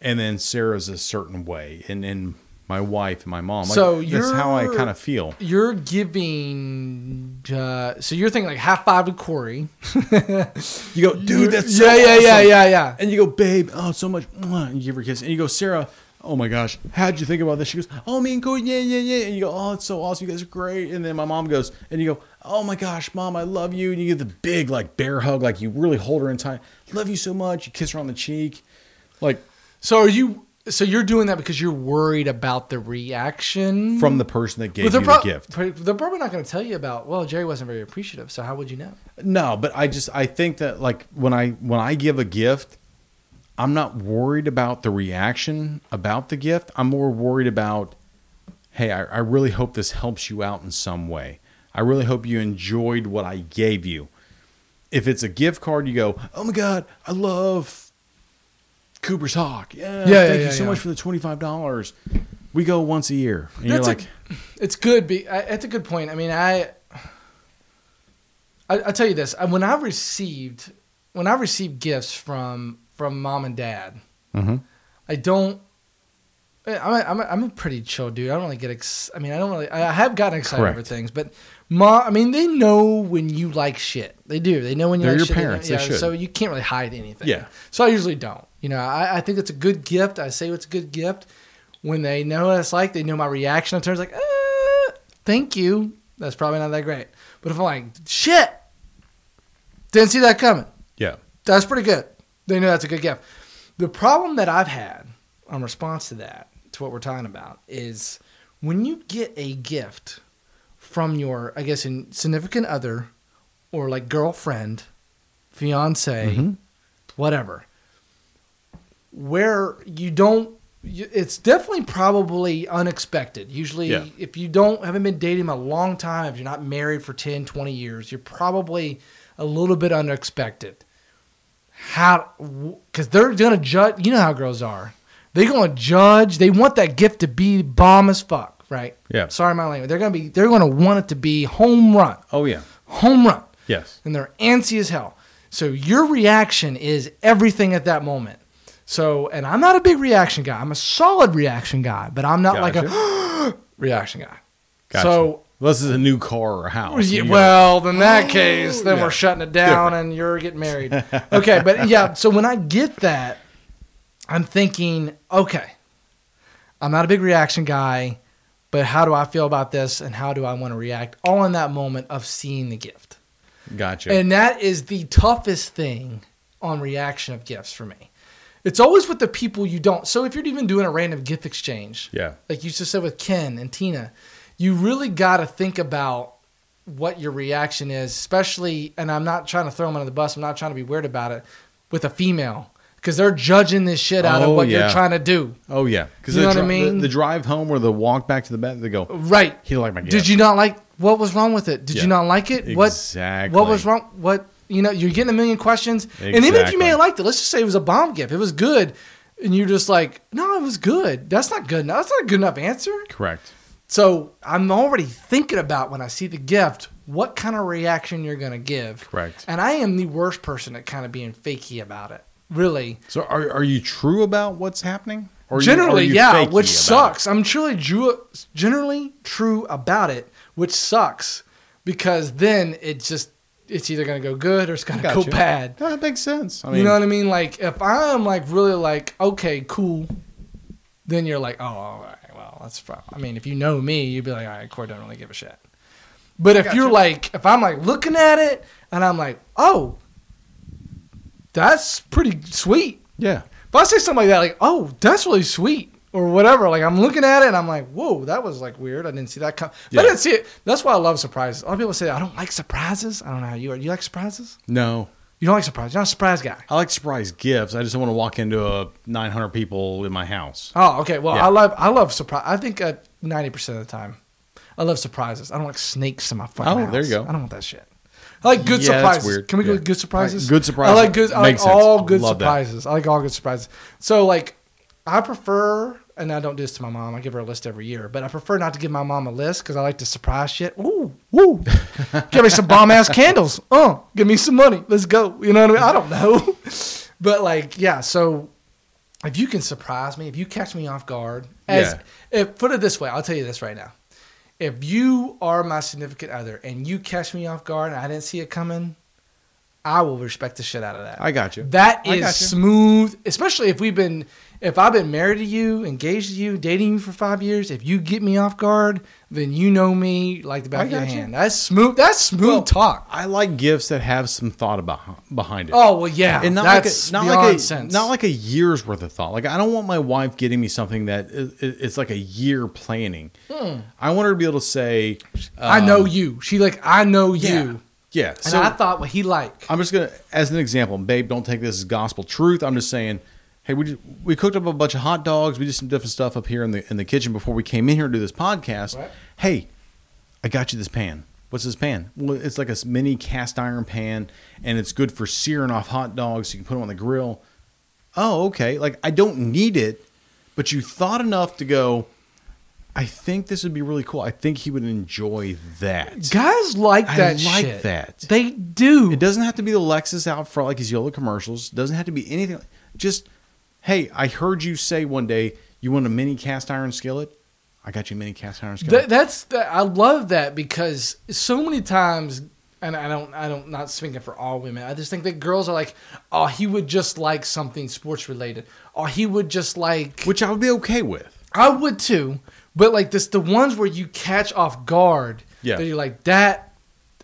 [SPEAKER 1] And then Sarah's a certain way. And then my wife and my mom. Like,
[SPEAKER 3] So
[SPEAKER 1] that's how I
[SPEAKER 3] you're-
[SPEAKER 1] kind of feel.
[SPEAKER 3] You're giving, uh, so you're thinking like half five with Corey.
[SPEAKER 1] You go, dude, that's so
[SPEAKER 3] yeah, yeah, yeah,
[SPEAKER 1] awesome."
[SPEAKER 3] yeah, yeah.
[SPEAKER 1] And you go, babe, oh, so much. mwah," And you give her a kiss. And you go, Sarah, oh my gosh, how'd you think about this? She goes, oh, me and Cody, yeah, yeah, yeah. And you go, oh, it's so awesome. You guys are great. And then my mom goes, and you go, oh my gosh, mom, I love you. And you get the big, like, bear hug. Like, you really hold her in tight. Love you so much. You kiss her on the cheek. Like,
[SPEAKER 3] So are you? So you're doing that because you're worried about the reaction
[SPEAKER 1] from the person that gave
[SPEAKER 3] Well,
[SPEAKER 1] you
[SPEAKER 3] they're
[SPEAKER 1] the
[SPEAKER 3] prob-
[SPEAKER 1] gift.
[SPEAKER 3] pro- They're probably not going to tell you about. Well, Jerry wasn't very appreciative, so how would you know?
[SPEAKER 1] No, but I just, I think that, like, when I, when I give a gift, I'm not worried about the reaction about the gift. I'm more worried about, hey, I, I really hope this helps you out in some way. I really hope you enjoyed what I gave you. If it's a gift card, you go, oh my God, I love Cooper's Hawk. Yeah,
[SPEAKER 3] Yeah, yeah,
[SPEAKER 1] thank
[SPEAKER 3] yeah,
[SPEAKER 1] you so
[SPEAKER 3] yeah.
[SPEAKER 1] much for the $25. We go once a year. And you're
[SPEAKER 3] That's a-
[SPEAKER 1] like,
[SPEAKER 3] It's good. Be I, that's a good point. I mean, I, I, I tell you this. I- When I received, when I received gifts from from mom and dad, Mm-hmm.
[SPEAKER 1] Mhm.
[SPEAKER 3] I don't. I- I'm a, I'm, a, I'm a pretty chill dude. I don't really get ex- I mean, I don't really. I I have gotten excited over
[SPEAKER 1] Correct.
[SPEAKER 3] things, but mom. I mean, they know when you like shit. They do. They know when you
[SPEAKER 1] They're your
[SPEAKER 3] like shit. They know-
[SPEAKER 1] parents. They should.
[SPEAKER 3] So you can't really hide anything.
[SPEAKER 1] Yeah.
[SPEAKER 3] So I usually don't. You know, I, I think it's a good gift. I say it's a good gift. When they know what it's like, they know my reaction. I turn like, uh, thank you. That's probably not that great. But if I'm like, shit, didn't see that coming.
[SPEAKER 1] yeah,
[SPEAKER 3] That's pretty good. They know that's a good gift. The problem that I've had in response to that, to what we're talking about, is when you get a gift from your, I guess, in significant other or like girlfriend, fiance, whatever, where you don't, you- it's definitely probably unexpected. Usually,
[SPEAKER 1] Yeah.
[SPEAKER 3] if you don't, haven't been dating a long time, if you're not married for 10, 20 years, you're probably a little bit unexpected how because they're gonna judge you know how girls are they're gonna judge they want that gift to be bomb as fuck right
[SPEAKER 1] Yeah.
[SPEAKER 3] sorry my language they're gonna be they're gonna want it to be home run
[SPEAKER 1] oh yeah,
[SPEAKER 3] home run
[SPEAKER 1] yes.
[SPEAKER 3] and they're antsy as hell so your reaction is everything at that moment so and i'm not a big reaction guy i'm a solid reaction guy but i'm not like a reaction guy so
[SPEAKER 1] this is a new car or a house.
[SPEAKER 3] yeah,
[SPEAKER 1] You go,
[SPEAKER 3] well, in that case, then
[SPEAKER 1] yeah.
[SPEAKER 3] we're shutting it down and you're getting married. okay, but yeah, so when I get that, I'm thinking, okay, I'm not a big reaction guy, but how do I feel about this and how do I want to react all in that moment of seeing the gift?
[SPEAKER 1] gotcha.
[SPEAKER 3] And that is the toughest thing on reaction of gifts for me. It's always with the people you don't. So if you're even doing a random gift exchange,
[SPEAKER 1] yeah,
[SPEAKER 3] like you just said with Ken and Tina, you really got to think about what your reaction is, especially. And I'm not trying to throw them under the bus. I'm not trying to be weird about it with a female because they're judging this shit out
[SPEAKER 1] Oh,
[SPEAKER 3] of what you're
[SPEAKER 1] yeah.
[SPEAKER 3] trying to do.
[SPEAKER 1] Oh yeah, because
[SPEAKER 3] You know
[SPEAKER 1] the,
[SPEAKER 3] what I
[SPEAKER 1] dri- the-
[SPEAKER 3] mean?
[SPEAKER 1] the drive home or the walk back to the bed, they go,
[SPEAKER 3] Right?
[SPEAKER 1] "He liked my gift."
[SPEAKER 3] Did you not like what was wrong with it? Did you
[SPEAKER 1] Yeah.
[SPEAKER 3] not like it?
[SPEAKER 1] Exactly.
[SPEAKER 3] What What was wrong? What you know? You're getting a million questions, and even if you
[SPEAKER 1] Exactly.
[SPEAKER 3] may have liked it, let's just say it was a bomb gift. It was good, and you're just like, no, it was good. That's not good enough. That's not a good enough answer.
[SPEAKER 1] Correct.
[SPEAKER 3] So I'm already thinking about when I see the gift, what kind of reaction you're going to give.
[SPEAKER 1] Correct.
[SPEAKER 3] And I am the worst person at kind of being fakey about it. Really.
[SPEAKER 1] So are are you true about what's happening? Or are you-
[SPEAKER 3] generally,
[SPEAKER 1] are you
[SPEAKER 3] yeah,
[SPEAKER 1] fakey about
[SPEAKER 3] which sucks. I'm truly drew, generally true about it, which sucks because then it just it's either gonna go good or it's gonna go
[SPEAKER 1] Gotcha.
[SPEAKER 3] bad.
[SPEAKER 1] That makes sense. I mean,
[SPEAKER 3] you know what I mean? Like if I'm like really like okay, cool, then you're like, oh, all right, well, that's. Fine. I mean, if you know me, you'd be like, all right, Corey don't really give a shit. But if you're like, if I'm like looking at it and I'm like, oh, that's pretty sweet.
[SPEAKER 1] yeah.
[SPEAKER 3] If I say something like that, like, oh, that's really sweet or whatever, like I'm looking at it and I'm like, whoa, that was like weird. I didn't see that come. But I
[SPEAKER 1] Yeah.
[SPEAKER 3] didn't see it. That's why I love surprises. A lot of people say I don't like surprises. I don't know how you are. You like surprises?
[SPEAKER 1] No,
[SPEAKER 3] You don't like surprises. You're not a surprise guy.
[SPEAKER 1] I like surprise gifts. I just don't want to walk into a 900 people in my house.
[SPEAKER 3] Oh, okay. Well,
[SPEAKER 1] Yeah.
[SPEAKER 3] I love I love surprise. I think uh, ninety percent of the time, I love surprises. I don't like snakes in my fucking
[SPEAKER 1] Oh,
[SPEAKER 3] house.
[SPEAKER 1] there you go.
[SPEAKER 3] I don't want that shit. I like good
[SPEAKER 1] Yeah, that's
[SPEAKER 3] surprises.
[SPEAKER 1] weird.
[SPEAKER 3] Can we go
[SPEAKER 1] Yeah.
[SPEAKER 3] with good surprises?
[SPEAKER 1] All right, good
[SPEAKER 3] I
[SPEAKER 1] surprises.
[SPEAKER 3] like good. I like
[SPEAKER 1] Makes sense.
[SPEAKER 3] all good
[SPEAKER 1] Love that.
[SPEAKER 3] surprises. I like all good surprises. So like, I prefer, and I don't do this to my mom. I give her a list every year, but I prefer not to give my mom a list because I like to surprise shit. Ooh, woo! give me some bomb ass candles. Uh, give me some money. Let's go. You know what I mean? I don't know, but like, yeah. So if you can surprise me, if you catch me off guard, as if put it this way, I'll tell you this right now. If you are my significant other and you catch me off guard and I didn't see it coming, I will respect the shit out of that.
[SPEAKER 1] I got you.
[SPEAKER 3] That
[SPEAKER 1] I
[SPEAKER 3] is
[SPEAKER 1] got you.
[SPEAKER 3] smooth, especially if we've been if I've been married to you, engaged to you, dating you for 5 years, if you get me off guard, then you know me like the back
[SPEAKER 1] I
[SPEAKER 3] of your
[SPEAKER 1] got you.
[SPEAKER 3] hand. That's smooth. That's smooth
[SPEAKER 1] Well,
[SPEAKER 3] talk.
[SPEAKER 1] I like gifts that have some thought about, behind it.
[SPEAKER 3] Oh, well yeah.
[SPEAKER 1] and not
[SPEAKER 3] that's
[SPEAKER 1] like a, not
[SPEAKER 3] beyond
[SPEAKER 1] like a
[SPEAKER 3] sense.
[SPEAKER 1] not like a year's worth of thought. Like I don't want my wife getting me something that i- i- it's like a year planning. I want her to be able to say,
[SPEAKER 3] I know Hmm. you. She like I know
[SPEAKER 1] um, yeah,
[SPEAKER 3] you.
[SPEAKER 1] yeah.
[SPEAKER 3] And
[SPEAKER 1] So
[SPEAKER 3] I thought what he like.
[SPEAKER 1] I'm just gonna, as an example, babe, don't take this as gospel truth. I'm just saying, hey, we just, we cooked up a bunch of hot dogs. We did some different stuff up here in the in the kitchen before we came in here to do this podcast.
[SPEAKER 3] Right.
[SPEAKER 1] Hey, I got you this pan. What's this pan? Well, it's like a s- mini cast iron pan, and it's good for searing off hot dogs. You can put them on the grill. Oh, okay. Like I don't need it, but you thought enough to go. I think this would be really cool. I think he would enjoy that.
[SPEAKER 3] Guys like
[SPEAKER 1] I
[SPEAKER 3] that
[SPEAKER 1] like
[SPEAKER 3] shit.
[SPEAKER 1] that.
[SPEAKER 3] They do.
[SPEAKER 1] It doesn't have to be the Lexus out front like his yellow commercials. It doesn't have to be anything. Just, hey, I heard you say one day you want a mini cast iron skillet. I got you a mini cast iron skillet.
[SPEAKER 3] Th- that's the, I love that because so many times, and I don't, I don't, not speaking for all women. I just think that girls are like, oh, he would just like something sports related, or he would just like,
[SPEAKER 1] which I would be okay with.
[SPEAKER 3] I would too, but like this, the ones where you catch off guard,
[SPEAKER 1] Yeah.
[SPEAKER 3] that you're like that.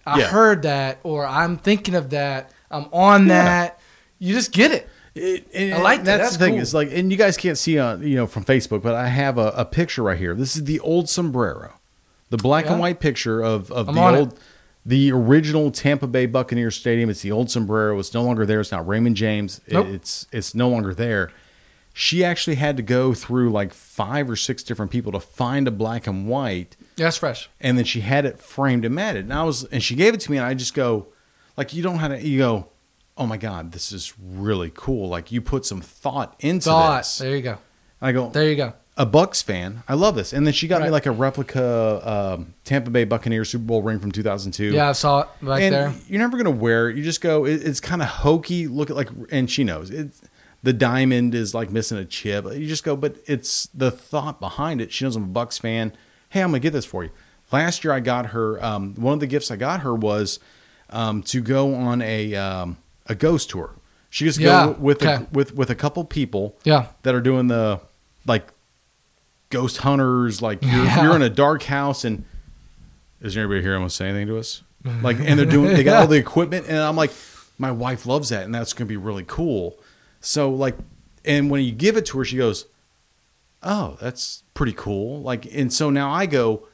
[SPEAKER 3] I
[SPEAKER 1] Yeah.
[SPEAKER 3] heard that, or I'm thinking of that. I'm on
[SPEAKER 1] Yeah.
[SPEAKER 3] that. You just get it.
[SPEAKER 1] It, and
[SPEAKER 3] I like that.
[SPEAKER 1] That's,
[SPEAKER 3] That's
[SPEAKER 1] the thing.
[SPEAKER 3] cool.
[SPEAKER 1] It's like, and you guys can't see on you know from Facebook, but I have a, a picture right here. This is the old sombrero, the black
[SPEAKER 3] Yeah.
[SPEAKER 1] and white picture of of
[SPEAKER 3] I'm
[SPEAKER 1] the
[SPEAKER 3] on it.
[SPEAKER 1] old, the original Tampa Bay Buccaneers stadium. It's the old sombrero. It's no longer there. It's not Raymond James. It-
[SPEAKER 3] Nope.
[SPEAKER 1] It's it's no longer there. She actually had to go through like five or six different people to find a black and white
[SPEAKER 3] Yeah, that's fresh.
[SPEAKER 1] and then she had it framed and matted. And I was, and she gave it to me, and I just go, like, you don't have to, you go, oh my god, this is really cool. Like you put some thought into
[SPEAKER 3] Thought.
[SPEAKER 1] this. And
[SPEAKER 3] There you go.
[SPEAKER 1] I go,
[SPEAKER 3] There you go.
[SPEAKER 1] a Bucks fan, I love this. And then she got me
[SPEAKER 3] Right.
[SPEAKER 1] like a replica um, Tampa Bay Buccaneers Super Bowl ring from 2002.
[SPEAKER 3] Yeah, I saw it back
[SPEAKER 1] and
[SPEAKER 3] there.
[SPEAKER 1] you're never gonna wear it. You just go. It, it's kind of hokey. Look at like, and she knows it's the diamond is like missing a chip. You just go, but it's the thought behind it. She knows I'm a Bucks fan. Hey, I'm gonna get this for you. Last year I got her. Um, one of the gifts I got her was um, to go on a um, a ghost tour. She just
[SPEAKER 3] Yeah,
[SPEAKER 1] go with
[SPEAKER 3] okay.
[SPEAKER 1] a, with with a couple people
[SPEAKER 3] Yeah.
[SPEAKER 1] that are doing the like ghost hunters. Like you're,
[SPEAKER 3] Yeah.
[SPEAKER 1] you're in a dark house, and is there anybody here who wants to say anything to us? Like, and they're doing they got all the equipment, and I'm like, my wife loves that, and that's going to be really cool. So like, and when you give it to her, she goes, "Oh, that's pretty cool." Like, and so now I go,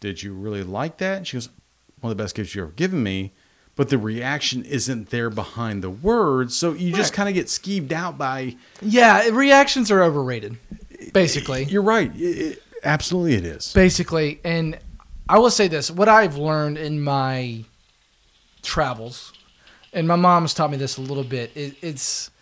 [SPEAKER 1] "Did you really like that?" And she goes, "One of the best gifts you ever given me." But the reaction isn't there behind the words, so you just
[SPEAKER 3] Right.
[SPEAKER 1] kind of get skeeved out by
[SPEAKER 3] Yeah, reactions are overrated, basically.
[SPEAKER 1] You're right. It- it- absolutely, it is.
[SPEAKER 3] Basically, and I will say this: what I've learned in my travels, and my mom's taught me this a little bit. It, it's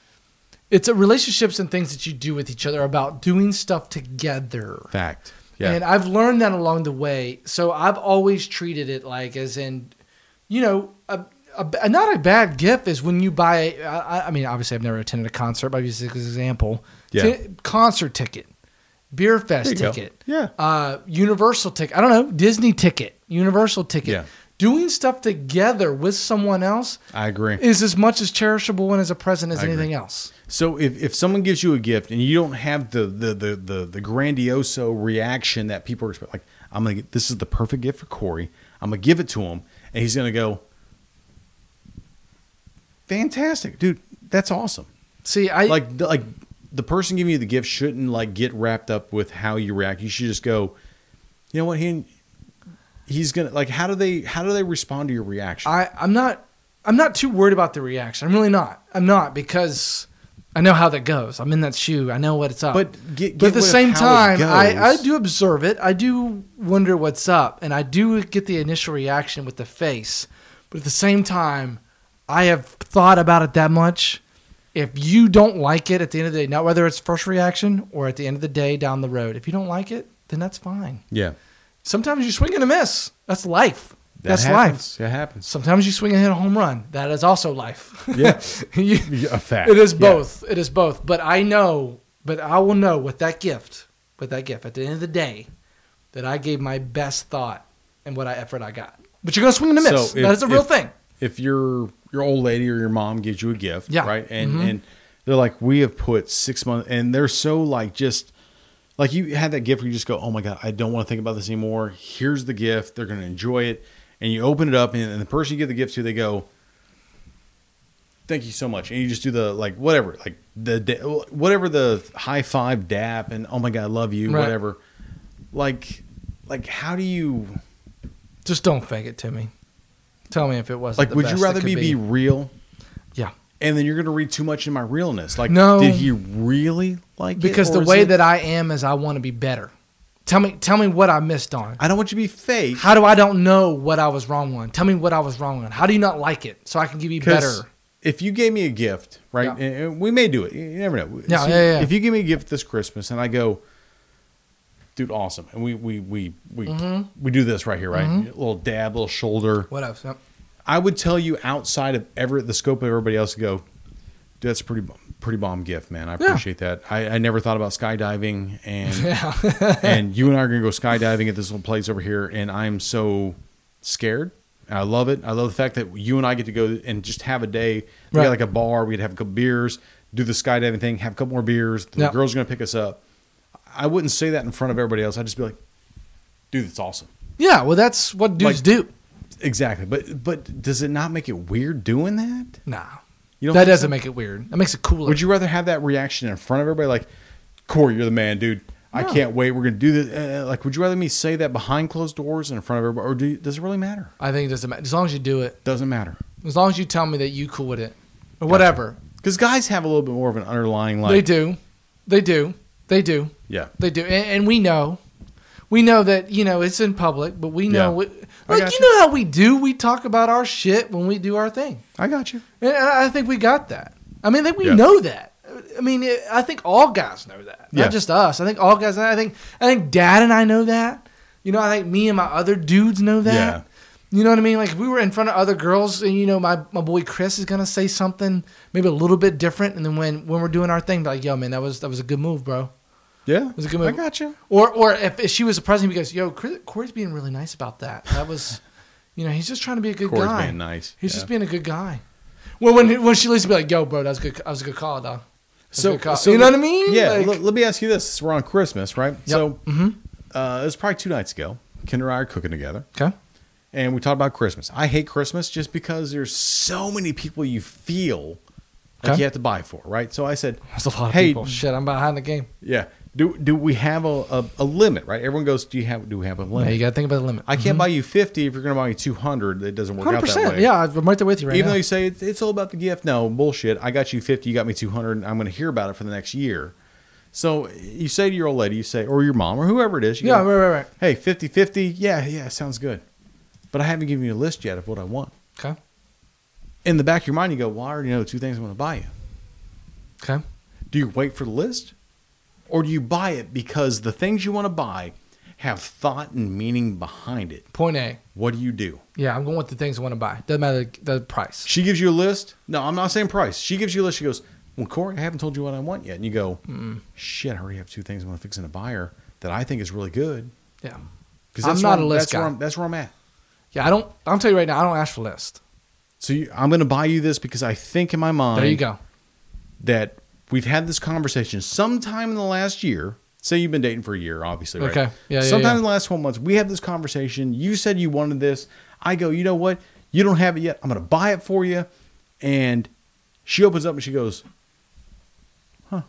[SPEAKER 3] it's a relationships and things that you do with each other about doing stuff together.
[SPEAKER 1] Fact. Yeah.
[SPEAKER 3] And I've learned that along the way. So I've always treated it like as in, you know, a, a, a- not a bad gift is when you buy. I, I- I mean, obviously, I've never attended a concert, but I use this as an example.
[SPEAKER 1] Yeah.
[SPEAKER 3] Ti- concert ticket, beer fest
[SPEAKER 1] There you go.
[SPEAKER 3] ticket,
[SPEAKER 1] Yeah.
[SPEAKER 3] uh, Universal ticket. I don't know, Disney ticket, Universal ticket.
[SPEAKER 1] Yeah.
[SPEAKER 3] doing stuff together with someone else
[SPEAKER 1] I agree.
[SPEAKER 3] is as much as cherishable and as a present as
[SPEAKER 1] I agree.
[SPEAKER 3] anything else.
[SPEAKER 1] So if, if someone gives you a gift and you don't have the the the the, the grandioso reaction that people are expecting, like I'm gonna get, this is the perfect gift for Corey. I'm gonna give it to him, and he's gonna go, fantastic, dude. That's awesome.
[SPEAKER 3] See, I like
[SPEAKER 1] like the- like the person giving you the gift shouldn't like get wrapped up with how you react. You should just go, you know what he he's gonna like. How do they how do they respond to your reaction?
[SPEAKER 3] I I'm not I'm not too worried about the reaction. I'm really not. I'm not because I know how that goes. I'm in that shoe. I know what it's up.
[SPEAKER 1] But get-
[SPEAKER 3] but
[SPEAKER 1] get
[SPEAKER 3] at the
[SPEAKER 1] with
[SPEAKER 3] same
[SPEAKER 1] how it
[SPEAKER 3] time, I, I
[SPEAKER 1] goes.
[SPEAKER 3] do observe it. I do wonder what's up, and I do get the initial reaction with the face. But at the same time, I have thought about it that much. If you don't like it at the end of the day, not whether it's first reaction or at the end of the day down the road, if you don't like it, then that's fine.
[SPEAKER 1] yeah,
[SPEAKER 3] Sometimes you swing and a miss. That's life.
[SPEAKER 1] that
[SPEAKER 3] that's life.
[SPEAKER 1] happens. That happens.
[SPEAKER 3] Sometimes you swing and hit a home run. That is also life.
[SPEAKER 1] Yeah.
[SPEAKER 3] You-
[SPEAKER 1] Yeah, a fact.
[SPEAKER 3] it is
[SPEAKER 1] Yeah.
[SPEAKER 3] both. It is both. But I know, but I will know with that gift, with that gift, at the end of the day, that I gave my best thought and what I effort I got. But you're gonna swing and a miss.
[SPEAKER 1] So if-
[SPEAKER 3] that is a real
[SPEAKER 1] if-
[SPEAKER 3] thing.
[SPEAKER 1] if your your old lady or your mom gives you a gift,
[SPEAKER 3] Yeah. Mm-hmm.
[SPEAKER 1] right? And and they're like, we have put six months, and they're so like just like you had that gift where you just go, oh my god, I don't want to think about this anymore. Here's the gift; they're going to enjoy it. And you open it up, and, and the person you give the gift to, they go, thank you so much, and you just do the like whatever, like the da- whatever the high five, dap, and oh my god, I love you,
[SPEAKER 3] Right.
[SPEAKER 1] whatever. Like, like how do you?
[SPEAKER 3] Just don't fake it to me. Tell me if it wasn't.
[SPEAKER 1] Like,
[SPEAKER 3] the
[SPEAKER 1] would
[SPEAKER 3] best
[SPEAKER 1] you
[SPEAKER 3] it
[SPEAKER 1] rather
[SPEAKER 3] could
[SPEAKER 1] me be real
[SPEAKER 3] Yeah.
[SPEAKER 1] and then you're gonna read too much in my realness. Like,
[SPEAKER 3] No.
[SPEAKER 1] did he really like
[SPEAKER 3] Because
[SPEAKER 1] it?
[SPEAKER 3] the
[SPEAKER 1] or is
[SPEAKER 3] way
[SPEAKER 1] it-
[SPEAKER 3] that I am is I want to be better. Tell me tell me what I missed on.
[SPEAKER 1] I don't want you to be fake.
[SPEAKER 3] How do I don't know what I was wrong on? Tell me what I was wrong on. How do you not like it so I can give you
[SPEAKER 1] 'Cause
[SPEAKER 3] better?
[SPEAKER 1] If you gave me a gift, right?
[SPEAKER 3] Yeah.
[SPEAKER 1] And, and we may do it. You you never know.
[SPEAKER 3] Yeah,
[SPEAKER 1] So
[SPEAKER 3] yeah, yeah.
[SPEAKER 1] If you give me a gift this Christmas and I go, dude, awesome, and we we we we
[SPEAKER 3] Mm-hmm.
[SPEAKER 1] we do this right here, right? A little dab, little shoulder.
[SPEAKER 3] What else? Yep.
[SPEAKER 1] I would tell you outside of ever the scope of everybody else to go. Dude, that's a pretty bomb- pretty bomb gift, man. I
[SPEAKER 3] Yeah.
[SPEAKER 1] appreciate that. I, I never thought about skydiving, and and you and I are gonna go skydiving at this little place over here, and I'm so scared. I love it. I love the fact that you and I get to go and just have a day. We
[SPEAKER 3] Right.
[SPEAKER 1] got like a bar. We'd have a couple beers, do the skydiving thing, have a couple more beers. The
[SPEAKER 3] Yeah.
[SPEAKER 1] girls are gonna pick us up. I wouldn't say that in front of everybody else. I'd just be like, dude, that's awesome.
[SPEAKER 3] Yeah, well, that's what dudes
[SPEAKER 1] Like-
[SPEAKER 3] do.
[SPEAKER 1] Exactly. But but does it not make it weird doing that?
[SPEAKER 3] Nah,
[SPEAKER 1] You don't
[SPEAKER 3] that
[SPEAKER 1] think
[SPEAKER 3] doesn't
[SPEAKER 1] so?
[SPEAKER 3] make it weird. That makes it cooler.
[SPEAKER 1] Would you rather have that reaction in front of everybody, like, Corey, you're the man, dude. I can't wait. We're gonna do this. Uh, like, would you rather me say that behind closed doors and in front of everybody, or do, does it really matter?
[SPEAKER 3] I think it doesn't matter as long as you do it.
[SPEAKER 1] Doesn't matter
[SPEAKER 3] As long as you tell me that you cool with it, or whatever
[SPEAKER 1] because guys have a little bit more of an underlying like.
[SPEAKER 3] they do, they do, they do,
[SPEAKER 1] Yeah,
[SPEAKER 3] they do, and, and we know, we know that you know it's in public, but we know
[SPEAKER 1] Yeah.
[SPEAKER 3] we,
[SPEAKER 1] I
[SPEAKER 3] like
[SPEAKER 1] got
[SPEAKER 3] you
[SPEAKER 1] you.
[SPEAKER 3] know how we do. We talk about our shit when we do our thing.
[SPEAKER 1] I got you.
[SPEAKER 3] And I I think we got that. I mean, I think we
[SPEAKER 1] Yeah.
[SPEAKER 3] know that. I mean, it- I think all guys know that,
[SPEAKER 1] Yeah.
[SPEAKER 3] not just us. I think all guys. I think I think Dad and I know that. You know, I think me and my other dudes know that. You know what I mean? Like if we were in front of other girls, and you know, my, my boy Chris is gonna say something maybe a little bit different, and then when when we're doing our thing, be like, yo, man, that was that was a good move, bro.
[SPEAKER 1] Yeah,
[SPEAKER 3] was a good move.
[SPEAKER 1] I got you.
[SPEAKER 3] Or or if, if she was a president, he goes, yo, Chris, Corey's being really nice about that. That was, you know, he's just trying to be a good
[SPEAKER 1] Corey's
[SPEAKER 3] guy.
[SPEAKER 1] being nice.
[SPEAKER 3] He's
[SPEAKER 1] Yeah.
[SPEAKER 3] just being a good guy. Well, when when she leaves, be like, "Yo, bro, that was a good. That was a good call, dog." That's a
[SPEAKER 1] So,
[SPEAKER 3] good call.
[SPEAKER 1] so
[SPEAKER 3] you know what I mean?
[SPEAKER 1] Yeah.
[SPEAKER 3] Like-
[SPEAKER 1] let, let me ask you this: We're on Christmas, right? So,
[SPEAKER 3] Mhm.
[SPEAKER 1] uh, it was probably two nights ago. Kinder and I are cooking together.
[SPEAKER 3] Okay.
[SPEAKER 1] and we talked about Christmas. I hate Christmas just because there's so many people you feel like
[SPEAKER 3] Okay.
[SPEAKER 1] you have to buy for, right? So I said,
[SPEAKER 3] That's a lot of
[SPEAKER 1] Hey,
[SPEAKER 3] people. Shit, I'm behind the game.
[SPEAKER 1] yeah. Do do we have a, a, a limit, right? Everyone goes, do you have do we have a
[SPEAKER 3] Yeah,
[SPEAKER 1] limit?
[SPEAKER 3] you got to think about the limit.
[SPEAKER 1] I can't buy you 50 if you're going to buy me 200. It doesn't work
[SPEAKER 3] Hundred
[SPEAKER 1] out that
[SPEAKER 3] percent.
[SPEAKER 1] way.
[SPEAKER 3] Yeah, I'm right there with you right
[SPEAKER 1] Even
[SPEAKER 3] now.
[SPEAKER 1] though you say it's, it's all about the gift, no bullshit. I got you 50, you got me 200, and I'm going to hear about it for the next year. So you say to your old lady, you say, or your mom, or whoever it is, you
[SPEAKER 3] yeah,
[SPEAKER 1] go,
[SPEAKER 3] right, right, right.
[SPEAKER 1] hey, 50 50, yeah, yeah, sounds good. But I haven't given you a list yet of what I want
[SPEAKER 3] Okay,
[SPEAKER 1] in the back of your mind, you go, "Well, I already know two things I'm going to buy you."
[SPEAKER 3] okay.
[SPEAKER 1] Do you wait for the list, or do you buy it because the things you want to buy have thought and meaning behind it?
[SPEAKER 3] Point A.
[SPEAKER 1] What do you do?
[SPEAKER 3] Yeah, I'm going with the things I want to buy. Doesn't matter the price.
[SPEAKER 1] She gives you a list. No, I'm not saying price. She gives you a list. She goes, "Well, Corey, I haven't told you what I want yet," and you go, "Shit, I already have two things I'm going to fix in a buyer that I think is really good."
[SPEAKER 3] Yeah,
[SPEAKER 1] 'Cause
[SPEAKER 3] I'm
[SPEAKER 1] that's
[SPEAKER 3] not
[SPEAKER 1] where
[SPEAKER 3] a list
[SPEAKER 1] that's where
[SPEAKER 3] guy.
[SPEAKER 1] I'm- that's where I'm at.
[SPEAKER 3] Yeah, I don't. I'll tell you right now, I don't ask for list.
[SPEAKER 1] So you, I'm going to buy you this because I think in my mind
[SPEAKER 3] There you go.
[SPEAKER 1] that we've had this conversation sometime in the last year. Say you've been dating for a year, obviously, right?
[SPEAKER 3] Okay. Yeah, yeah,
[SPEAKER 1] Sometime
[SPEAKER 3] yeah.
[SPEAKER 1] in the last 12 months, we had this conversation. You said you wanted this. I go, you know what? You don't have it yet. I'm going to buy it for you. And she opens up and she goes, huh.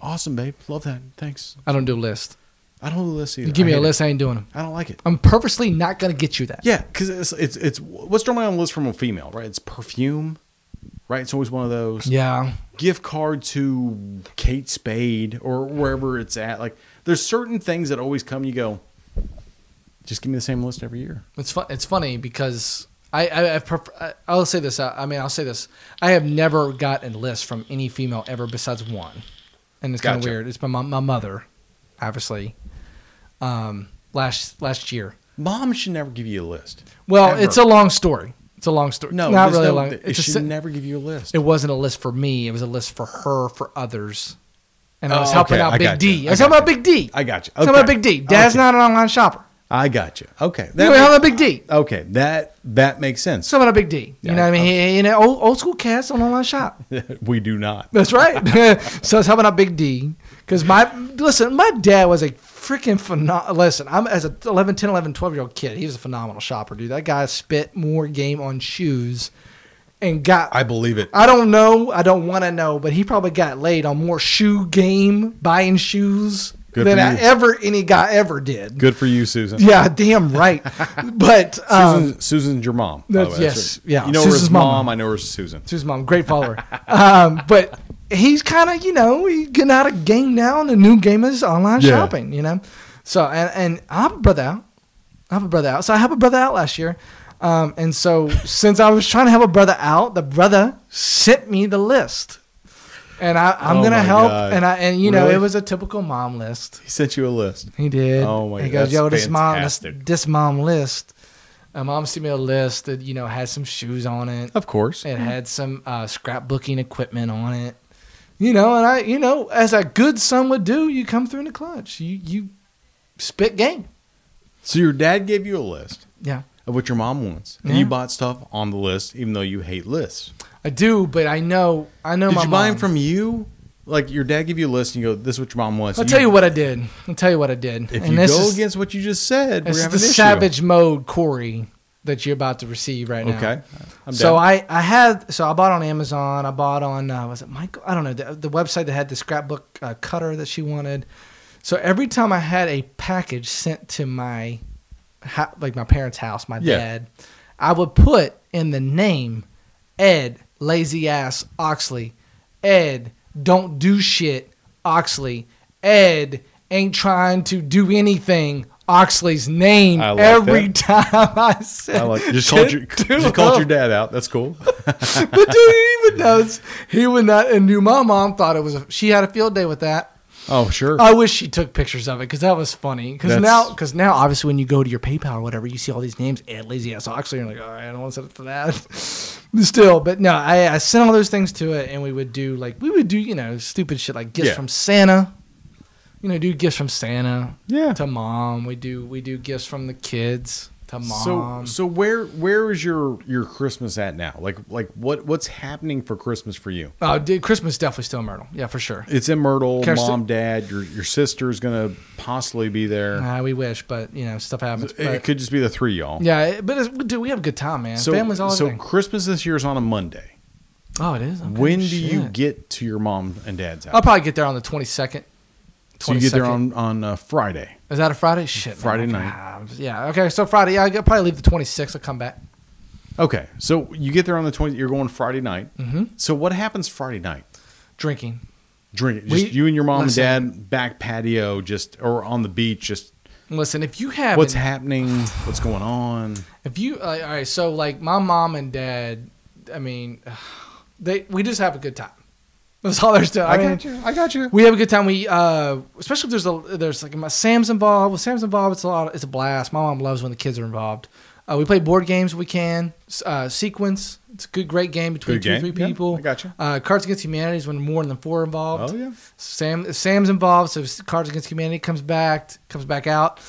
[SPEAKER 1] Awesome, babe. Love that. Thanks.
[SPEAKER 3] I don't do list.
[SPEAKER 1] I don't do this either.
[SPEAKER 3] You give me
[SPEAKER 1] I
[SPEAKER 3] a
[SPEAKER 1] hate it.
[SPEAKER 3] list, I ain't doing them.
[SPEAKER 1] I don't like it.
[SPEAKER 3] I'm purposely not gonna get you that.
[SPEAKER 1] Yeah, because it's, it's it's what's normally on the list from a female, right? It's perfume, right? It's always one of those.
[SPEAKER 3] Yeah.
[SPEAKER 1] Gift card to Kate Spade or wherever it's at. Like, there's certain things that always come. You go, just give me the same list every year.
[SPEAKER 3] It's fun. It's funny because I, I, I, pref- I I'll say this. I, I mean, I'll say this. I have never gotten a list from any female ever besides one, and it's kind of
[SPEAKER 1] Gotcha.
[SPEAKER 3] weird. It's my my mother, obviously. Um, last last year.
[SPEAKER 1] Mom should never give you a list.
[SPEAKER 3] Well,
[SPEAKER 1] Ever.
[SPEAKER 3] it's a long story. It's a long story.
[SPEAKER 1] No,
[SPEAKER 3] not
[SPEAKER 1] there's
[SPEAKER 3] really
[SPEAKER 1] no-
[SPEAKER 3] long.
[SPEAKER 1] It
[SPEAKER 3] It's a
[SPEAKER 1] should
[SPEAKER 3] si-
[SPEAKER 1] never give you a list.
[SPEAKER 3] it wasn't a list for me. It was a list for her, for others, and I was
[SPEAKER 1] Oh,
[SPEAKER 3] helping
[SPEAKER 1] okay.
[SPEAKER 3] out
[SPEAKER 1] I
[SPEAKER 3] Big
[SPEAKER 1] got
[SPEAKER 3] D.
[SPEAKER 1] you.
[SPEAKER 3] I
[SPEAKER 1] I
[SPEAKER 3] was helping
[SPEAKER 1] got
[SPEAKER 3] out Big D.
[SPEAKER 1] I got you.
[SPEAKER 3] I was helping out Big D. Dad's
[SPEAKER 1] Okay.
[SPEAKER 3] not an online shopper.
[SPEAKER 1] I got you. Okay.
[SPEAKER 3] You were helping out Big D.
[SPEAKER 1] okay. That that makes sense.
[SPEAKER 3] Some of the big D. You
[SPEAKER 1] Yeah,
[SPEAKER 3] know what I mean? He- you know, old, old school cats on online shop.
[SPEAKER 1] we do not.
[SPEAKER 3] That's right. so it's helping out Big D. Because my, listen, my dad was a freaking phenomenal, listen, I'm as a 11, 10, 11, 12 year old kid, he was a phenomenal shopper, dude. That guy spit more game on shoes and got,
[SPEAKER 1] I believe it.
[SPEAKER 3] I don't know, I don't want to know, but he probably got laid on more shoe game, buying shoes
[SPEAKER 1] Good
[SPEAKER 3] than
[SPEAKER 1] for
[SPEAKER 3] I
[SPEAKER 1] you.
[SPEAKER 3] ever, any guy ever did.
[SPEAKER 1] Good for you, Susan.
[SPEAKER 3] Yeah, damn right. but, um,
[SPEAKER 1] Susan, Susan's your mom. by the
[SPEAKER 3] that's-
[SPEAKER 1] way. That's
[SPEAKER 3] yes,
[SPEAKER 1] right.
[SPEAKER 3] yeah,
[SPEAKER 1] You know her
[SPEAKER 3] Susan's
[SPEAKER 1] as
[SPEAKER 3] mom.
[SPEAKER 1] mom. I know her as Susan.
[SPEAKER 3] to his mom. Great follower. um, but he's kind of, you know, he getting out of game now, and the new game is online
[SPEAKER 1] Yeah.
[SPEAKER 3] shopping, you know? So, and, and I have a brother out. I have a brother out. So I have a brother out last year. Um, and so since I was trying to help a brother out, the brother sent me the list. And I, I'm
[SPEAKER 1] Oh
[SPEAKER 3] gonna
[SPEAKER 1] my
[SPEAKER 3] help,
[SPEAKER 1] God.
[SPEAKER 3] and I and you know
[SPEAKER 1] Really?
[SPEAKER 3] it was a typical mom list.
[SPEAKER 1] He sent you a list.
[SPEAKER 3] He did.
[SPEAKER 1] Oh my
[SPEAKER 3] He
[SPEAKER 1] God,
[SPEAKER 3] goes, yo,
[SPEAKER 1] that's
[SPEAKER 3] this mom, this,
[SPEAKER 1] fantastic.
[SPEAKER 3] this mom list. My mom sent me a list that you know had some shoes on it.
[SPEAKER 1] Of course.
[SPEAKER 3] It had some uh, scrapbooking equipment on it. You know, and I, you know, as a good son would do, you come through in the clutch. You you spit game.
[SPEAKER 1] So your dad gave you a list
[SPEAKER 3] Yeah,
[SPEAKER 1] of what your mom wants. And
[SPEAKER 3] Yeah.
[SPEAKER 1] you bought stuff on the list, even though you hate lists.
[SPEAKER 3] I do, but I know, I know
[SPEAKER 1] Did
[SPEAKER 3] my
[SPEAKER 1] you buy
[SPEAKER 3] mom.
[SPEAKER 1] them from you? Like your dad gave you a list and you go, This is what your mom wants.
[SPEAKER 3] I'll tell you what I did. I'll tell you what I did.
[SPEAKER 1] If
[SPEAKER 3] and
[SPEAKER 1] you
[SPEAKER 3] this
[SPEAKER 1] go
[SPEAKER 3] is,
[SPEAKER 1] against what you just said,
[SPEAKER 3] this
[SPEAKER 1] we're
[SPEAKER 3] is
[SPEAKER 1] having
[SPEAKER 3] the
[SPEAKER 1] an issue.
[SPEAKER 3] savage mode, Corey, that you're about to receive right now.
[SPEAKER 1] Okay. I'm
[SPEAKER 3] so
[SPEAKER 1] down.
[SPEAKER 3] I, I had so I bought on Amazon. I bought on uh, was it Michael? I don't know the, the website that had the scrapbook uh, cutter that she wanted. So every time I had a package sent to my ho like my parents' house, my
[SPEAKER 1] Yeah.
[SPEAKER 3] dad, I would put in the name Ed Lazy Ass Oxley, Ed Don't Do Shit Oxley, Ed Ain't Trying to Do Anything. Oxley's name
[SPEAKER 1] I like
[SPEAKER 3] every
[SPEAKER 1] that.
[SPEAKER 3] time I said.
[SPEAKER 1] I like just called your just called your dad out. That's cool.
[SPEAKER 3] but dude, he would knows. He would not. And knew my mom thought it was. A, she had a field day with that.
[SPEAKER 1] Oh sure.
[SPEAKER 3] I wish she took pictures of it because that was funny. Because
[SPEAKER 1] That's-
[SPEAKER 3] now, because now, obviously, when you go to your PayPal or whatever, you see all these names. Ed Lazy Ass Oxley. You're like, all right, I don't want to set up for that. But Still, but no, I, I sent all those things to it, and we would do like we would do you know stupid shit like gifts
[SPEAKER 1] Yeah.
[SPEAKER 3] from Santa. You know, do gifts from Santa
[SPEAKER 1] yeah.
[SPEAKER 3] to mom. We do we do gifts from the kids to
[SPEAKER 1] So
[SPEAKER 3] mom.
[SPEAKER 1] so where where is your your Christmas at now? Like like what what's happening for Christmas for you?
[SPEAKER 3] oh, dude, Christmas definitely still Myrtle. Yeah, for sure.
[SPEAKER 1] It's in Myrtle.
[SPEAKER 3] Can I still-
[SPEAKER 1] Mom, Dad, your your sister's gonna possibly be there.
[SPEAKER 3] Nah, Ah, we wish, but you know, stuff happens.
[SPEAKER 1] It
[SPEAKER 3] But,
[SPEAKER 1] could just be the three y'all.
[SPEAKER 3] yeah, it- but it's, dude, we have a good time, man.
[SPEAKER 1] So
[SPEAKER 3] Family's all
[SPEAKER 1] so
[SPEAKER 3] everything.
[SPEAKER 1] Christmas this year is on a Monday.
[SPEAKER 3] oh, it is. Okay,
[SPEAKER 1] when do you
[SPEAKER 3] shit.
[SPEAKER 1] get to your mom and dad's house?
[SPEAKER 3] I'll probably get there on the twenty second.
[SPEAKER 1] so you get there on on uh, Friday.
[SPEAKER 3] Is that a Friday? Shit. man,
[SPEAKER 1] Friday
[SPEAKER 3] okay.
[SPEAKER 1] night.
[SPEAKER 3] Ah, Yeah. Okay. So Friday, yeah, I'll probably leave the twenty sixth. I'll come back.
[SPEAKER 1] Okay, so you get there on the twenty. You're going Friday night.
[SPEAKER 3] Mhm.
[SPEAKER 1] So what happens Friday night?
[SPEAKER 3] Drinking.
[SPEAKER 1] Drink it. Just
[SPEAKER 3] We-
[SPEAKER 1] you and your mom
[SPEAKER 3] listen.
[SPEAKER 1] and dad back patio, just or on the beach. Just
[SPEAKER 3] Listen, if you have
[SPEAKER 1] what's happening? What's going on?
[SPEAKER 3] If you like, all right, so like my mom and dad, I mean, they we just have a good time. That's all there's to. I, mean,
[SPEAKER 1] you. I got you.
[SPEAKER 3] we have a good time. We uh, especially if there's a there's like my Sam's involved. With Sam's involved, it's a lot. It's a blast. My mom loves when the kids are involved. Uh, we play board games. when We can S- uh, sequence. It's a good, great game between
[SPEAKER 1] Good
[SPEAKER 3] two,
[SPEAKER 1] game.
[SPEAKER 3] three
[SPEAKER 1] Yeah,
[SPEAKER 3] people.
[SPEAKER 1] I got you.
[SPEAKER 3] Uh, Cards Against Humanity is when more than four are involved.
[SPEAKER 1] Oh yeah.
[SPEAKER 3] Sam if Sam's involved, so Cards Against Humanity comes back comes back out.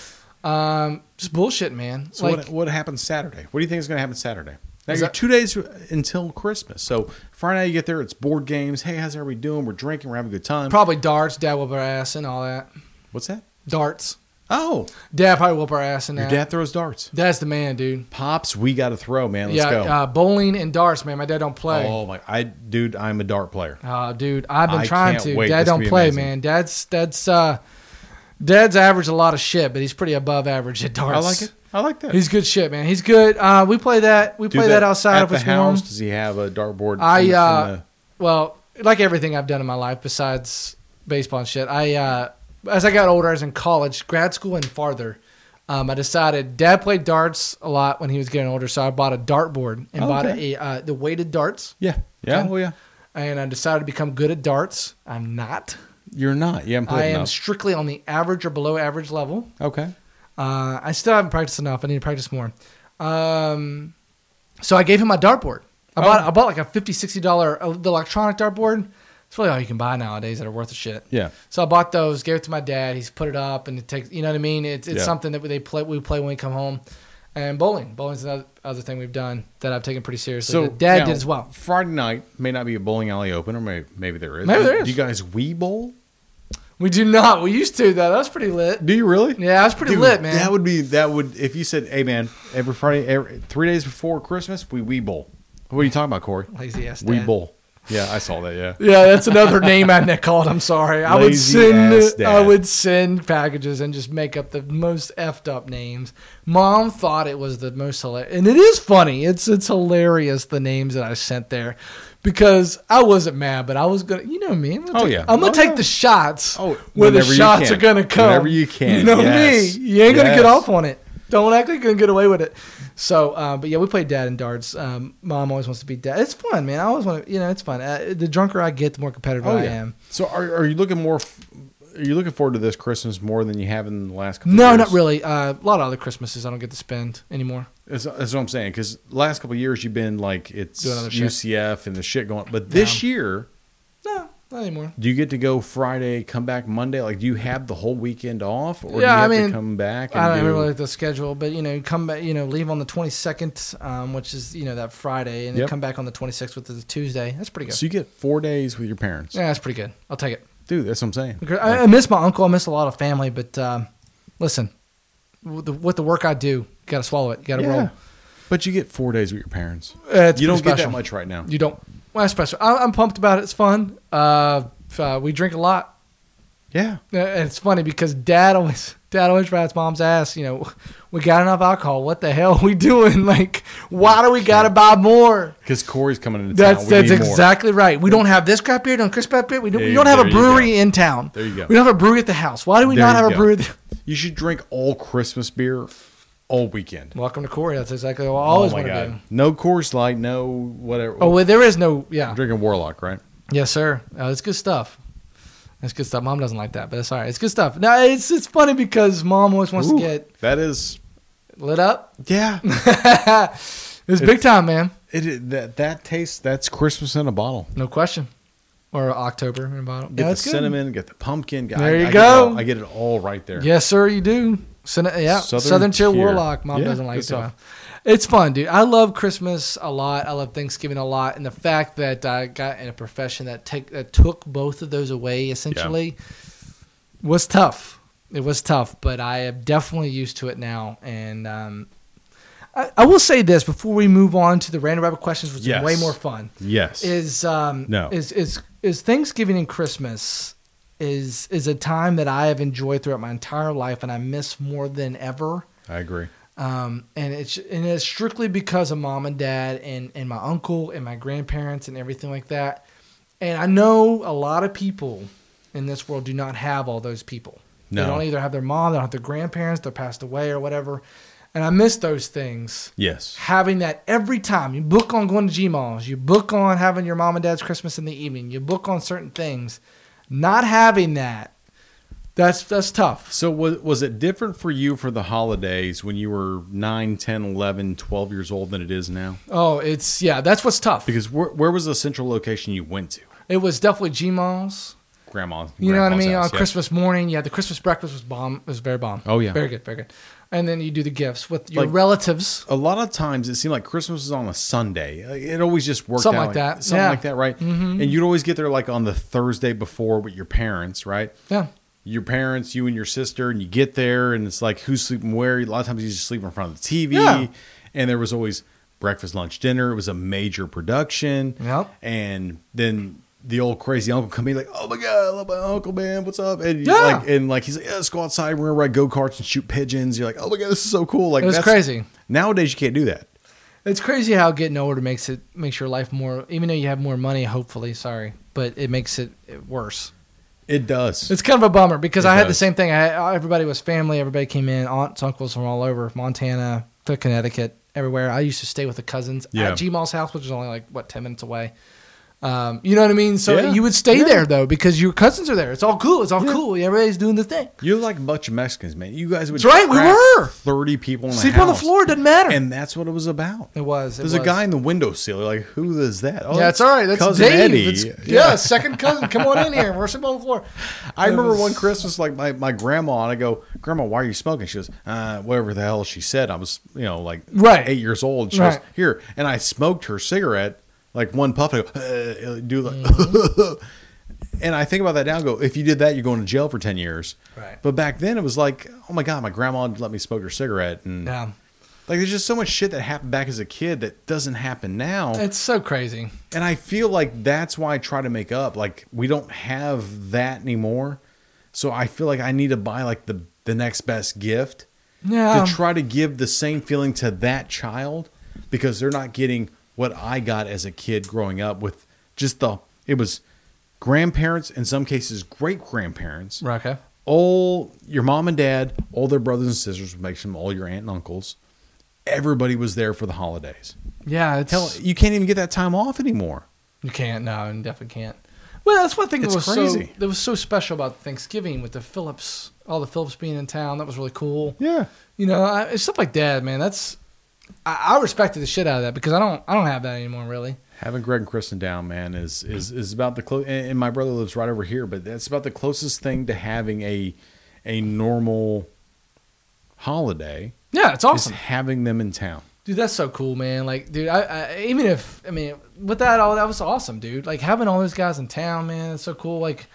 [SPEAKER 3] Um, Just bullshit, man.
[SPEAKER 1] So
[SPEAKER 3] like,
[SPEAKER 1] what, what happens Saturday? What do you think is going to happen Saturday? Now
[SPEAKER 3] Is
[SPEAKER 1] you're
[SPEAKER 3] that-
[SPEAKER 1] two days until Christmas. So Friday you get there, it's board games. Hey, how's everybody doing? We're drinking, we're having a good time.
[SPEAKER 3] probably darts, dad whoop our ass and all that.
[SPEAKER 1] What's that?
[SPEAKER 3] Darts.
[SPEAKER 1] Oh,
[SPEAKER 3] Dad probably whoop our ass and
[SPEAKER 1] your
[SPEAKER 3] that.
[SPEAKER 1] dad throws darts.
[SPEAKER 3] That's the man, dude.
[SPEAKER 1] Pops, we got to throw, man. Let's
[SPEAKER 3] yeah,
[SPEAKER 1] go.
[SPEAKER 3] Uh, bowling and darts, man. My dad don't play.
[SPEAKER 1] Oh my, I dude, I'm a dart player.
[SPEAKER 3] Oh, dude, I've been
[SPEAKER 1] I
[SPEAKER 3] trying
[SPEAKER 1] can't
[SPEAKER 3] to.
[SPEAKER 1] wait.
[SPEAKER 3] Dad
[SPEAKER 1] This will
[SPEAKER 3] don't
[SPEAKER 1] be
[SPEAKER 3] play,
[SPEAKER 1] amazing.
[SPEAKER 3] man. Dad's dad's uh, dad's averaged a lot of shit, but he's pretty above average at darts.
[SPEAKER 1] I like it. I like that.
[SPEAKER 3] He's good shit, man. He's good. Uh, we play that. We
[SPEAKER 1] Do
[SPEAKER 3] play that, outside
[SPEAKER 1] at
[SPEAKER 3] if it's
[SPEAKER 1] the house.
[SPEAKER 3] warm.
[SPEAKER 1] Does he have a dartboard?
[SPEAKER 3] I,
[SPEAKER 1] in the- in
[SPEAKER 3] uh,
[SPEAKER 1] the-
[SPEAKER 3] Well, like everything I've done in my life besides baseball and shit, I uh, as I got older, I was in college, grad school, and farther. Um, I decided Dad played darts a lot when he was getting older, so I bought a dartboard and
[SPEAKER 1] Oh,
[SPEAKER 3] bought
[SPEAKER 1] okay.
[SPEAKER 3] a uh, the weighted darts,
[SPEAKER 1] yeah, yeah,
[SPEAKER 3] okay.
[SPEAKER 1] oh yeah.
[SPEAKER 3] and I decided to become good at darts. I'm not.
[SPEAKER 1] You're not. You haven't played
[SPEAKER 3] I am
[SPEAKER 1] enough.
[SPEAKER 3] strictly on the average or below average level.
[SPEAKER 1] okay.
[SPEAKER 3] Uh, I still haven't practiced enough. I need to practice more. Um, so I gave him my dartboard. I bought
[SPEAKER 1] Oh.
[SPEAKER 3] I bought like a 50 60 dollar el- the electronic dartboard. It's really all you can buy nowadays that are worth a shit.
[SPEAKER 1] Yeah.
[SPEAKER 3] So I bought those, gave it to my dad. He's put it up, and it takes. You know what I mean? It's it's
[SPEAKER 1] Yeah.
[SPEAKER 3] something that they play. We play when we come home. And bowling, bowling's another other thing we've done that I've taken pretty seriously.
[SPEAKER 1] So
[SPEAKER 3] that dad
[SPEAKER 1] now,
[SPEAKER 3] did as well.
[SPEAKER 1] Friday night may not be a bowling alley open, or maybe maybe there is.
[SPEAKER 3] Maybe there
[SPEAKER 1] Do
[SPEAKER 3] is.
[SPEAKER 1] you guys wee bowl?
[SPEAKER 3] We do not. We used to though. That was pretty lit.
[SPEAKER 1] Do you really?
[SPEAKER 3] Yeah, that was pretty
[SPEAKER 1] Dude,
[SPEAKER 3] lit, man.
[SPEAKER 1] That would be that would if you said, "Hey, man, every Friday, every, three days before Christmas, we wee bowl." What are you talking about, Corey?
[SPEAKER 3] lazy ass.
[SPEAKER 1] Wee
[SPEAKER 3] dad.
[SPEAKER 1] bowl. Yeah, I saw that. Yeah.
[SPEAKER 3] Yeah, that's another name I would called. I'm sorry. I would
[SPEAKER 1] Lazy ass
[SPEAKER 3] send
[SPEAKER 1] dad.
[SPEAKER 3] I would send packages and just make up the most effed up names. Mom thought it was the most hilarious, and it is funny. It's it's hilarious the names that I sent there because I wasn't mad, but I was gonna. You know me. I'm gonna
[SPEAKER 1] Oh,
[SPEAKER 3] take,
[SPEAKER 1] yeah.
[SPEAKER 3] I'm gonna
[SPEAKER 1] Oh,
[SPEAKER 3] take
[SPEAKER 1] yeah.
[SPEAKER 3] the shots
[SPEAKER 1] Oh,
[SPEAKER 3] where the
[SPEAKER 1] whenever you
[SPEAKER 3] shots
[SPEAKER 1] can.
[SPEAKER 3] are gonna come.
[SPEAKER 1] Whenever you can,
[SPEAKER 3] You know
[SPEAKER 1] yes.
[SPEAKER 3] me. You ain't gonna get
[SPEAKER 1] Yes.
[SPEAKER 3] off on it. Don't act like you're gonna get away with it. So, uh, but yeah, we play dad and darts. Um, Mom always wants to be dad. It's fun, man. I always want to, you know, it's fun. Uh, the drunker I get, the more competitive
[SPEAKER 1] Oh,
[SPEAKER 3] I am.
[SPEAKER 1] So are are you looking more? f- Are you looking forward to this Christmas more than you have in the last? couple
[SPEAKER 3] No,
[SPEAKER 1] years?
[SPEAKER 3] not really. Uh, a lot of other Christmases I don't get to spend anymore.
[SPEAKER 1] That's, that's what I'm saying. Because last couple of years you've been like it's
[SPEAKER 3] Doing other shit.
[SPEAKER 1] UCF and the shit going. But this year,
[SPEAKER 3] No, not anymore.
[SPEAKER 1] do you get to go Friday, come back Monday? Like, do you have the whole weekend off, or do you
[SPEAKER 3] Yeah, I
[SPEAKER 1] have
[SPEAKER 3] mean,
[SPEAKER 1] to come back? And
[SPEAKER 3] I don't
[SPEAKER 1] do,
[SPEAKER 3] really like the schedule, but you know, come back, you know, leave on the 22nd, um, which is you know that Friday, and then
[SPEAKER 1] Yep.
[SPEAKER 3] come back on the 26th, which is Tuesday. That's pretty good.
[SPEAKER 1] So you get four days with your parents,
[SPEAKER 3] Yeah, that's pretty good. I'll take it.
[SPEAKER 1] dude. That's what I'm saying.
[SPEAKER 3] Because I, I miss my uncle. I miss a lot of family, but um, listen, with the, with the work I do, you got to swallow it. You got to roll.
[SPEAKER 1] But you get four days with your parents.
[SPEAKER 3] Uh, it's
[SPEAKER 1] you don't
[SPEAKER 3] pretty
[SPEAKER 1] get that
[SPEAKER 3] special.
[SPEAKER 1] much right now.
[SPEAKER 3] You don't. Well, that's special. I, I'm pumped about it. It's fun. Uh, f- uh, we drink a lot.
[SPEAKER 1] Yeah.
[SPEAKER 3] Uh, And it's funny because dad always dad always rats mom's ass. You know, we got enough alcohol. What the hell are we doing? Like, why do we gotta buy more?
[SPEAKER 1] Because Corey's coming into town.
[SPEAKER 3] That's
[SPEAKER 1] We
[SPEAKER 3] that's
[SPEAKER 1] need more.
[SPEAKER 3] exactly right. We don't have this crap beer, don't crisp that beer. We don't, we
[SPEAKER 1] There-
[SPEAKER 3] don't have a
[SPEAKER 1] there you go.
[SPEAKER 3] brewery in town.
[SPEAKER 1] There you go.
[SPEAKER 3] We don't have a brewery at the house. Why do we
[SPEAKER 1] There
[SPEAKER 3] not
[SPEAKER 1] you
[SPEAKER 3] have a
[SPEAKER 1] go.
[SPEAKER 3] brewery? At
[SPEAKER 1] You should drink all Christmas beer all weekend.
[SPEAKER 3] the- Welcome to Corey. That's exactly
[SPEAKER 1] Oh
[SPEAKER 3] what I always want to do.
[SPEAKER 1] No Coors Light, no whatever.
[SPEAKER 3] Oh, well, there is no yeah.
[SPEAKER 1] I'm drinking Warlock, right?
[SPEAKER 3] Yes, sir. Uh, it's good stuff. That's good stuff. Mom doesn't like that, but it's all right. It's good stuff. No, it's it's funny because mom always wants
[SPEAKER 1] Ooh,
[SPEAKER 3] to get
[SPEAKER 1] that is,
[SPEAKER 3] lit up.
[SPEAKER 1] yeah.
[SPEAKER 3] it's, big time, man.
[SPEAKER 1] it, it- that that tastes. That's Christmas in a bottle.
[SPEAKER 3] No question. Or October in a bottle.
[SPEAKER 1] Get
[SPEAKER 3] Yeah,
[SPEAKER 1] the
[SPEAKER 3] that's good.
[SPEAKER 1] cinnamon, get the pumpkin. I-
[SPEAKER 3] There you
[SPEAKER 1] I Get
[SPEAKER 3] go.
[SPEAKER 1] all- I get it all right there.
[SPEAKER 3] Yes, sir, you do. Cin- yeah, Southern,
[SPEAKER 1] Southern
[SPEAKER 3] Tier
[SPEAKER 1] Tier.
[SPEAKER 3] Warlock. Mom
[SPEAKER 1] Yeah,
[SPEAKER 3] doesn't like
[SPEAKER 1] good
[SPEAKER 3] it.
[SPEAKER 1] stuff.
[SPEAKER 3] It's fun, dude. I love Christmas a lot. I love Thanksgiving a lot, and the fact that I got in a profession that take that took both of those away essentially was tough. It was tough, but I am definitely used to it now. And um, I, I will say this before we move on to the random rabbit questions, which
[SPEAKER 1] Yes.
[SPEAKER 3] is way more fun.
[SPEAKER 1] Yes.
[SPEAKER 3] is um
[SPEAKER 1] No.
[SPEAKER 3] is is is Thanksgiving and Christmas is is a time that I have enjoyed throughout my entire life and I miss more than ever.
[SPEAKER 1] I agree.
[SPEAKER 3] Um, and it's and it's strictly because of mom and dad and and my uncle and my grandparents and everything like that. And I know a lot of people in this world do not have all those people. They
[SPEAKER 1] No.
[SPEAKER 3] don't either have their mom, they don't have their grandparents, they're passed away or whatever. And I miss those things
[SPEAKER 1] Yes.
[SPEAKER 3] having that every time you book on going to G-Malls, you book on having your mom and dad's Christmas in the evening, you book on certain things. Not having that, that's that's tough.
[SPEAKER 1] So was was it different for you for the holidays when you were 9, 10, 11, 12 years old than it is now?
[SPEAKER 3] Oh, it's yeah, that's what's tough.
[SPEAKER 1] Because where, where was the central location you went to?
[SPEAKER 3] It was definitely G-Malls.
[SPEAKER 1] Grandma's.
[SPEAKER 3] You know what I
[SPEAKER 1] grandma's
[SPEAKER 3] mean?
[SPEAKER 1] house,
[SPEAKER 3] on
[SPEAKER 1] yeah.
[SPEAKER 3] Christmas morning, yeah, the Christmas breakfast was bomb. It was very bomb.
[SPEAKER 1] Oh, yeah.
[SPEAKER 3] very good, very good. and then you do the gifts with your
[SPEAKER 1] Like-
[SPEAKER 3] relatives.
[SPEAKER 1] a lot of times it seemed like Christmas was on a Sunday. Like, It always just worked
[SPEAKER 3] Something
[SPEAKER 1] out
[SPEAKER 3] like that.
[SPEAKER 1] something
[SPEAKER 3] Yeah. Mm-hmm.
[SPEAKER 1] like that, right? And you'd always get there like on the Thursday before with your parents, right?
[SPEAKER 3] Yeah.
[SPEAKER 1] Your parents, you and your sister, and you get there, and it's like who's sleeping where. A lot of times you just sleep in front of the TV,
[SPEAKER 3] Yeah.
[SPEAKER 1] and there was always breakfast, lunch, dinner. It was a major production,
[SPEAKER 3] Yep.
[SPEAKER 1] and then. The old crazy uncle come in like, oh my god, I love my uncle, man. What's up? And you
[SPEAKER 3] Yeah.
[SPEAKER 1] like, and like he's like, yeah, let's go outside. We're gonna ride go karts and shoot pigeons. You're like, oh my god, this is so cool. Like
[SPEAKER 3] It was
[SPEAKER 1] that's-
[SPEAKER 3] crazy.
[SPEAKER 1] Nowadays you can't do that.
[SPEAKER 3] It's crazy how getting older makes it makes your life more. Even though you have more money, hopefully, sorry, but it makes it it worse.
[SPEAKER 1] It does.
[SPEAKER 3] It's kind of a bummer because
[SPEAKER 1] It
[SPEAKER 3] I had the
[SPEAKER 1] does.
[SPEAKER 3] same thing. I, everybody was family. Everybody came in. Aunts, uncles from all over Montana to Connecticut, everywhere. I used to stay with the cousins
[SPEAKER 1] Yeah.
[SPEAKER 3] at Gmal's house, which is only like what ten minutes away. Um, you know what I mean? So
[SPEAKER 1] Yeah.
[SPEAKER 3] you would stay
[SPEAKER 1] Yeah.
[SPEAKER 3] there though because your cousins are there. It's all cool. It's all cool. Everybody's doing the thing.
[SPEAKER 1] You're like a bunch of Mexicans, man. You guys would
[SPEAKER 3] That's right, we
[SPEAKER 1] crack
[SPEAKER 3] were.
[SPEAKER 1] thirty people in a
[SPEAKER 3] Sleep on the
[SPEAKER 1] house,
[SPEAKER 3] floor. It doesn't matter.
[SPEAKER 1] and that's what it was about.
[SPEAKER 3] it was. It
[SPEAKER 1] There's
[SPEAKER 3] was.
[SPEAKER 1] a guy in the windowsill. You're like, who is that? Oh,
[SPEAKER 3] Yeah, it's all right. That's
[SPEAKER 1] cousin
[SPEAKER 3] Dave.
[SPEAKER 1] Eddie.
[SPEAKER 3] It's-
[SPEAKER 1] yeah.
[SPEAKER 3] yeah. second cousin. Come on in here. We're sleeping on the floor.
[SPEAKER 1] I
[SPEAKER 3] It
[SPEAKER 1] remember
[SPEAKER 3] was-
[SPEAKER 1] one Christmas, like my, my grandma and I go, Grandma, why are you smoking? She goes, uh, whatever the hell she said. I was, you know, like
[SPEAKER 3] Right.
[SPEAKER 1] eight years old. She
[SPEAKER 3] Right.
[SPEAKER 1] goes, here, and I smoked her cigarette, like one puff. I go, "Uh," do like,
[SPEAKER 3] Mm-hmm.
[SPEAKER 1] and I think about that now. and Go, if you did that, you're going to jail for ten years.
[SPEAKER 3] Right.
[SPEAKER 1] But back then, it was like, oh my god, my grandma let me smoke her cigarette, and
[SPEAKER 3] Yeah,
[SPEAKER 1] like there's just so much shit that happened back as a kid that doesn't happen now.
[SPEAKER 3] it's so crazy.
[SPEAKER 1] And I feel like that's why I try to make up. Like we don't have that anymore, so I feel like I need to buy like the the next best gift
[SPEAKER 3] Yeah,
[SPEAKER 1] to try to give the same feeling to that child because they're not getting what I got as a kid growing up with just the it was grandparents in some cases great grandparents
[SPEAKER 3] Rocco.
[SPEAKER 1] all your mom and dad, all their brothers and sisters, would make some all your aunt and uncles. Everybody was there for the holidays.
[SPEAKER 3] Yeah, it's
[SPEAKER 1] Hell, you can't even get that time off anymore.
[SPEAKER 3] You can't. No, you definitely can't. Well, that's one thing that
[SPEAKER 1] It's
[SPEAKER 3] was so
[SPEAKER 1] crazy.
[SPEAKER 3] that was so special about Thanksgiving with the Phillips, all the Phillips being in town. That was really cool.
[SPEAKER 1] Yeah.
[SPEAKER 3] You know, I, it's stuff like that, man. That's I, I respected the shit out of that because I don't I don't have that anymore, really.
[SPEAKER 1] Having Greg and Kristen down, man, is is is about the close. And and my brother lives right over here, but that's about the closest thing to having a a normal holiday
[SPEAKER 3] Yeah, it's awesome,
[SPEAKER 1] is having them in town.
[SPEAKER 3] dude. That's so cool, man. Like, dude, I, I even if I mean with that all that was awesome, dude. Like having all those guys in town, man. It's so cool. Like.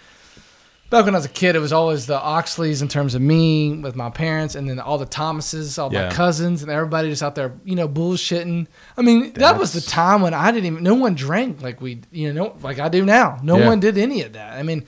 [SPEAKER 3] Back when I was a kid, it was always the Oxleys in terms of me with my parents, and then all the Thomases, all
[SPEAKER 1] Yeah.
[SPEAKER 3] my cousins, and everybody just out there, you know, bullshitting. I mean, that was the
[SPEAKER 1] That's-
[SPEAKER 3] time when I didn't even no one drank like we, you know, like I do now. No
[SPEAKER 1] Yeah.
[SPEAKER 3] one did any of that. I mean,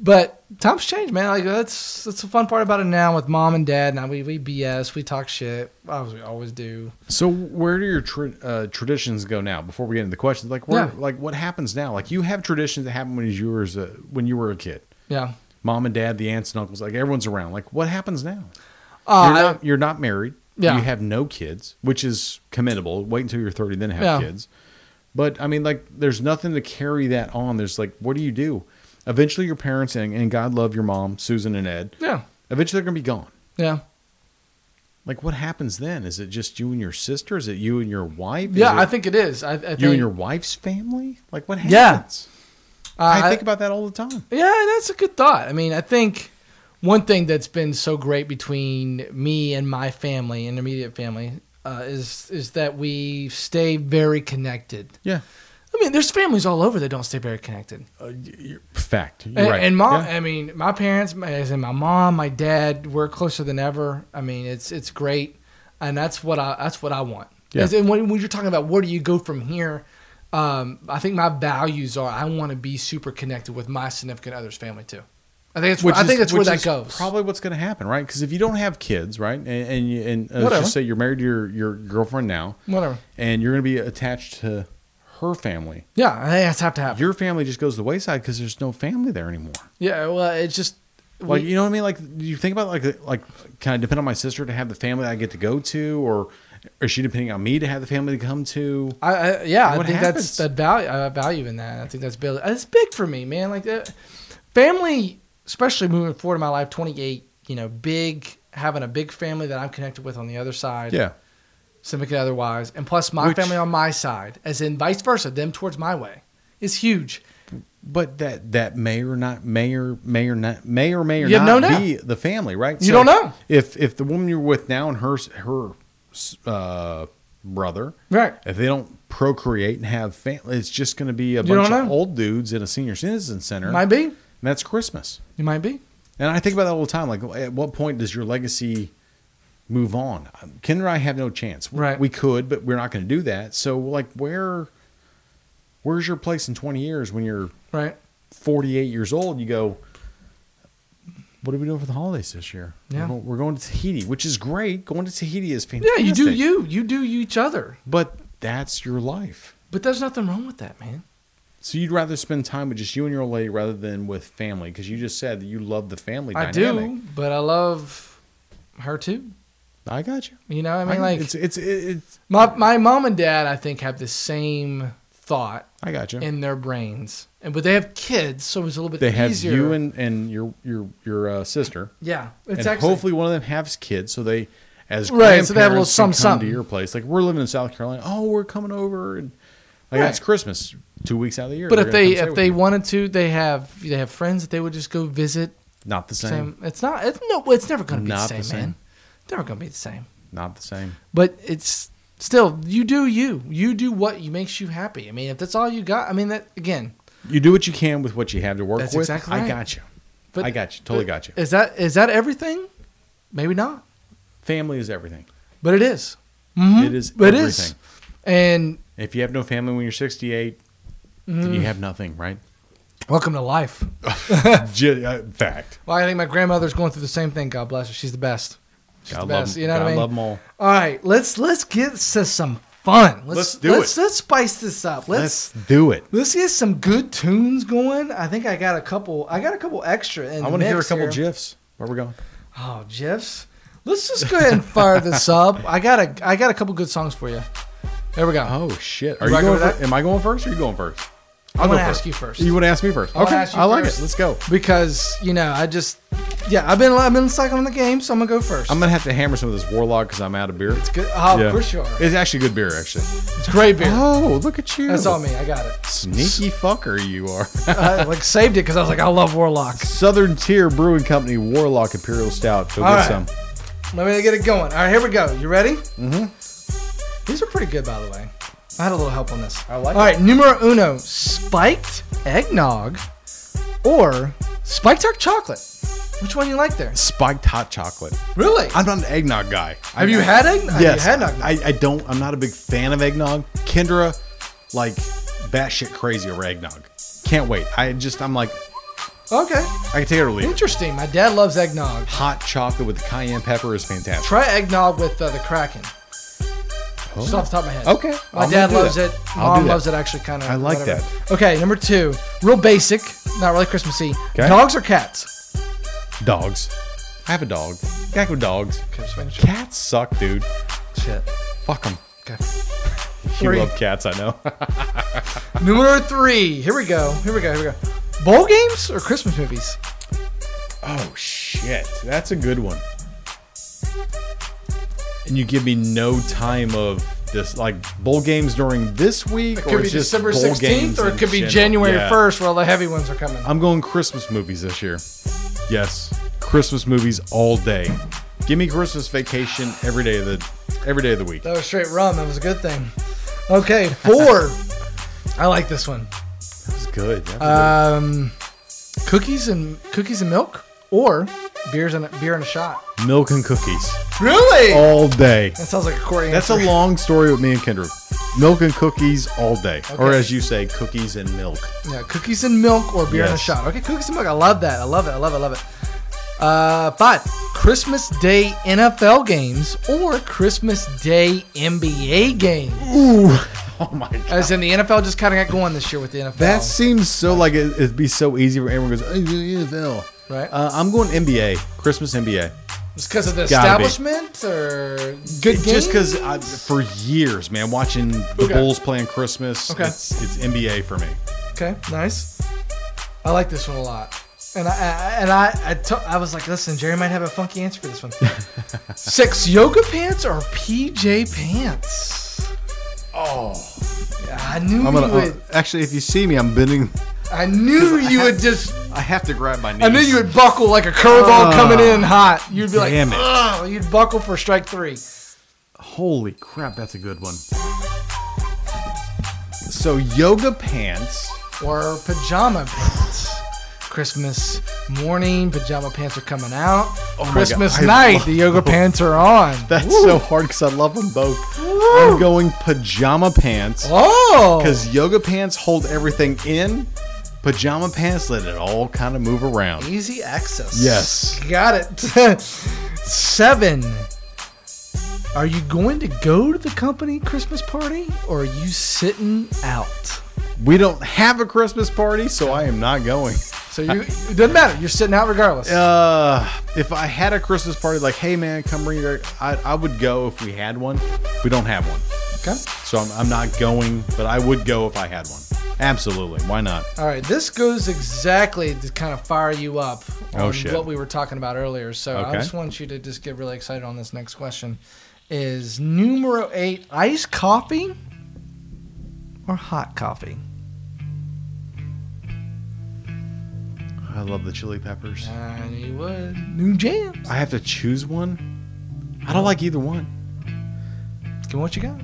[SPEAKER 3] but times change, man. Like that's that's the fun part about it now with mom and dad. Now we we BS, we talk shit, as we always do.
[SPEAKER 1] So where do your tra- uh, traditions go now? Before we get into the questions, like where,
[SPEAKER 3] Yeah.
[SPEAKER 1] like what happens now? Like you have traditions that happened when you were a, when you were a kid.
[SPEAKER 3] Yeah.
[SPEAKER 1] mom and dad, the aunts and uncles, like everyone's around. Like what happens now?
[SPEAKER 3] Uh,
[SPEAKER 1] you're, not, you're not married.
[SPEAKER 3] Yeah.
[SPEAKER 1] You have no kids, which is commendable. Wait until you're 30, then have
[SPEAKER 3] Yeah.
[SPEAKER 1] kids. But I mean, like, there's nothing to carry that on. There's like, what do you do? Eventually, your parents and, and God love your mom, Susan and Ed.
[SPEAKER 3] yeah.
[SPEAKER 1] Eventually, they're gonna be gone.
[SPEAKER 3] Yeah.
[SPEAKER 1] Like, what happens then? Is it just you and your sister? Is it you and your wife? Is
[SPEAKER 3] Yeah,
[SPEAKER 1] it
[SPEAKER 3] I think it is. I, I think,
[SPEAKER 1] you and your wife's family. Like, what happens?
[SPEAKER 3] Yeah. uh,
[SPEAKER 1] I think about that all the time.
[SPEAKER 3] Yeah, that's a good thought. I mean, I think one thing that's been so great between me and my family, and immediate family, uh, is is that we stay very connected.
[SPEAKER 1] Yeah,
[SPEAKER 3] I mean, there's families all over that don't stay very connected.
[SPEAKER 1] Uh, fact. You're
[SPEAKER 3] And,
[SPEAKER 1] right.
[SPEAKER 3] and mom,
[SPEAKER 1] Yeah.
[SPEAKER 3] I mean, my parents, as in my mom, my dad, we're closer than ever. I mean, it's it's great, and that's what I that's what I want.
[SPEAKER 1] Yeah.
[SPEAKER 3] As- And when, when you're talking about where do you go from here, um, I think my values are I want to be super connected with my significant other's family too. I think it's where, I think that's where
[SPEAKER 1] which
[SPEAKER 3] that
[SPEAKER 1] is
[SPEAKER 3] goes.
[SPEAKER 1] Probably what's going to happen, right? Because if you don't have kids, right, and and, you, and uh, let's
[SPEAKER 3] Whatever.
[SPEAKER 1] just say you're married to your your girlfriend now,
[SPEAKER 3] Whatever.
[SPEAKER 1] and you're going to be attached to her family,
[SPEAKER 3] Yeah, I think that's have to happen.
[SPEAKER 1] your family just goes to the wayside because there's no family there anymore.
[SPEAKER 3] yeah, well, it's just
[SPEAKER 1] Like
[SPEAKER 3] we-
[SPEAKER 1] you know what I mean? Like you think about like like can I depend on my sister to have the family I get to go to, or is she depending on me to have the family to come to?
[SPEAKER 3] I, I yeah, I
[SPEAKER 1] What
[SPEAKER 3] think
[SPEAKER 1] happens?
[SPEAKER 3] that's that value. I value in that. I think that's big. It's big for me, man. Like uh, family, especially moving forward in my life, twenty eight. You know, big having a big family that I'm connected with on the other side,
[SPEAKER 1] Yeah,
[SPEAKER 3] significant otherwise, and plus my
[SPEAKER 1] Which-
[SPEAKER 3] family on my side, as in vice versa, them towards my way, is huge.
[SPEAKER 1] But that that may or not may or may or not may or may or
[SPEAKER 3] You have
[SPEAKER 1] not
[SPEAKER 3] no doubt.
[SPEAKER 1] be the family, right?
[SPEAKER 3] You don't know.
[SPEAKER 1] if if the woman you're with now and her s- her uh, brother,
[SPEAKER 3] Right.
[SPEAKER 1] if they don't procreate and have family, it's just going to be a
[SPEAKER 3] You
[SPEAKER 1] bunch
[SPEAKER 3] don't
[SPEAKER 1] of
[SPEAKER 3] know.
[SPEAKER 1] old dudes in a senior citizen center.
[SPEAKER 3] Might be.
[SPEAKER 1] And that's Christmas.
[SPEAKER 3] You might be.
[SPEAKER 1] And I think about that all the time. Like, at what point does your legacy move on? Kendra and I have no chance.
[SPEAKER 3] Right.
[SPEAKER 1] We could, but we're not going to do that. So, like, where, where's your place in 20 years when you're
[SPEAKER 3] Right.
[SPEAKER 1] 48 years old? You go, what are we doing for the holidays this year?
[SPEAKER 3] Yeah.
[SPEAKER 1] We're, go- we're going to Tahiti, which is great. Going to Tahiti is
[SPEAKER 3] Yeah,
[SPEAKER 1] fantastic.
[SPEAKER 3] you do you. You do you each other.
[SPEAKER 1] But that's your life.
[SPEAKER 3] But there's nothing wrong with that, man.
[SPEAKER 1] So you'd rather spend time with just you and your old lady rather than with family because you just said that you love the family
[SPEAKER 3] I
[SPEAKER 1] dynamic.
[SPEAKER 3] do, but I love her too.
[SPEAKER 1] I got you.
[SPEAKER 3] You know, I mean, like
[SPEAKER 1] it's it's it's.
[SPEAKER 3] my my mom and dad, I think, have the same thought
[SPEAKER 1] I got you.
[SPEAKER 3] in their brains, and but they have kids, so it's a little bit
[SPEAKER 1] they have
[SPEAKER 3] easier.
[SPEAKER 1] you and and your your your uh, sister,
[SPEAKER 3] yeah, it's
[SPEAKER 1] and
[SPEAKER 3] actually
[SPEAKER 1] hopefully one of them has kids, so they as
[SPEAKER 3] Right, so they have a little
[SPEAKER 1] grandparents can
[SPEAKER 3] some-
[SPEAKER 1] come
[SPEAKER 3] something.
[SPEAKER 1] to your place. Like we're living in South Carolina. Oh, we're coming over, and like
[SPEAKER 3] Right.
[SPEAKER 1] that's Christmas, two weeks out of the year.
[SPEAKER 3] But
[SPEAKER 1] They're
[SPEAKER 3] if
[SPEAKER 1] gonna
[SPEAKER 3] they
[SPEAKER 1] come stay
[SPEAKER 3] if
[SPEAKER 1] with
[SPEAKER 3] they
[SPEAKER 1] you.
[SPEAKER 3] wanted to, they have they have friends that they would just go visit.
[SPEAKER 1] not the same,
[SPEAKER 3] Same. It's not. It's no. It's never going to be the
[SPEAKER 1] Not
[SPEAKER 3] same,
[SPEAKER 1] the same.
[SPEAKER 3] man. Never going to be the same.
[SPEAKER 1] not the same.
[SPEAKER 3] But it's still you do you. You do what you makes you happy. I mean, if that's all you got, I mean that again.
[SPEAKER 1] You do what you can with what you have to work
[SPEAKER 3] That's
[SPEAKER 1] with.
[SPEAKER 3] exactly
[SPEAKER 1] I
[SPEAKER 3] right.
[SPEAKER 1] got you.
[SPEAKER 3] But
[SPEAKER 1] I got you. Totally
[SPEAKER 3] but
[SPEAKER 1] got you.
[SPEAKER 3] Is that is that everything? Maybe not,
[SPEAKER 1] Family is everything.
[SPEAKER 3] but it is. Mhm.
[SPEAKER 1] It is
[SPEAKER 3] But
[SPEAKER 1] everything.
[SPEAKER 3] And
[SPEAKER 1] If you have no family when you're 68, then
[SPEAKER 3] Mm-hmm.
[SPEAKER 1] you have nothing, right?
[SPEAKER 3] welcome to life.
[SPEAKER 1] Ju- uh, fact.
[SPEAKER 3] Well, I think my grandmother's going through the same thing. God bless her. She's the best. She's
[SPEAKER 1] God
[SPEAKER 3] the
[SPEAKER 1] love,
[SPEAKER 3] best. you know
[SPEAKER 1] God
[SPEAKER 3] what I mean?
[SPEAKER 1] love 'em all.
[SPEAKER 3] All right, let's let's get to some fun. Let's,
[SPEAKER 1] Let's do
[SPEAKER 3] let's,
[SPEAKER 1] it.
[SPEAKER 3] Let's spice this up. Let's,
[SPEAKER 1] Let's do it.
[SPEAKER 3] let's get some good tunes going. I think I got a couple. I got a couple extra. In
[SPEAKER 1] I
[SPEAKER 3] want to
[SPEAKER 1] hear a couple gifs. Where we going?
[SPEAKER 3] Oh, gifs. Let's just go ahead and fire this up. I got a I got a couple good songs for you. There we go.
[SPEAKER 1] Oh shit! Are
[SPEAKER 3] You
[SPEAKER 1] you,
[SPEAKER 3] rocking
[SPEAKER 1] going?
[SPEAKER 3] with
[SPEAKER 1] fir-
[SPEAKER 3] that?
[SPEAKER 1] am I going first? or Are you going first?
[SPEAKER 3] I
[SPEAKER 1] go
[SPEAKER 3] want to ask you first
[SPEAKER 1] You want to ask me first?
[SPEAKER 3] I wanna
[SPEAKER 1] okay,
[SPEAKER 3] ask you
[SPEAKER 1] I like
[SPEAKER 3] first.
[SPEAKER 1] it. Let's go.
[SPEAKER 3] because you know I just yeah I've been I've been cycling the game, so I'm gonna go 1st
[SPEAKER 1] I'm gonna have to hammer some of this warlock because I'm out of beer. It's
[SPEAKER 3] good. Oh, for sure.
[SPEAKER 1] It's actually good beer, actually.
[SPEAKER 3] It's great beer.
[SPEAKER 1] Oh, look at you!
[SPEAKER 3] That's all me. I got it.
[SPEAKER 1] Sneaky fucker you are.
[SPEAKER 3] I like saved it because I was like I love Warlock.
[SPEAKER 1] Southern Tier Brewing Company Warlock Imperial Stout. Go
[SPEAKER 3] All
[SPEAKER 1] get
[SPEAKER 3] right.
[SPEAKER 1] some.
[SPEAKER 3] Let me get it going. All right, here we go. You ready? Mm-hmm. These are pretty good, by the way. I had a little help on this. I
[SPEAKER 1] Mm-hmm. like
[SPEAKER 3] All right, numero uno: spiked eggnog or spiked hot chocolate. Which one you like there?
[SPEAKER 1] Spiked hot chocolate.
[SPEAKER 3] Really?
[SPEAKER 1] I'm not an eggnog guy.
[SPEAKER 3] Have you had eggnog? Have you
[SPEAKER 1] Yes,
[SPEAKER 3] had eggnog?
[SPEAKER 1] I, I don't. I'm not a big fan of eggnog. Kendra, like, batshit crazy over eggnog. Can't wait. I just, I'm like,
[SPEAKER 3] okay.
[SPEAKER 1] I can take it or leave. it.
[SPEAKER 3] Interesting. My dad loves eggnog.
[SPEAKER 1] Hot chocolate with cayenne pepper is fantastic.
[SPEAKER 3] Try eggnog with uh, the Kraken. Just off the top of my head.
[SPEAKER 1] Oh. Okay.
[SPEAKER 3] My
[SPEAKER 1] I'm gonna
[SPEAKER 3] dad
[SPEAKER 1] do
[SPEAKER 3] loves
[SPEAKER 1] that.
[SPEAKER 3] it.
[SPEAKER 1] I'll
[SPEAKER 3] Mom
[SPEAKER 1] do that.
[SPEAKER 3] loves it. Actually, kind of.
[SPEAKER 1] I like
[SPEAKER 3] that. Okay, number two, real basic, not really Christmassy. Dogs or cats?
[SPEAKER 1] Dogs. I have a dog. Gotta go with dogs.
[SPEAKER 3] Okay, just making sure.
[SPEAKER 1] Cats suck, dude.
[SPEAKER 3] Shit.
[SPEAKER 1] Fuck them.
[SPEAKER 3] Okay.
[SPEAKER 1] You
[SPEAKER 3] Three.
[SPEAKER 1] love cats, I know.
[SPEAKER 3] Numero three. Here we go. Here we go. Here we go. Bowl games or Christmas movies?
[SPEAKER 1] oh shit, that's a good one. And you give me no time of this, like bowl games during this week,
[SPEAKER 3] It
[SPEAKER 1] or
[SPEAKER 3] could be
[SPEAKER 1] it's just
[SPEAKER 3] December
[SPEAKER 1] bowl games
[SPEAKER 3] sixteenth, or
[SPEAKER 1] in
[SPEAKER 3] it could be
[SPEAKER 1] general?
[SPEAKER 3] January
[SPEAKER 1] Yeah. Um,
[SPEAKER 3] first, where all the heavy ones are coming.
[SPEAKER 1] I'm going Christmas movies this year. Yes, Christmas movies all day. Give me Christmas vacation every day of the every day of the week.
[SPEAKER 3] That was straight rum. That was a good thing. Okay, four. I like this one.
[SPEAKER 1] That's good. That was
[SPEAKER 3] Um, cookies and cookies and milk, or beers and beer and a shot.
[SPEAKER 1] good. Milk and cookies
[SPEAKER 3] Really?
[SPEAKER 1] all day.
[SPEAKER 3] That sounds like a Corey.
[SPEAKER 1] That's a
[SPEAKER 3] answer.
[SPEAKER 1] long story with me and Kendra. Milk and cookies all day, or
[SPEAKER 3] Okay.
[SPEAKER 1] as you say, cookies and milk.
[SPEAKER 3] Yeah, cookies and milk or beer and a
[SPEAKER 1] Yes.
[SPEAKER 3] shot. Okay, cookies and milk. I love that. I love it. I love it. I love it. Uh, but Christmas Day NFL games or Christmas Day NBA games.
[SPEAKER 1] Oh my god. Oh.
[SPEAKER 3] As in, the NFL just kind of got going this year with the NFL.
[SPEAKER 1] That seems so like it, it'd be so easy for everyone goes, oh, yeah, NFL.
[SPEAKER 3] Right.
[SPEAKER 1] Uh, I'm going NBA, Christmas NBA.
[SPEAKER 3] just because of the
[SPEAKER 1] gotta be.
[SPEAKER 3] establishment or good games.
[SPEAKER 1] Just because for years, man, watching the
[SPEAKER 3] Okay.
[SPEAKER 1] Bulls playing Christmas,
[SPEAKER 3] Okay.
[SPEAKER 1] it's, it's NBA for me.
[SPEAKER 3] Okay, nice. I like this one a lot. And I, I and I I, t- I was like, listen, Jerry might have a funky answer for this one. Six yoga pants or PJ pants? Oh, yeah, I knew
[SPEAKER 1] I'm
[SPEAKER 3] you
[SPEAKER 1] gonna
[SPEAKER 3] would.
[SPEAKER 1] uh, actually, if you see me, I'm bending
[SPEAKER 3] I knew you would just.
[SPEAKER 6] I have to grab my knees.
[SPEAKER 3] I knew you would buckle like a curveball coming in hot. You'd be like,
[SPEAKER 6] damn it.
[SPEAKER 3] "Ugh," you'd buckle for strike three.
[SPEAKER 6] Holy crap, that's a good one.
[SPEAKER 1] So yoga pants.
[SPEAKER 3] Or pajama pants. Christmas morning, pajama pants are coming out.
[SPEAKER 1] my
[SPEAKER 3] Christmas
[SPEAKER 1] God, I
[SPEAKER 3] night,
[SPEAKER 1] love
[SPEAKER 3] the yoga pants are on.
[SPEAKER 1] That's so hard because I love them both. I'm going pajama pants
[SPEAKER 3] Oh,
[SPEAKER 1] because yoga pants hold everything in. Pajama pants let it all kind of move around.
[SPEAKER 3] easy access.
[SPEAKER 1] Yes.
[SPEAKER 3] Got it. Seven. Are you going to go to the company Christmas party or are you sitting out?
[SPEAKER 1] We don't have a Christmas party, so I am not going.
[SPEAKER 3] So you it doesn't matter. You're sitting out regardless.
[SPEAKER 1] Uh, if I had a Christmas party, like, hey man, come bring your, I, I would go if we had one. We don't have one,
[SPEAKER 3] Okay.
[SPEAKER 1] so I'm, I'm not going. But I would go if I had one. Absolutely, why not?
[SPEAKER 3] All right. This goes exactly to kind of fire you up on
[SPEAKER 1] Oh, shit.
[SPEAKER 3] what we were talking about earlier. So I
[SPEAKER 1] Okay.
[SPEAKER 3] just want you to just get really excited on this next question. Is numero eight iced coffee or hot coffee?
[SPEAKER 1] I love the chili peppers.
[SPEAKER 3] And you would. New jams.
[SPEAKER 1] I have to choose one. I don't like either one.
[SPEAKER 3] Give me what you got.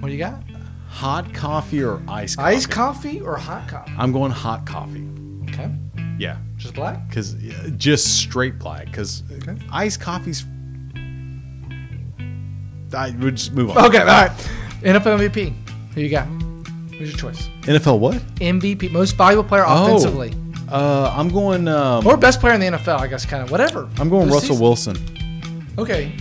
[SPEAKER 3] What do you got?
[SPEAKER 1] Hot coffee or iced coffee?
[SPEAKER 3] Iced coffee or hot coffee?
[SPEAKER 1] I'm going hot coffee.
[SPEAKER 3] Okay.
[SPEAKER 1] Yeah,
[SPEAKER 3] Just black?
[SPEAKER 1] because just straight black. Because
[SPEAKER 3] Okay.
[SPEAKER 1] iced coffee's. I would just move on.
[SPEAKER 3] Okay, all right. NFL MVP. Who you got? Who's your choice?
[SPEAKER 1] NFL what?
[SPEAKER 3] MVP, most valuable player
[SPEAKER 1] Oh.
[SPEAKER 3] offensively.
[SPEAKER 1] Uh, I'm going. Um,
[SPEAKER 3] Or best player in the NFL, I guess, kind of. Whatever.
[SPEAKER 1] I'm going
[SPEAKER 3] Oh, This
[SPEAKER 1] Russell
[SPEAKER 3] season-
[SPEAKER 1] Wilson.
[SPEAKER 3] Okay.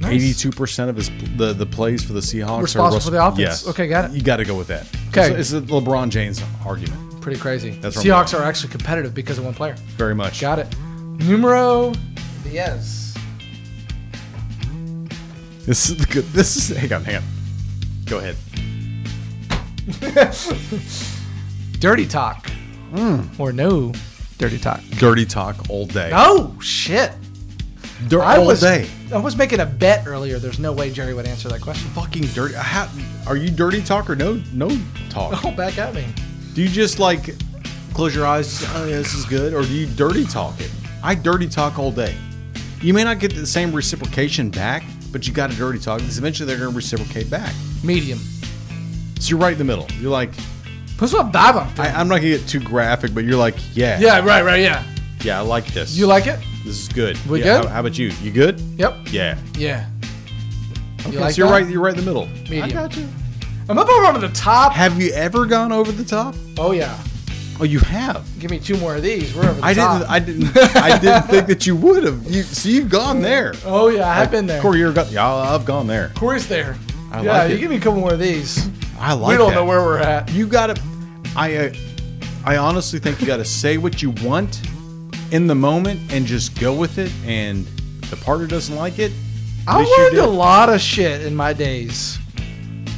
[SPEAKER 3] Nice.
[SPEAKER 1] Eighty-two percent of his the the plays for the Seahawks
[SPEAKER 3] Responsible
[SPEAKER 1] are Russell,
[SPEAKER 3] for the offense.
[SPEAKER 1] Yes.
[SPEAKER 3] Okay, got it.
[SPEAKER 1] You got to go with that.
[SPEAKER 3] Okay.
[SPEAKER 1] it's, it's a LeBron James argument.
[SPEAKER 3] Pretty crazy.
[SPEAKER 1] That's what I'm
[SPEAKER 3] Seahawks
[SPEAKER 1] going.
[SPEAKER 3] are actually competitive because of one player.
[SPEAKER 1] Very much.
[SPEAKER 3] Got it. Numero Diaz.
[SPEAKER 1] This is good. This is. Hang on, hang on. Go ahead.
[SPEAKER 3] Dirty talk. Or no dirty talk.
[SPEAKER 1] Mm. Dirty talk all day.
[SPEAKER 3] Oh, shit.
[SPEAKER 1] Dir-
[SPEAKER 3] I
[SPEAKER 1] all
[SPEAKER 3] was,
[SPEAKER 1] day.
[SPEAKER 3] I was making a bet earlier. There's no way Jerry would answer that question.
[SPEAKER 1] Fucking dirty. How, are you dirty talk or no no talk?
[SPEAKER 3] Oh, back at me.
[SPEAKER 1] Do you just like close your eyes? Oh yeah, this is good. Or do you dirty talk it? I dirty talk all day. You may not get the same reciprocation back, but you got to dirty talk because eventually they're going to reciprocate back.
[SPEAKER 3] Medium.
[SPEAKER 1] So you're right in the middle. You're like,
[SPEAKER 3] Put some vibe on.
[SPEAKER 1] I, I'm not gonna get too graphic, but you're like, yeah,
[SPEAKER 3] Yeah, right, right, yeah.
[SPEAKER 1] yeah, I like this.
[SPEAKER 3] You like it?
[SPEAKER 1] this is good.
[SPEAKER 3] We
[SPEAKER 1] yeah,
[SPEAKER 3] good?
[SPEAKER 1] How, how about you? You good?
[SPEAKER 3] Yep.
[SPEAKER 1] Yeah.
[SPEAKER 3] Yeah.
[SPEAKER 1] Okay,
[SPEAKER 3] like
[SPEAKER 1] so you're
[SPEAKER 3] that?
[SPEAKER 1] right. You're right in the middle.
[SPEAKER 3] Medium.
[SPEAKER 1] I got you.
[SPEAKER 3] I'm up over on the top.
[SPEAKER 1] Have you ever gone over the top?
[SPEAKER 3] Oh yeah.
[SPEAKER 1] Oh, you have.
[SPEAKER 3] Give me two more of these. We're over the
[SPEAKER 1] I
[SPEAKER 3] top.
[SPEAKER 1] didn't. I didn't. I didn't think that you would have. You, so you've gone there.
[SPEAKER 3] oh yeah, I have been there.
[SPEAKER 1] Corey, you're go- yeah, I've gone there.
[SPEAKER 3] Corey's there.
[SPEAKER 1] I
[SPEAKER 3] yeah,
[SPEAKER 1] like
[SPEAKER 3] you
[SPEAKER 1] it.
[SPEAKER 3] give me a couple more of these.
[SPEAKER 1] I like.
[SPEAKER 3] we don't
[SPEAKER 1] that.
[SPEAKER 3] know where we're at.
[SPEAKER 1] you got to. I. Uh, I honestly think you got to say what you want in the moment and just go with it. And if the partner doesn't like it.
[SPEAKER 3] I
[SPEAKER 1] at least you
[SPEAKER 3] learned a
[SPEAKER 1] did.
[SPEAKER 3] lot of shit in my days.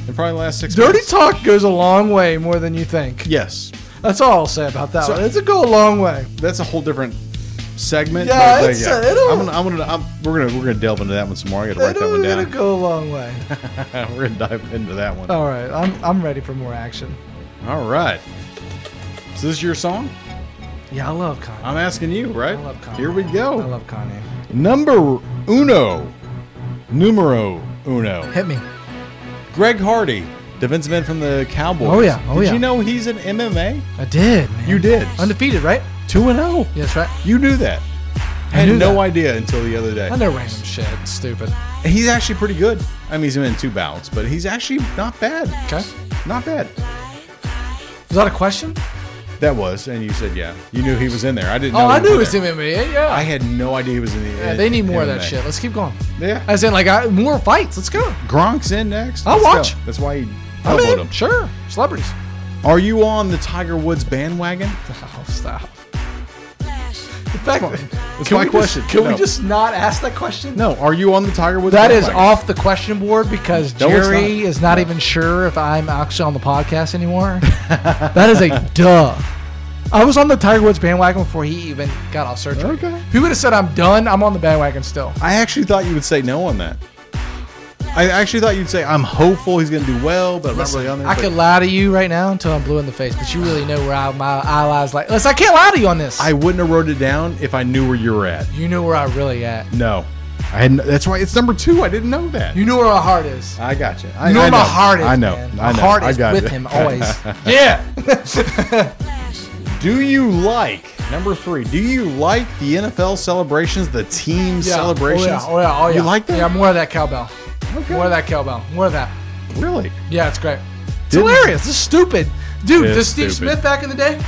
[SPEAKER 1] in probably the last six.
[SPEAKER 3] Dirty
[SPEAKER 1] months.
[SPEAKER 3] talk goes a long way more than you think.
[SPEAKER 1] Yes,
[SPEAKER 3] That's all I'll say about that
[SPEAKER 1] So-
[SPEAKER 3] one. It's a go a long way.
[SPEAKER 1] that's a whole different segment.
[SPEAKER 3] Yeah,
[SPEAKER 1] but, uh,
[SPEAKER 3] it's, uh, it'll-
[SPEAKER 1] I'm gonna, I'm gonna, I'm, we're gonna, we're gonna delve into that one some more. I gotta write that
[SPEAKER 3] We're
[SPEAKER 1] one
[SPEAKER 3] gonna
[SPEAKER 1] down.
[SPEAKER 3] go a long way.
[SPEAKER 1] we're gonna dive into that one.
[SPEAKER 3] All right, I'm I'm ready for more action.
[SPEAKER 1] All right. So this is your song?
[SPEAKER 3] Yeah, I love Kanye.
[SPEAKER 1] I'm asking you, right?
[SPEAKER 3] I love Kanye.
[SPEAKER 1] Here we go.
[SPEAKER 3] I love Kanye.
[SPEAKER 1] Number uno, numero uno.
[SPEAKER 3] Hit me.
[SPEAKER 1] Greg Hardy, defensive end from the Cowboys.
[SPEAKER 3] Oh, yeah. Oh,
[SPEAKER 1] did
[SPEAKER 3] yeah.
[SPEAKER 1] you know he's an MMA?
[SPEAKER 3] I did. Man.
[SPEAKER 1] You did.
[SPEAKER 3] Undefeated, right?
[SPEAKER 1] Two and zero.
[SPEAKER 3] Yes, right.
[SPEAKER 1] You knew that.
[SPEAKER 3] oh. I
[SPEAKER 1] had
[SPEAKER 3] knew
[SPEAKER 1] no
[SPEAKER 3] that.
[SPEAKER 1] idea until the other day.
[SPEAKER 3] I know random shit. It's stupid.
[SPEAKER 1] He's actually pretty good. I mean, he's in two bouts, but he's actually not bad.
[SPEAKER 3] Okay.
[SPEAKER 1] Not bad.
[SPEAKER 3] Is that a question?
[SPEAKER 1] That was, and you said yeah. You knew he was in there. I didn't.
[SPEAKER 3] Oh,
[SPEAKER 1] know
[SPEAKER 3] I
[SPEAKER 1] he
[SPEAKER 3] knew it
[SPEAKER 1] was
[SPEAKER 3] was
[SPEAKER 1] in. there.
[SPEAKER 3] MMA. Yeah.
[SPEAKER 1] I had no idea he was in the.
[SPEAKER 3] yeah, they need more of that shit. Let's keep going.
[SPEAKER 1] Yeah.
[SPEAKER 3] As in, like, I, more fights. Let's go.
[SPEAKER 1] Gronk's in next.
[SPEAKER 3] I'll
[SPEAKER 1] Let's go.
[SPEAKER 3] watch.
[SPEAKER 1] That's why he
[SPEAKER 3] I'm
[SPEAKER 1] elbowed
[SPEAKER 3] in.
[SPEAKER 1] him.
[SPEAKER 3] Sure. Celebrities.
[SPEAKER 1] Are you on the Tiger Woods bandwagon?
[SPEAKER 3] Oh, stop. The fact that,
[SPEAKER 1] That's
[SPEAKER 3] can
[SPEAKER 1] my
[SPEAKER 3] we
[SPEAKER 1] question.
[SPEAKER 3] Just, can we
[SPEAKER 1] No.
[SPEAKER 3] just not ask that question?
[SPEAKER 1] No. Are you on the Tiger Woods?
[SPEAKER 3] That is
[SPEAKER 1] bandwagon?
[SPEAKER 3] off the question board because
[SPEAKER 1] No, it's
[SPEAKER 3] Jerry
[SPEAKER 1] not.
[SPEAKER 3] is not even sure if I'm actually on the podcast anymore. that is a duh. I was on the Tiger Woods bandwagon before he even got off surgery.
[SPEAKER 1] Okay.
[SPEAKER 3] If he would have said I'm done, I'm on the bandwagon still.
[SPEAKER 1] I actually thought you would say no on that. I actually thought you'd say I'm hopeful he's going to do well, but I'm not really on there.
[SPEAKER 3] I
[SPEAKER 1] but-
[SPEAKER 3] could lie to you right now until I'm blue in the face, but you really know where I, my eye lies. Like, listen, I can't lie to you on this.
[SPEAKER 1] I wouldn't have wrote it down if I knew where you were at.
[SPEAKER 3] you know where I really at.
[SPEAKER 1] No, I had. That's why it's number two. I didn't know that.
[SPEAKER 3] You know where my heart is.
[SPEAKER 1] I got you. I,
[SPEAKER 3] You know
[SPEAKER 1] I
[SPEAKER 3] where my
[SPEAKER 1] know.
[SPEAKER 3] heart is.
[SPEAKER 1] I know.
[SPEAKER 3] man.
[SPEAKER 1] I
[SPEAKER 3] My
[SPEAKER 1] know.
[SPEAKER 3] heart
[SPEAKER 1] I
[SPEAKER 3] is
[SPEAKER 1] got
[SPEAKER 3] with
[SPEAKER 1] it.
[SPEAKER 3] him always.
[SPEAKER 1] Yeah. do you like number three? Do you like the NFL celebrations, the team
[SPEAKER 3] Yeah.
[SPEAKER 1] celebrations?
[SPEAKER 3] Oh yeah. Oh yeah. Oh yeah.
[SPEAKER 1] You like that?
[SPEAKER 3] Yeah, more of that cowbell.
[SPEAKER 1] Okay.
[SPEAKER 3] More of that cowbell. More of that.
[SPEAKER 1] Really?
[SPEAKER 3] Yeah, it's great. It's
[SPEAKER 1] Didn't-
[SPEAKER 3] hilarious. This is stupid. Dude,
[SPEAKER 1] It's
[SPEAKER 3] does Steve
[SPEAKER 1] stupid.
[SPEAKER 3] Smith back in the day?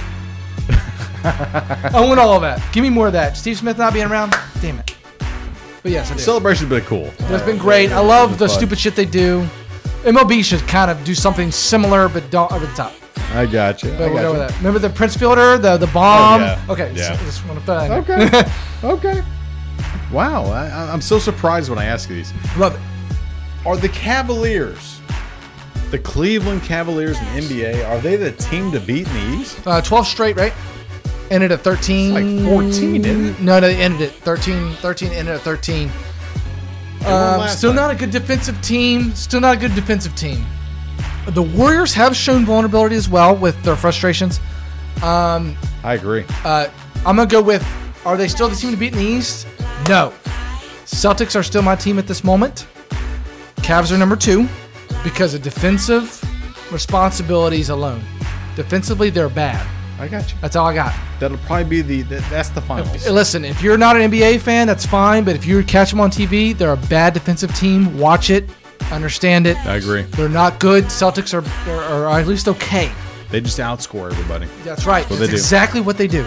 [SPEAKER 3] I want all of that. Give me more of that. Steve Smith not being around? Damn it. But yes, I do.
[SPEAKER 1] Celebrations have been cool.
[SPEAKER 3] It's been great. I love the
[SPEAKER 1] fun.
[SPEAKER 3] stupid shit they do. MLB should kind of do something similar, but don't over the top.
[SPEAKER 1] I got you.
[SPEAKER 3] But
[SPEAKER 1] I
[SPEAKER 3] we'll go
[SPEAKER 1] got
[SPEAKER 3] with
[SPEAKER 1] you.
[SPEAKER 3] that. Remember the Prince Fielder, the the bomb.
[SPEAKER 1] Oh, yeah.
[SPEAKER 3] Okay,
[SPEAKER 1] Yeah.
[SPEAKER 3] so just want to throw that in there.
[SPEAKER 1] Okay. okay. Wow. I, I- I'm so surprised when I ask you these.
[SPEAKER 3] Love it.
[SPEAKER 1] Are the Cavaliers, the Cleveland Cavaliers in NBA, are they the team to beat in the East?
[SPEAKER 3] Uh, Twelve straight, right? Ended at thirteen.
[SPEAKER 1] Like 14, isn't it?
[SPEAKER 3] No, no, they ended it 13. 13 ended at 13.
[SPEAKER 1] won
[SPEAKER 3] Um,
[SPEAKER 1] last
[SPEAKER 3] still
[SPEAKER 1] time.
[SPEAKER 3] not a good defensive team. Still not a good defensive team. The Warriors have shown vulnerability as well with their frustrations.
[SPEAKER 1] I agree.
[SPEAKER 3] Uh, I'm gonna go with. Are they still the team to beat in the East? No. Celtics are still my team at this moment. Cavs are number two because of defensive responsibilities alone. Defensively, they're bad.
[SPEAKER 1] I got you.
[SPEAKER 3] That's all I got.
[SPEAKER 1] That'll probably be the that, that's the finals.
[SPEAKER 3] Listen, if you're not an NBA fan, that's fine. But if you catch them on TV, they're a bad defensive team. Watch it, understand it.
[SPEAKER 1] I agree.
[SPEAKER 3] They're not good. Celtics are, are, are at least okay.
[SPEAKER 1] They just outscore everybody.
[SPEAKER 3] That's right.
[SPEAKER 1] what
[SPEAKER 3] That's
[SPEAKER 1] they do.
[SPEAKER 3] exactly what they do.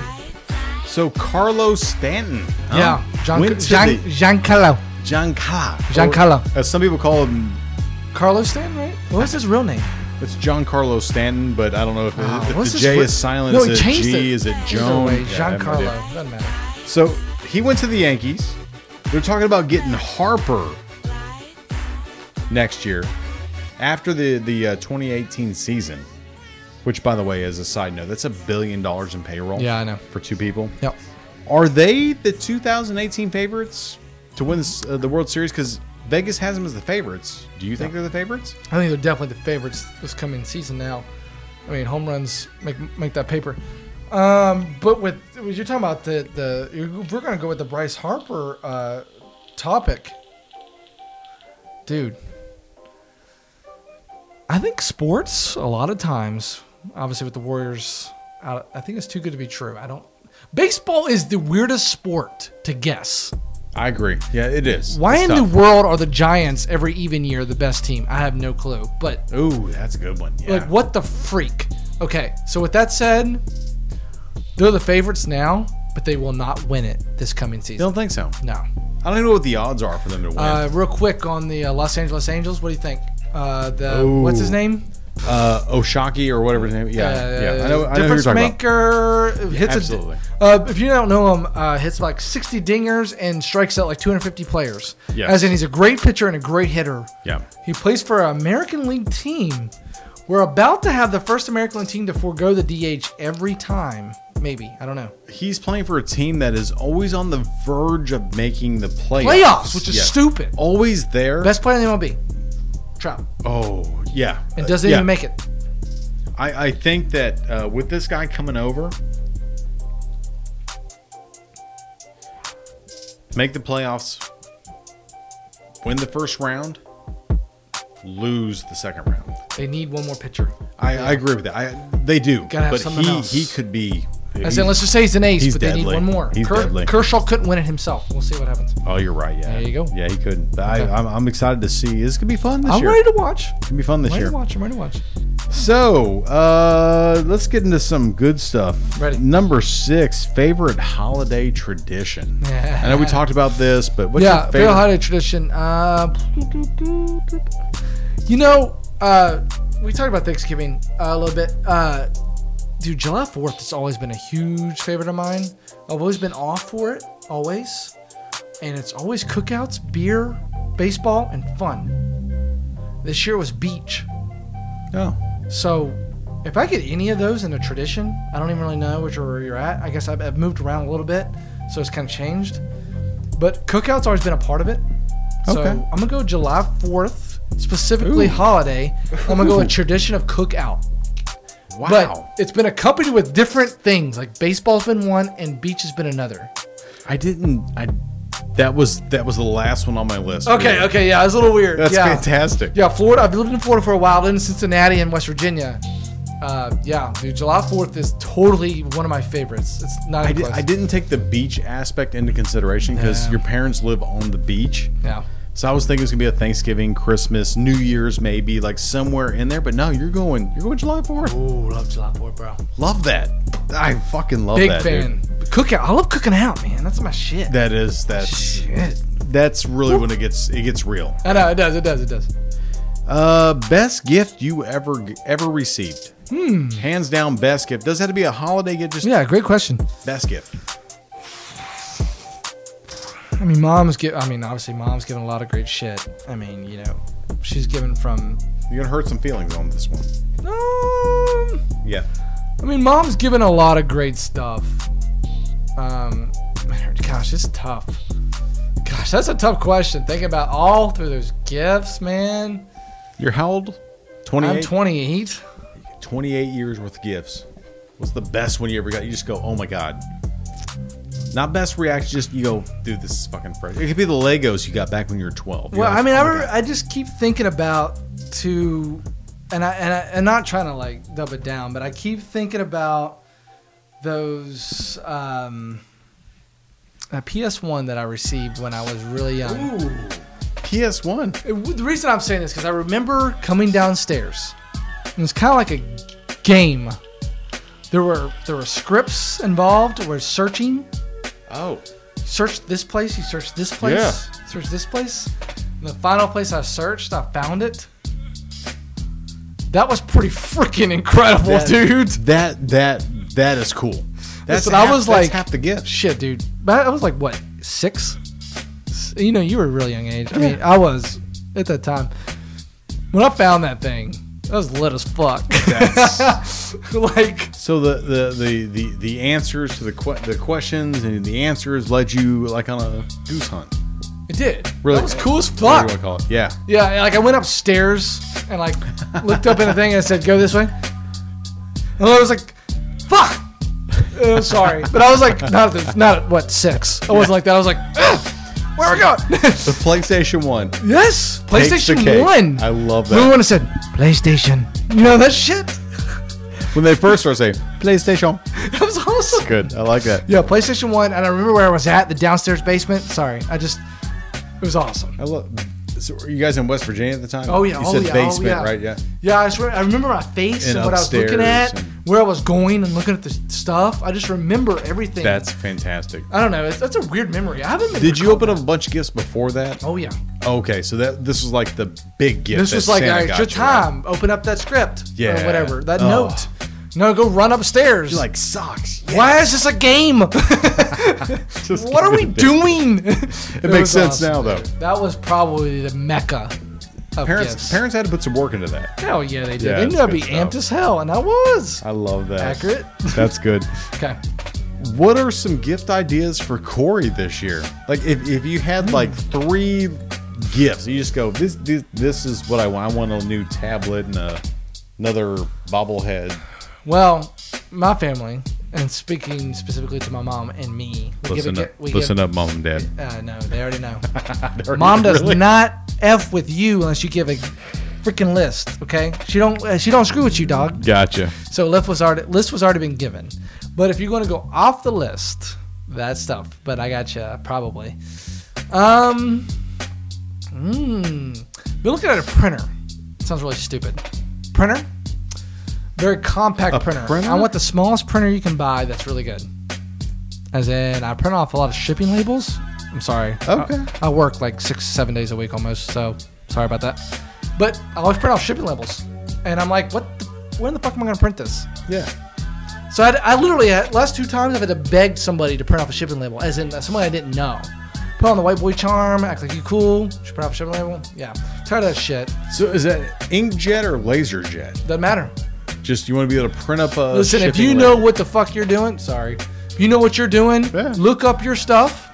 [SPEAKER 1] So Carlos Stanton, huh?
[SPEAKER 3] yeah, Gian,
[SPEAKER 1] went to
[SPEAKER 3] Gian,
[SPEAKER 1] the
[SPEAKER 3] Giancarlo,
[SPEAKER 1] Giancarlo,
[SPEAKER 3] Giancarlo.
[SPEAKER 1] Or, as some people call him.
[SPEAKER 3] Carlos Stanton, right? What was his real name?
[SPEAKER 1] It's John Carlos Stanton, but I don't know if, it-
[SPEAKER 3] Wow,
[SPEAKER 1] if
[SPEAKER 3] what's
[SPEAKER 1] the
[SPEAKER 3] his
[SPEAKER 1] J
[SPEAKER 3] fr-
[SPEAKER 1] is silent.
[SPEAKER 3] No, he
[SPEAKER 1] is it
[SPEAKER 3] changed
[SPEAKER 1] G?
[SPEAKER 3] it.
[SPEAKER 1] Is it
[SPEAKER 3] Either
[SPEAKER 1] Joan?
[SPEAKER 3] way,
[SPEAKER 1] Yeah, I have no idea.
[SPEAKER 3] Giancarlo. Doesn't matter.
[SPEAKER 1] So he went to the Yankees. They're talking about getting Harper next year after the the uh, 2018 season, which, by the way, is a side note, that's a billion dollars in payroll.
[SPEAKER 3] Yeah, I know.
[SPEAKER 1] For two people,
[SPEAKER 3] Yep.
[SPEAKER 1] are they the 2018 favorites to win this, uh, the World Series? Because Vegas has them as the favorites. Do you think they're the favorites?
[SPEAKER 3] I think they're definitely the favorites this coming season. Now, I mean, home runs make make that paper. Um, but with you're talking about the the you're, we're gonna go with the Bryce Harper uh, topic, dude. I think sports a lot of times, obviously with the Warriors, I, I think it's too good to be true. I don't. Baseball is the weirdest sport to guess.
[SPEAKER 1] I agree. Yeah, it is.
[SPEAKER 3] Why
[SPEAKER 1] It's
[SPEAKER 3] in
[SPEAKER 1] tough.
[SPEAKER 3] the world are the Giants every even year the best team? I have no clue. But
[SPEAKER 1] Ooh, that's a good one. Yeah.
[SPEAKER 3] like, what the freak? Okay, so with that said, they're the favorites now, but they will not win it this coming
[SPEAKER 1] You
[SPEAKER 3] season.
[SPEAKER 1] don't think so?
[SPEAKER 3] No.
[SPEAKER 1] I don't even know what the odds are for them to win.
[SPEAKER 3] Uh, real quick on the uh, Los Angeles Angels, what do you think? Uh, the what's his
[SPEAKER 1] Ooh.
[SPEAKER 3] name?
[SPEAKER 1] uh, Oshaki or whatever his name. Yeah, yeah. I know. I know who you're
[SPEAKER 3] Uh, difference
[SPEAKER 1] talking about.
[SPEAKER 3] maker hits
[SPEAKER 1] absolutely.
[SPEAKER 3] a. Uh, if you don't know him, uh, hits like 60 dingers and strikes out like 250 players.
[SPEAKER 1] Yes.
[SPEAKER 3] As in, he's a great pitcher and a great hitter.
[SPEAKER 1] Yeah.
[SPEAKER 3] He plays for an American League team. We're about to have the first American League team to forego the DH every time. Maybe I don't know
[SPEAKER 1] He's playing for a team that is always on the verge of making the playoffs.
[SPEAKER 3] playoffs, which is
[SPEAKER 1] Yes.
[SPEAKER 3] stupid.
[SPEAKER 1] Always there.
[SPEAKER 3] Best player in the MLB, Trout,
[SPEAKER 1] Oh, yeah.
[SPEAKER 3] and doesn't
[SPEAKER 1] Yeah.
[SPEAKER 3] even make it.
[SPEAKER 1] I, I think that uh, with this guy coming over, make the playoffs, win the first round, lose the second round.
[SPEAKER 3] They need one more pitcher.
[SPEAKER 1] I, I agree with that. I, they do.
[SPEAKER 3] Gotta have
[SPEAKER 1] but
[SPEAKER 3] something
[SPEAKER 1] he,
[SPEAKER 3] else.
[SPEAKER 1] he could be.
[SPEAKER 3] As
[SPEAKER 1] he-
[SPEAKER 3] in, let's just say he's an ace,
[SPEAKER 1] he's
[SPEAKER 3] but they need
[SPEAKER 1] deadly.
[SPEAKER 3] one more.
[SPEAKER 1] He's deadly.
[SPEAKER 3] Kershaw couldn't win it himself. We'll see what happens.
[SPEAKER 1] Oh, you're right. Yeah.
[SPEAKER 3] There you go.
[SPEAKER 1] Yeah, he could. But
[SPEAKER 3] Okay.
[SPEAKER 1] I, I'm, I'm excited to see. This could be fun this
[SPEAKER 3] I'm
[SPEAKER 1] year.
[SPEAKER 3] ready to watch.
[SPEAKER 1] It's gonna be fun this
[SPEAKER 3] ready
[SPEAKER 1] year.
[SPEAKER 3] to watch. I'm ready to watch.
[SPEAKER 1] So, uh, let's get into some good stuff.
[SPEAKER 3] Ready.
[SPEAKER 1] Number six, favorite holiday tradition. I know we talked about this, but what's
[SPEAKER 3] yeah,
[SPEAKER 1] your
[SPEAKER 3] favorite
[SPEAKER 1] favorite?
[SPEAKER 3] holiday tradition. Uh, you know, uh, we talked about Thanksgiving uh, a little bit. Uh, dude, July 4th has always been a huge favorite of mine. I've always been off for it, always. And it's always cookouts, beer, baseball, and fun. This year was beach.
[SPEAKER 1] oh,
[SPEAKER 3] So if I get any of those in a tradition, I don't even really know which where you're at. I guess I've, I've moved around a little bit, so it's kind of changed. But cookout's always been a part of it. So
[SPEAKER 1] Okay.
[SPEAKER 3] I'm gonna go July 4th specifically
[SPEAKER 1] Ooh.
[SPEAKER 3] holiday. I'm gonna go with tradition of cookout.
[SPEAKER 1] Wow.
[SPEAKER 3] But it's been accompanied with different things, like baseball's been one and beach has been another.
[SPEAKER 1] I didn't. I. That was that was the last one on my list.
[SPEAKER 3] Okay,
[SPEAKER 1] really.
[SPEAKER 3] okay, yeah, it's a little weird.
[SPEAKER 1] That's
[SPEAKER 3] yeah.
[SPEAKER 1] fantastic.
[SPEAKER 3] Yeah, Florida. I've lived in Florida for a while, lived in Cincinnati and West Virginia. Uh, yeah, dude, July 4th is totally one of my favorites. It's not
[SPEAKER 1] I,
[SPEAKER 3] even
[SPEAKER 1] did,
[SPEAKER 3] close.
[SPEAKER 1] I didn't take the beach aspect into consideration because
[SPEAKER 3] Yeah.
[SPEAKER 1] your parents live on the beach.
[SPEAKER 3] Yeah.
[SPEAKER 1] So I was thinking it was gonna be a Thanksgiving, Christmas, New Year's, maybe like somewhere in there. But no, you're going. You're going July Fourth.
[SPEAKER 3] Ooh, love July 4th, bro.
[SPEAKER 1] Love that. I fucking love
[SPEAKER 3] Big
[SPEAKER 1] that. dude.
[SPEAKER 3] fan. Cookout. I love cooking out, man. That's my shit.
[SPEAKER 1] That is that's
[SPEAKER 3] Shit.
[SPEAKER 1] that's really when it gets it gets real.
[SPEAKER 3] I know it does. It does. It does.
[SPEAKER 1] Uh, best gift you ever ever received. Hmm. Hands down, best gift. Does that have to be a holiday gift? Just
[SPEAKER 3] Yeah, great question.
[SPEAKER 1] best gift.
[SPEAKER 3] I mean, mom's give. I mean, obviously, mom's given a lot of great shit. I mean, you know, she's given from.
[SPEAKER 1] You're gonna hurt some feelings on this one.
[SPEAKER 3] Um,
[SPEAKER 1] Yeah.
[SPEAKER 3] I mean, mom's given a lot of great stuff. Um, gosh, it's tough. Gosh, that's a tough question. Think about all through those gifts, man.
[SPEAKER 1] You're how old?
[SPEAKER 3] I'm
[SPEAKER 1] 28?
[SPEAKER 3] 28.
[SPEAKER 1] 28 years worth of gifts. What's the best one you ever got? You just go, oh my god. Not best reaction, just you go, dude, this is fucking fresh. It could be the Legos you got back when you were 12. You're
[SPEAKER 3] Well,
[SPEAKER 1] like,
[SPEAKER 3] I mean,
[SPEAKER 1] oh
[SPEAKER 3] I,
[SPEAKER 1] my
[SPEAKER 3] re-
[SPEAKER 1] God.
[SPEAKER 3] I just keep thinking about to, and I and I, and not trying to like dub it down, but I keep thinking about those um, a PS One that I received when I was really young.
[SPEAKER 1] PS1.
[SPEAKER 3] It- w- the reason I'm saying this because I remember coming downstairs. It was kind of like a game. There were there were scripts involved. We're searching
[SPEAKER 1] Oh.
[SPEAKER 3] searched this place, you searched this place,
[SPEAKER 1] Yeah.
[SPEAKER 3] searched this place. And the final place I searched, I found it. That was pretty freaking incredible,
[SPEAKER 1] That-
[SPEAKER 3] dude.
[SPEAKER 1] That that that is cool. That's
[SPEAKER 3] Listen,
[SPEAKER 1] half,
[SPEAKER 3] I was
[SPEAKER 1] that's
[SPEAKER 3] like
[SPEAKER 1] half the gift.
[SPEAKER 3] Shit, dude. But I was like what six? S- You know, you were a really young age. I mean, I was at that time. When I found that thing, that was lit as fuck. like
[SPEAKER 1] So the the the the, the answers to the que- the questions and the answers led you like on a goose hunt.
[SPEAKER 3] it did.
[SPEAKER 1] Really-
[SPEAKER 3] that was cool as
[SPEAKER 1] What
[SPEAKER 3] fuck.
[SPEAKER 1] do you wanna call it? Yeah.
[SPEAKER 3] Yeah, and, like I went upstairs and like looked up in the thing and it said, "Go this way." And I was like, "Fuck." Uh, sorry, but I was like, not at the, not at what six. I wasn't like that. I was like, "Ugh, "Where are we going?"
[SPEAKER 1] The PlayStation One.
[SPEAKER 3] yes,
[SPEAKER 1] takes the
[SPEAKER 3] PlayStation
[SPEAKER 1] cake.
[SPEAKER 3] One.
[SPEAKER 1] I love
[SPEAKER 3] We
[SPEAKER 1] that.
[SPEAKER 3] would have said PlayStation. You know that shit.
[SPEAKER 1] When they first started saying PlayStation,
[SPEAKER 3] That was awesome.
[SPEAKER 1] good. I like that.
[SPEAKER 3] Yeah, PlayStation One, and I remember where I was at, the downstairs basement. Sorry, I just, it was awesome.
[SPEAKER 1] I love. So were you guys in West Virginia at the time?
[SPEAKER 3] Oh, yeah.
[SPEAKER 1] You
[SPEAKER 3] Oh,
[SPEAKER 1] said
[SPEAKER 3] yeah. Oh,
[SPEAKER 1] basement,
[SPEAKER 3] yeah.
[SPEAKER 1] right? Yeah.
[SPEAKER 3] Yeah, I swear. I remember my face and,
[SPEAKER 1] And
[SPEAKER 3] what I was looking
[SPEAKER 1] upstairs
[SPEAKER 3] at,
[SPEAKER 1] and-
[SPEAKER 3] where I was going, and looking at the stuff. I just remember everything.
[SPEAKER 1] That's fantastic.
[SPEAKER 3] I don't know. It's, that's a weird memory. I haven't. Been
[SPEAKER 1] Did you open up a bunch of gifts before that?
[SPEAKER 3] Oh yeah.
[SPEAKER 1] Okay, so that this was like the big gift.
[SPEAKER 3] this
[SPEAKER 1] that
[SPEAKER 3] was like
[SPEAKER 1] Santa
[SPEAKER 3] all right,
[SPEAKER 1] got
[SPEAKER 3] your
[SPEAKER 1] you, right?
[SPEAKER 3] time. Open up that script.
[SPEAKER 1] Yeah.
[SPEAKER 3] Or whatever. That
[SPEAKER 1] Oh.
[SPEAKER 3] note. No, go run upstairs.
[SPEAKER 1] You're like socks. Yeah.
[SPEAKER 3] Why is this a game?
[SPEAKER 1] Just
[SPEAKER 3] what are we
[SPEAKER 1] give it a bit.
[SPEAKER 3] doing? it
[SPEAKER 1] makes
[SPEAKER 3] was
[SPEAKER 1] sense now, though.
[SPEAKER 3] dude. That was probably the mecca of
[SPEAKER 1] Parents,
[SPEAKER 3] gifts.
[SPEAKER 1] parents had to put some work into that.
[SPEAKER 3] Hell yeah, they did.
[SPEAKER 1] Yeah,
[SPEAKER 3] they
[SPEAKER 1] it's
[SPEAKER 3] knew I'd
[SPEAKER 1] good
[SPEAKER 3] be
[SPEAKER 1] stuff.
[SPEAKER 3] amped as hell, and I was.
[SPEAKER 1] I love that.
[SPEAKER 3] Accurate.
[SPEAKER 1] That's good.
[SPEAKER 3] Okay.
[SPEAKER 1] What are some gift ideas for Corey this year? Like, if, if you had like three gifts, you just go, this, this this is what I want. I want a new tablet and a, another bobblehead.
[SPEAKER 3] Well, my family, and speaking specifically to my mom and me, we give a, gi- we give,
[SPEAKER 1] up, mom and dad.
[SPEAKER 3] Uh, no, they already know. mom does not f with you unless you give a freaking list. Okay, she don't uh, she don't screw with you, dog.
[SPEAKER 1] Gotcha.
[SPEAKER 3] So list was already list was already been given, but if you're going to go off the list, that's tough. But I got you probably. Um, mm, been looking at a printer. Sounds really stupid. Printer. Very compact
[SPEAKER 1] A
[SPEAKER 3] printer.
[SPEAKER 1] printer?
[SPEAKER 3] I want the smallest printer you can buy. That's really good. As in, I print off a lot of shipping labels. I'm sorry.
[SPEAKER 1] Okay.
[SPEAKER 3] I, I work like six, seven days a week almost, so sorry about that. But I always print off shipping labels, and I'm like, what? The, where in the fuck am I gonna print this?
[SPEAKER 1] Yeah.
[SPEAKER 3] So I, I literally had, last two times I've had to beg somebody to print off a shipping label, as in uh, somebody I didn't know. Put on the white boy charm, act like you cool. Should print off a shipping label. Yeah, tired of that shit.
[SPEAKER 1] So is that inkjet or laser jet?
[SPEAKER 3] Doesn't matter.
[SPEAKER 1] Just you want to be able to print up a.
[SPEAKER 3] Listen,
[SPEAKER 1] Uh,
[SPEAKER 3] if
[SPEAKER 1] shipping
[SPEAKER 3] you
[SPEAKER 1] label.
[SPEAKER 3] know what the fuck you're doing, sorry. If you know what you're doing,
[SPEAKER 1] Yeah.
[SPEAKER 3] look up your stuff.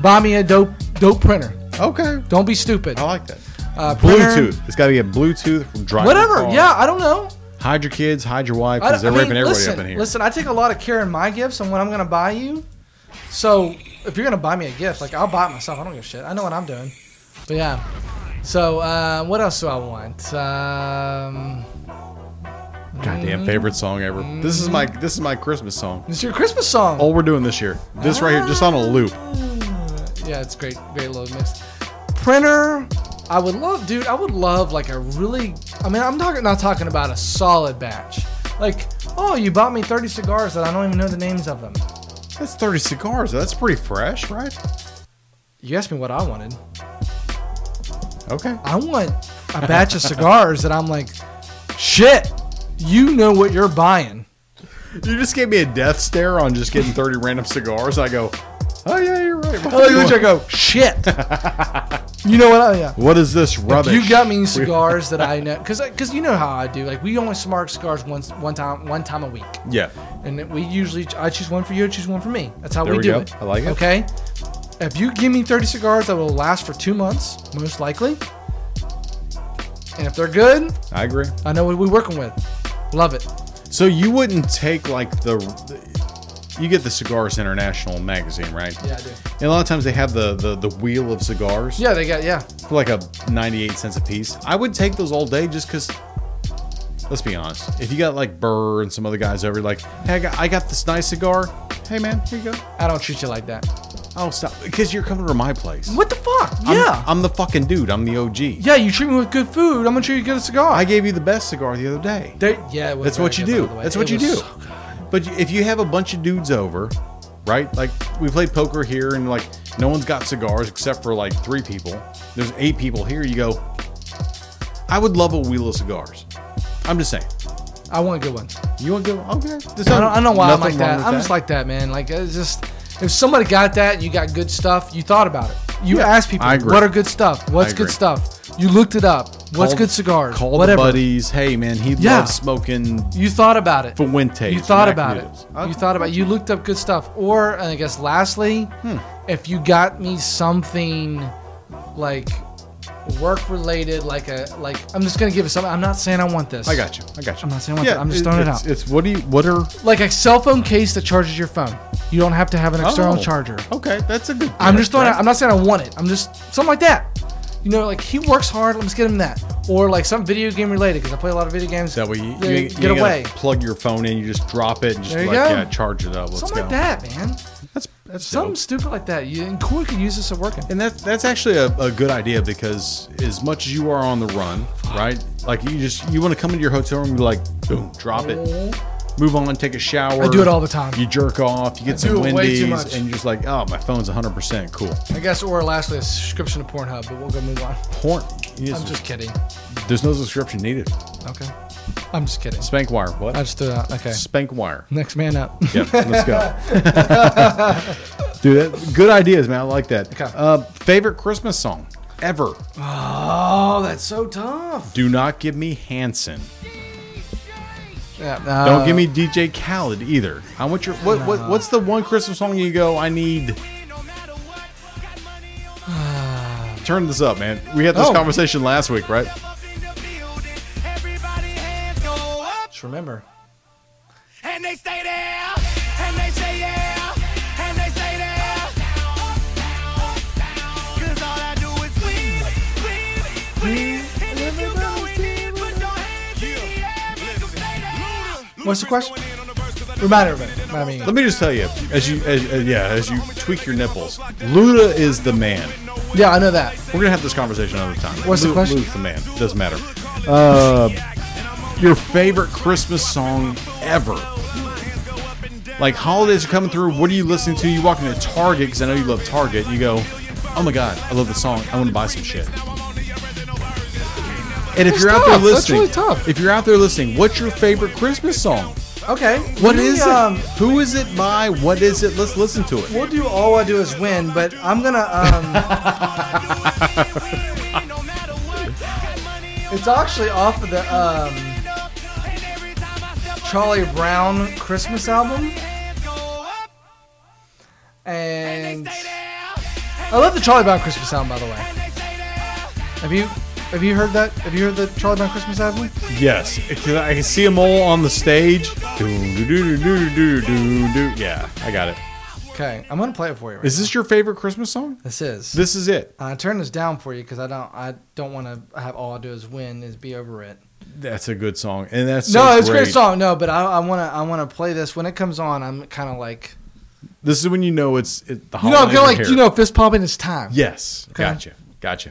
[SPEAKER 3] Buy me a dope dope printer.
[SPEAKER 1] Okay.
[SPEAKER 3] Don't be stupid.
[SPEAKER 1] I like that.
[SPEAKER 3] Uh, printer,
[SPEAKER 1] Oh, Bluetooth. Oh. It's got to be a Bluetooth driver.
[SPEAKER 3] Whatever.
[SPEAKER 1] car.
[SPEAKER 3] Yeah, I don't know.
[SPEAKER 1] Hide your kids, hide your wife,
[SPEAKER 3] I,
[SPEAKER 1] because they're
[SPEAKER 3] I mean,
[SPEAKER 1] raping everybody
[SPEAKER 3] listen,
[SPEAKER 1] up in here.
[SPEAKER 3] Listen, I take a lot of care in my gifts and what I'm going to buy you. So if you're going to buy me a gift, like I'll buy it myself. I don't give a shit. I know what I'm doing. But yeah. So uh, what else do I want? Um,
[SPEAKER 1] Goddamn favorite song ever. This is my this is my Christmas song.
[SPEAKER 3] it's your Christmas song.
[SPEAKER 1] All we're doing this year. This right here, just on a loop.
[SPEAKER 3] Yeah, it's great. Great little mix. Printer. I would love, dude. I would love like a really. I mean, I'm talking not talking about a solid batch. Like, oh, you bought me 30 cigars that I don't even know the names of them.
[SPEAKER 1] That's 30 cigars. That's pretty fresh, right?
[SPEAKER 3] You asked me what I wanted.
[SPEAKER 1] Okay.
[SPEAKER 3] I want a batch of cigars that I'm like, shit, you know what you're buying.
[SPEAKER 1] You just gave me a death stare on just getting 30 random cigars. I go, oh, yeah, you're right.
[SPEAKER 3] I look at you, I go, shit. you know what? I, yeah.
[SPEAKER 1] What is this rubbish?
[SPEAKER 3] You got me cigars that I know, cause, I- cause you know how I do. Like we only smoke cigars once, one time, one time a week,
[SPEAKER 1] Yeah.
[SPEAKER 3] and we usually I choose one for you, I choose one for me. That's how
[SPEAKER 1] There
[SPEAKER 3] we,
[SPEAKER 1] we
[SPEAKER 3] do
[SPEAKER 1] go.
[SPEAKER 3] it.
[SPEAKER 1] I like it.
[SPEAKER 3] Okay. If you give me 30 cigars, that will last for two months, most likely. And if they're good,
[SPEAKER 1] I agree.
[SPEAKER 3] I know what we're working with. Love it.
[SPEAKER 1] So you wouldn't take like the. You get the Cigars International magazine, right?
[SPEAKER 3] Yeah, I do.
[SPEAKER 1] And a lot of times they have the the, the wheel of cigars
[SPEAKER 3] Yeah, they got yeah.
[SPEAKER 1] for like a 98 cents a piece. I would take those all day just because. Let's be honest. If you got like Burr and some other guys over, like, hey, I got, I got this nice cigar. Hey, man, here you go.
[SPEAKER 3] I don't treat you like that.
[SPEAKER 1] Oh, stop. Because you're coming to my place.
[SPEAKER 3] What the fuck?
[SPEAKER 1] I'm,
[SPEAKER 3] yeah.
[SPEAKER 1] I'm the fucking dude. I'm the OG.
[SPEAKER 3] yeah, you treat me with good food. I'm gonna treat you good as a cigar.
[SPEAKER 1] I gave you the best cigar the other day.
[SPEAKER 3] They- yeah, it was
[SPEAKER 1] That's
[SPEAKER 3] very
[SPEAKER 1] what you
[SPEAKER 3] good,
[SPEAKER 1] do.
[SPEAKER 3] by the way.
[SPEAKER 1] That's what
[SPEAKER 3] It
[SPEAKER 1] you
[SPEAKER 3] was
[SPEAKER 1] do.
[SPEAKER 3] so good.
[SPEAKER 1] But you- if you have a bunch of dudes over, right? Like we played poker here, and like no one's got cigars except for like three people. There's eight people here. You go. I would love a wheel of cigars. I'm just saying.
[SPEAKER 3] I want good ones.
[SPEAKER 1] You want to go? Okay. There's
[SPEAKER 3] I don't, I don't know why I'm
[SPEAKER 1] nothing
[SPEAKER 3] like
[SPEAKER 1] wrong
[SPEAKER 3] that.
[SPEAKER 1] with
[SPEAKER 3] I'm just like that, man. Like it's just if somebody got that, you got good stuff. You thought about it. You
[SPEAKER 1] Yeah,
[SPEAKER 3] asked people,
[SPEAKER 1] I agree.
[SPEAKER 3] what are good stuff? What's
[SPEAKER 1] I
[SPEAKER 3] good
[SPEAKER 1] agree.
[SPEAKER 3] stuff? You looked it up. What's
[SPEAKER 1] Call-
[SPEAKER 3] good cigars?
[SPEAKER 1] Call
[SPEAKER 3] Whatever.
[SPEAKER 1] the buddies. Hey man, he
[SPEAKER 3] Yeah.
[SPEAKER 1] loves smoking
[SPEAKER 3] You thought about it.
[SPEAKER 1] Fuentes.
[SPEAKER 3] You thought
[SPEAKER 1] mac
[SPEAKER 3] about it.
[SPEAKER 1] noodles.
[SPEAKER 3] You thought about. You looked up good stuff. Or and I guess lastly,
[SPEAKER 1] Hmm.
[SPEAKER 3] if you got me something like work related, like a like I'm just gonna give it something. I'm not saying I want this.
[SPEAKER 1] I got you. I got you.
[SPEAKER 3] I'm not saying I want that. I'm just throwing it
[SPEAKER 1] it's-
[SPEAKER 3] out.
[SPEAKER 1] It's what do you? What are
[SPEAKER 3] Like a cell phone case that charges your phone. You don't have to have an external
[SPEAKER 1] Oh,
[SPEAKER 3] charger.
[SPEAKER 1] Okay, that's a good.
[SPEAKER 3] I'm just throwing.
[SPEAKER 1] right?
[SPEAKER 3] Out, I'm not saying I want it. I'm just something like that. You know, like he works hard. Let's get him that. Or like some video game related because I play a lot of video games.
[SPEAKER 1] That way you,
[SPEAKER 3] Yeah,
[SPEAKER 1] you, you
[SPEAKER 3] get
[SPEAKER 1] ain't gotta
[SPEAKER 3] away.
[SPEAKER 1] Plug your phone in, you just drop it, and just
[SPEAKER 3] There
[SPEAKER 1] like
[SPEAKER 3] you go.
[SPEAKER 1] yeah, charge it up. Let's
[SPEAKER 3] Something
[SPEAKER 1] go.
[SPEAKER 3] like that, man.
[SPEAKER 1] That's that's
[SPEAKER 3] Something
[SPEAKER 1] dope.
[SPEAKER 3] stupid like that. You, and Corey could use this at working.
[SPEAKER 1] And that that's actually a, a good idea because as much as you are on the run, right? Like you just you want to come into your hotel room, and be like, boom, drop it, move on, take a shower.
[SPEAKER 3] I do it all the time.
[SPEAKER 1] You jerk off, you get
[SPEAKER 3] do
[SPEAKER 1] some
[SPEAKER 3] it way too
[SPEAKER 1] Wendy's,
[SPEAKER 3] much.
[SPEAKER 1] and you're just like, oh, my phone's 100 percent cool.
[SPEAKER 3] I guess, or lastly, a subscription to Pornhub, but we'll go move on.
[SPEAKER 1] Porn. you
[SPEAKER 3] I'm
[SPEAKER 1] just-
[SPEAKER 3] just kidding.
[SPEAKER 1] there's no subscription needed.
[SPEAKER 3] Okay. I'm just kidding.
[SPEAKER 1] Spank wire. What?
[SPEAKER 3] I just threw it out. Okay.
[SPEAKER 1] Spank wire.
[SPEAKER 3] Next man up.
[SPEAKER 1] Yeah, let's go. Dude, that, good ideas, man. I like that.
[SPEAKER 3] Okay.
[SPEAKER 1] Uh, favorite Christmas song ever?
[SPEAKER 3] oh, that's so tough.
[SPEAKER 1] Do not give me Hanson.
[SPEAKER 3] Yeah.
[SPEAKER 1] Don't
[SPEAKER 3] uh,
[SPEAKER 1] give me DJ Khaled either. I want your what, what? What's the one Christmas song you go? I need. Turn this up, man. We had this
[SPEAKER 3] Oh.
[SPEAKER 1] conversation last week, right?
[SPEAKER 3] Just remember.
[SPEAKER 2] And they stay there, and they say yeah, and they stay there. Cause all I do is win, win, win. And if you going in, put your hands in the air, make 'em stay there.
[SPEAKER 3] What's the question? Remind everybody. I mean,
[SPEAKER 1] Let me just tell you, as you, as, uh, yeah, as you tweak your nipples, Luda is the man.
[SPEAKER 3] yeah, I know that.
[SPEAKER 1] We're gonna have this conversation another time.
[SPEAKER 3] What's the
[SPEAKER 1] Lu-
[SPEAKER 3] question?
[SPEAKER 1] Luda's the man. Doesn't matter. Uh, your favorite Christmas song ever? Like holidays are coming through. What are you listening to? You walk into Target because I know you love Target. You go, oh my god, I love the song. I want to buy some shit. And if
[SPEAKER 3] That's
[SPEAKER 1] you're out there
[SPEAKER 3] tough. That's
[SPEAKER 1] listening,
[SPEAKER 3] really tough.
[SPEAKER 1] if you're out there listening, what's your favorite Christmas song?
[SPEAKER 3] Okay.
[SPEAKER 1] What
[SPEAKER 3] we,
[SPEAKER 1] is
[SPEAKER 3] um,
[SPEAKER 1] it? Who is it by? What is it? Let's listen to it.
[SPEAKER 3] We'll do all I do is win, but I'm gonna. Um, it's actually off of the um, Charlie Brown Christmas album, and I love the Charlie Brown Christmas album, by the way. Have you? Have you heard that? Have you heard the Charlie Brown Christmas album?
[SPEAKER 1] Yes, 'cause I can see them all on the stage. Do, do, do, do, do, do, do. Yeah, I got it.
[SPEAKER 3] Okay, I'm gonna play it for you. Right
[SPEAKER 1] Is this your favorite Christmas song?
[SPEAKER 3] now. this is?
[SPEAKER 1] This is it.
[SPEAKER 3] I turn this down for you because I don't. I don't want to have all I do is win is be over it.
[SPEAKER 1] That's a good song, and that's
[SPEAKER 3] no,
[SPEAKER 1] so
[SPEAKER 3] it's a great song. No, but I want to. I want to play this when it comes on. I'm kind of like
[SPEAKER 1] This is when you know it's it, the
[SPEAKER 3] you know, I'm
[SPEAKER 1] holidays
[SPEAKER 3] kind of
[SPEAKER 1] are
[SPEAKER 3] like
[SPEAKER 1] here.
[SPEAKER 3] you know, fist pumping. It's time.
[SPEAKER 1] Yes,
[SPEAKER 3] Okay.
[SPEAKER 1] gotcha, gotcha.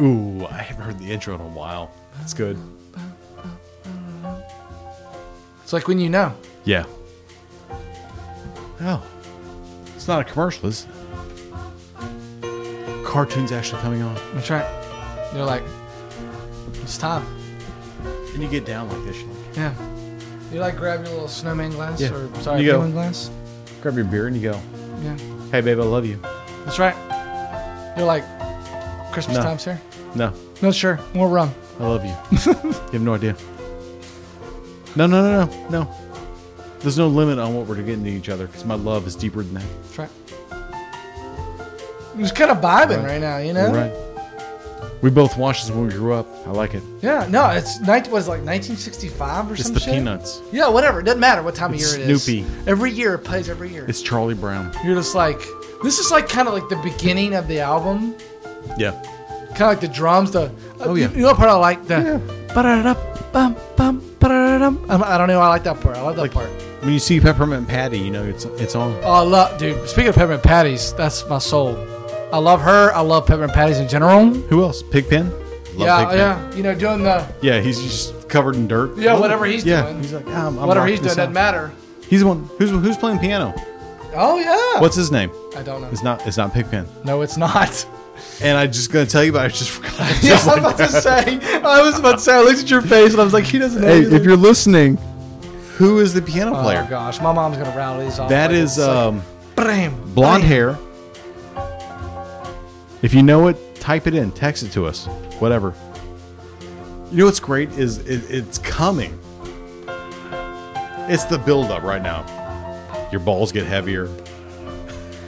[SPEAKER 1] Ooh, I haven't heard the intro in a while. That's good.
[SPEAKER 3] It's like when you know.
[SPEAKER 1] Yeah. Oh, it's not a commercial, is it? Cartoons actually coming on,
[SPEAKER 3] That's right. You're like, it's time.
[SPEAKER 1] and you get down like this. You're like,
[SPEAKER 3] Yeah. You like grab your little snowman glass
[SPEAKER 1] Yeah.
[SPEAKER 3] or sorry,
[SPEAKER 1] You go.
[SPEAKER 3] penguin glass.
[SPEAKER 1] grab your beer and you go,
[SPEAKER 3] Yeah.
[SPEAKER 1] "Hey, babe, I love you."
[SPEAKER 3] That's right. You're like, Christmas
[SPEAKER 1] No.
[SPEAKER 3] time's here.
[SPEAKER 1] No,
[SPEAKER 3] No, sure. More rum.
[SPEAKER 1] I love you. you have no idea. No, no, no, no, no. There's no limit on what we're getting to each other because my love is deeper than that.
[SPEAKER 3] That's right. I'm just kind of vibing right.
[SPEAKER 1] Right.
[SPEAKER 3] now, you
[SPEAKER 1] You're
[SPEAKER 3] know.
[SPEAKER 1] right. We both watched this when we grew up. I like it.
[SPEAKER 3] Yeah. No, it's night was like 1965 or
[SPEAKER 1] It's
[SPEAKER 3] some
[SPEAKER 1] the
[SPEAKER 3] shit.
[SPEAKER 1] peanuts.
[SPEAKER 3] Yeah, whatever. It doesn't matter what time
[SPEAKER 1] It's
[SPEAKER 3] of year it is.
[SPEAKER 1] Snoopy.
[SPEAKER 3] Every year it plays. Every year.
[SPEAKER 1] It's Charlie Brown.
[SPEAKER 3] You're just like, this is like kind of like the beginning of the album.
[SPEAKER 1] Yeah.
[SPEAKER 3] kind of like the drums. The oh
[SPEAKER 1] Oh, yeah.
[SPEAKER 3] you know what part I like the. ba-da-da-da, bum, bum, ba-da-da-dum. I'm- I don't know. I like that part. I love that
[SPEAKER 1] Like-
[SPEAKER 3] part.
[SPEAKER 1] When you see Peppermint Patty, you know it's it's on.
[SPEAKER 3] Oh, I love, dude. Speaking of peppermint patties, that's my soul. I love her. I love peppermint patties in general.
[SPEAKER 1] Who else? Pigpen. Love
[SPEAKER 3] yeah,
[SPEAKER 1] Pigpen.
[SPEAKER 3] yeah. You know, doing the
[SPEAKER 1] Yeah, he's just covered in dirt.
[SPEAKER 3] Yeah, whatever he's
[SPEAKER 1] yeah.
[SPEAKER 3] doing.
[SPEAKER 1] He's like, um, I'm
[SPEAKER 3] whatever
[SPEAKER 1] rocking
[SPEAKER 3] he's doing
[SPEAKER 1] this
[SPEAKER 3] doesn't
[SPEAKER 1] out.
[SPEAKER 3] matter.
[SPEAKER 1] He's the one. Who's who's playing piano?
[SPEAKER 3] Oh yeah.
[SPEAKER 1] What's his name?
[SPEAKER 3] I don't know.
[SPEAKER 1] It's not it's not Pigpen.
[SPEAKER 3] No, it's not.
[SPEAKER 1] And I just gonna tell you, but I just forgot. I
[SPEAKER 3] yeah,
[SPEAKER 1] just
[SPEAKER 3] I'm
[SPEAKER 1] like
[SPEAKER 3] about to say. I was about to say. I looked at your face and I was like, he doesn't know.
[SPEAKER 1] Hey,
[SPEAKER 3] either.
[SPEAKER 1] if you're listening, who is the piano
[SPEAKER 3] oh
[SPEAKER 1] player?
[SPEAKER 3] gosh, my mom's gonna rattle these off.
[SPEAKER 1] That
[SPEAKER 3] like
[SPEAKER 1] is
[SPEAKER 3] it's like,
[SPEAKER 1] um,
[SPEAKER 3] bam,
[SPEAKER 1] blonde
[SPEAKER 3] bam.
[SPEAKER 1] hair. If you know it, type it in, text it to us, whatever. You know what's great is it, it's coming. It's the buildup right now. Your balls get heavier.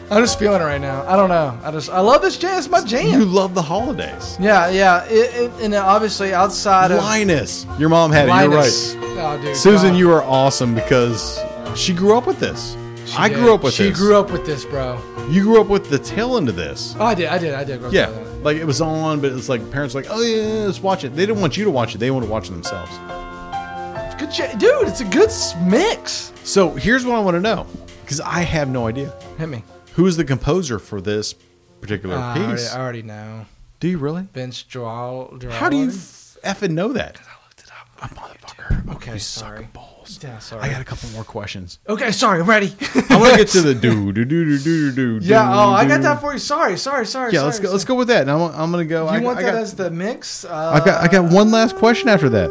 [SPEAKER 3] I'm just feeling it right now. I don't know. I just I love this jam. It's my jam.
[SPEAKER 1] You love the holidays.
[SPEAKER 3] Yeah, yeah, it, it, and then obviously outside of
[SPEAKER 1] Linus, your mom had
[SPEAKER 3] Linus-
[SPEAKER 1] it. You're right.
[SPEAKER 3] Oh, dude,
[SPEAKER 1] Susan,
[SPEAKER 3] God.
[SPEAKER 1] you are awesome because she grew up with this.
[SPEAKER 3] She
[SPEAKER 1] I
[SPEAKER 3] did.
[SPEAKER 1] grew up with
[SPEAKER 3] she
[SPEAKER 1] this.
[SPEAKER 3] grew up with this, bro.
[SPEAKER 1] You grew up with the tail end of this.
[SPEAKER 3] Oh, I did, I did, I did. Grow up
[SPEAKER 1] Yeah,
[SPEAKER 3] with that.
[SPEAKER 1] like it was on, but it's like parents were like, oh yeah, let's watch it. They didn't want you to watch it; they want to watch it themselves.
[SPEAKER 3] It's good, shit. dude. It's a good s- mix.
[SPEAKER 1] So here's what I want to know, because I have no idea
[SPEAKER 3] Hit me.
[SPEAKER 1] who is the composer for this particular
[SPEAKER 3] Uh, I, already,
[SPEAKER 1] piece.
[SPEAKER 3] I already know.
[SPEAKER 1] do you really?
[SPEAKER 3] Vince Joel.
[SPEAKER 1] How do you f- effing know that? I'm motherfucker.
[SPEAKER 3] Okay,
[SPEAKER 1] you
[SPEAKER 3] sorry.
[SPEAKER 1] suck balls.
[SPEAKER 3] Yeah, sorry.
[SPEAKER 1] I got a couple more questions.
[SPEAKER 3] okay, sorry. I'm ready.
[SPEAKER 1] I want to get to the do do do do do do. do,
[SPEAKER 3] yeah. Oh, I
[SPEAKER 1] do.
[SPEAKER 3] got that for you. Sorry, sorry, sorry.
[SPEAKER 1] Yeah, let's
[SPEAKER 3] sorry,
[SPEAKER 1] go. Let's go with that. And I'm, I'm gonna go.
[SPEAKER 3] sorry.
[SPEAKER 1] I,
[SPEAKER 3] You want
[SPEAKER 1] I
[SPEAKER 3] that
[SPEAKER 1] got,
[SPEAKER 3] as the mix? Uh,
[SPEAKER 1] I've got. I got one last question after that.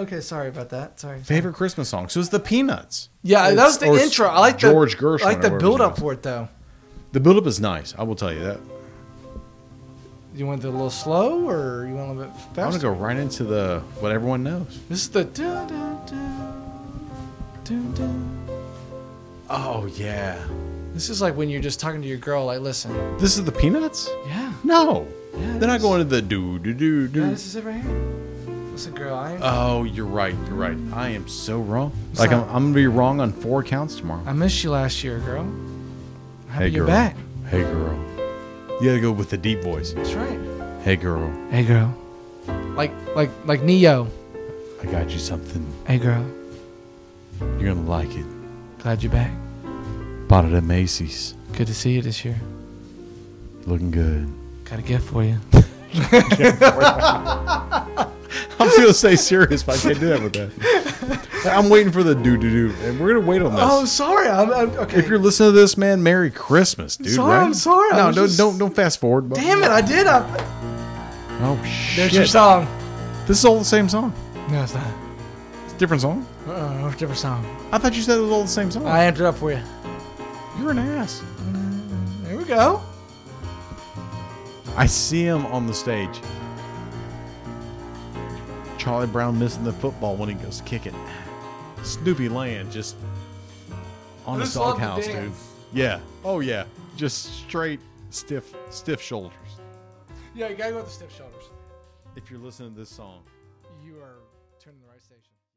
[SPEAKER 3] Okay, sorry about that. Sorry.
[SPEAKER 1] Favorite Christmas song? So it's the Peanuts.
[SPEAKER 3] Yeah, that was
[SPEAKER 1] It's- or
[SPEAKER 3] the intro. I like the
[SPEAKER 1] George Gershwin.
[SPEAKER 3] I like
[SPEAKER 1] or
[SPEAKER 3] the
[SPEAKER 1] whoever his
[SPEAKER 3] build
[SPEAKER 1] name
[SPEAKER 3] up
[SPEAKER 1] is.
[SPEAKER 3] for it though.
[SPEAKER 1] The buildup is nice. I will tell you that.
[SPEAKER 3] You want it a little slow or you want a little bit faster?
[SPEAKER 1] I want to go right into the what everyone knows.
[SPEAKER 3] This is the dun, dun, dun, dun, dun.
[SPEAKER 1] Oh yeah.
[SPEAKER 3] This is like when you're just talking to your girl, like, listen,
[SPEAKER 1] This is the Peanuts?
[SPEAKER 3] yeah,
[SPEAKER 1] No.
[SPEAKER 3] Yeah,
[SPEAKER 1] They're
[SPEAKER 3] it
[SPEAKER 1] not
[SPEAKER 3] is.
[SPEAKER 1] going to the do do do
[SPEAKER 3] yeah,
[SPEAKER 1] do.
[SPEAKER 3] this is it right here. Listen, girl, I
[SPEAKER 1] Oh, you're right. You're right. I am so wrong.
[SPEAKER 3] It's
[SPEAKER 1] Like I'm,
[SPEAKER 3] not-
[SPEAKER 1] I'm gonna be wrong on four counts tomorrow.
[SPEAKER 3] I missed you last year, girl. Happy
[SPEAKER 1] Hey, girl.
[SPEAKER 3] you're back.
[SPEAKER 1] Hey girl. You gotta go with the deep voice.
[SPEAKER 3] That's right.
[SPEAKER 1] Hey girl,
[SPEAKER 3] Hey, girl. Like, like, like Neo.
[SPEAKER 1] I got you something.
[SPEAKER 3] Hey, girl.
[SPEAKER 1] You're gonna like it.
[SPEAKER 3] Glad you're back.
[SPEAKER 1] Bought it at Macy's.
[SPEAKER 3] Good to see you this year.
[SPEAKER 1] Looking good.
[SPEAKER 3] Got a gift for you.
[SPEAKER 1] I'm gonna stay serious, but I can't do that with that. I'm waiting for the do do do, and we're gonna wait on this.
[SPEAKER 3] Oh, sorry. I'm, I'm okay.
[SPEAKER 1] If you're listening to this, man, Merry Christmas, dude.
[SPEAKER 3] Sorry,
[SPEAKER 1] right?
[SPEAKER 3] I'm sorry, I
[SPEAKER 1] No,
[SPEAKER 3] was
[SPEAKER 1] don't,
[SPEAKER 3] just-
[SPEAKER 1] don't don't fast forward. But...
[SPEAKER 3] Damn it, I did. I,
[SPEAKER 1] Oh shit!
[SPEAKER 3] there's your song.
[SPEAKER 1] This is all the same song.
[SPEAKER 3] No, it's not.
[SPEAKER 1] It's a different song.
[SPEAKER 3] Uh, different song.
[SPEAKER 1] I thought you said it was all the same song.
[SPEAKER 3] I amped it up for you.
[SPEAKER 1] You're an ass.
[SPEAKER 3] There we go.
[SPEAKER 1] I see him on the stage. Charlie Brown missing the football when he goes to kick it. Snoopy Land just on
[SPEAKER 3] I
[SPEAKER 1] his
[SPEAKER 3] just love the
[SPEAKER 1] doghouse, dude.
[SPEAKER 3] dance.
[SPEAKER 1] Yeah. Oh yeah. Just straight stiff stiff shoulders. Yeah, you gotta go with the stiff shoulders.
[SPEAKER 3] If you're listening to this song.
[SPEAKER 1] You are turning the right station.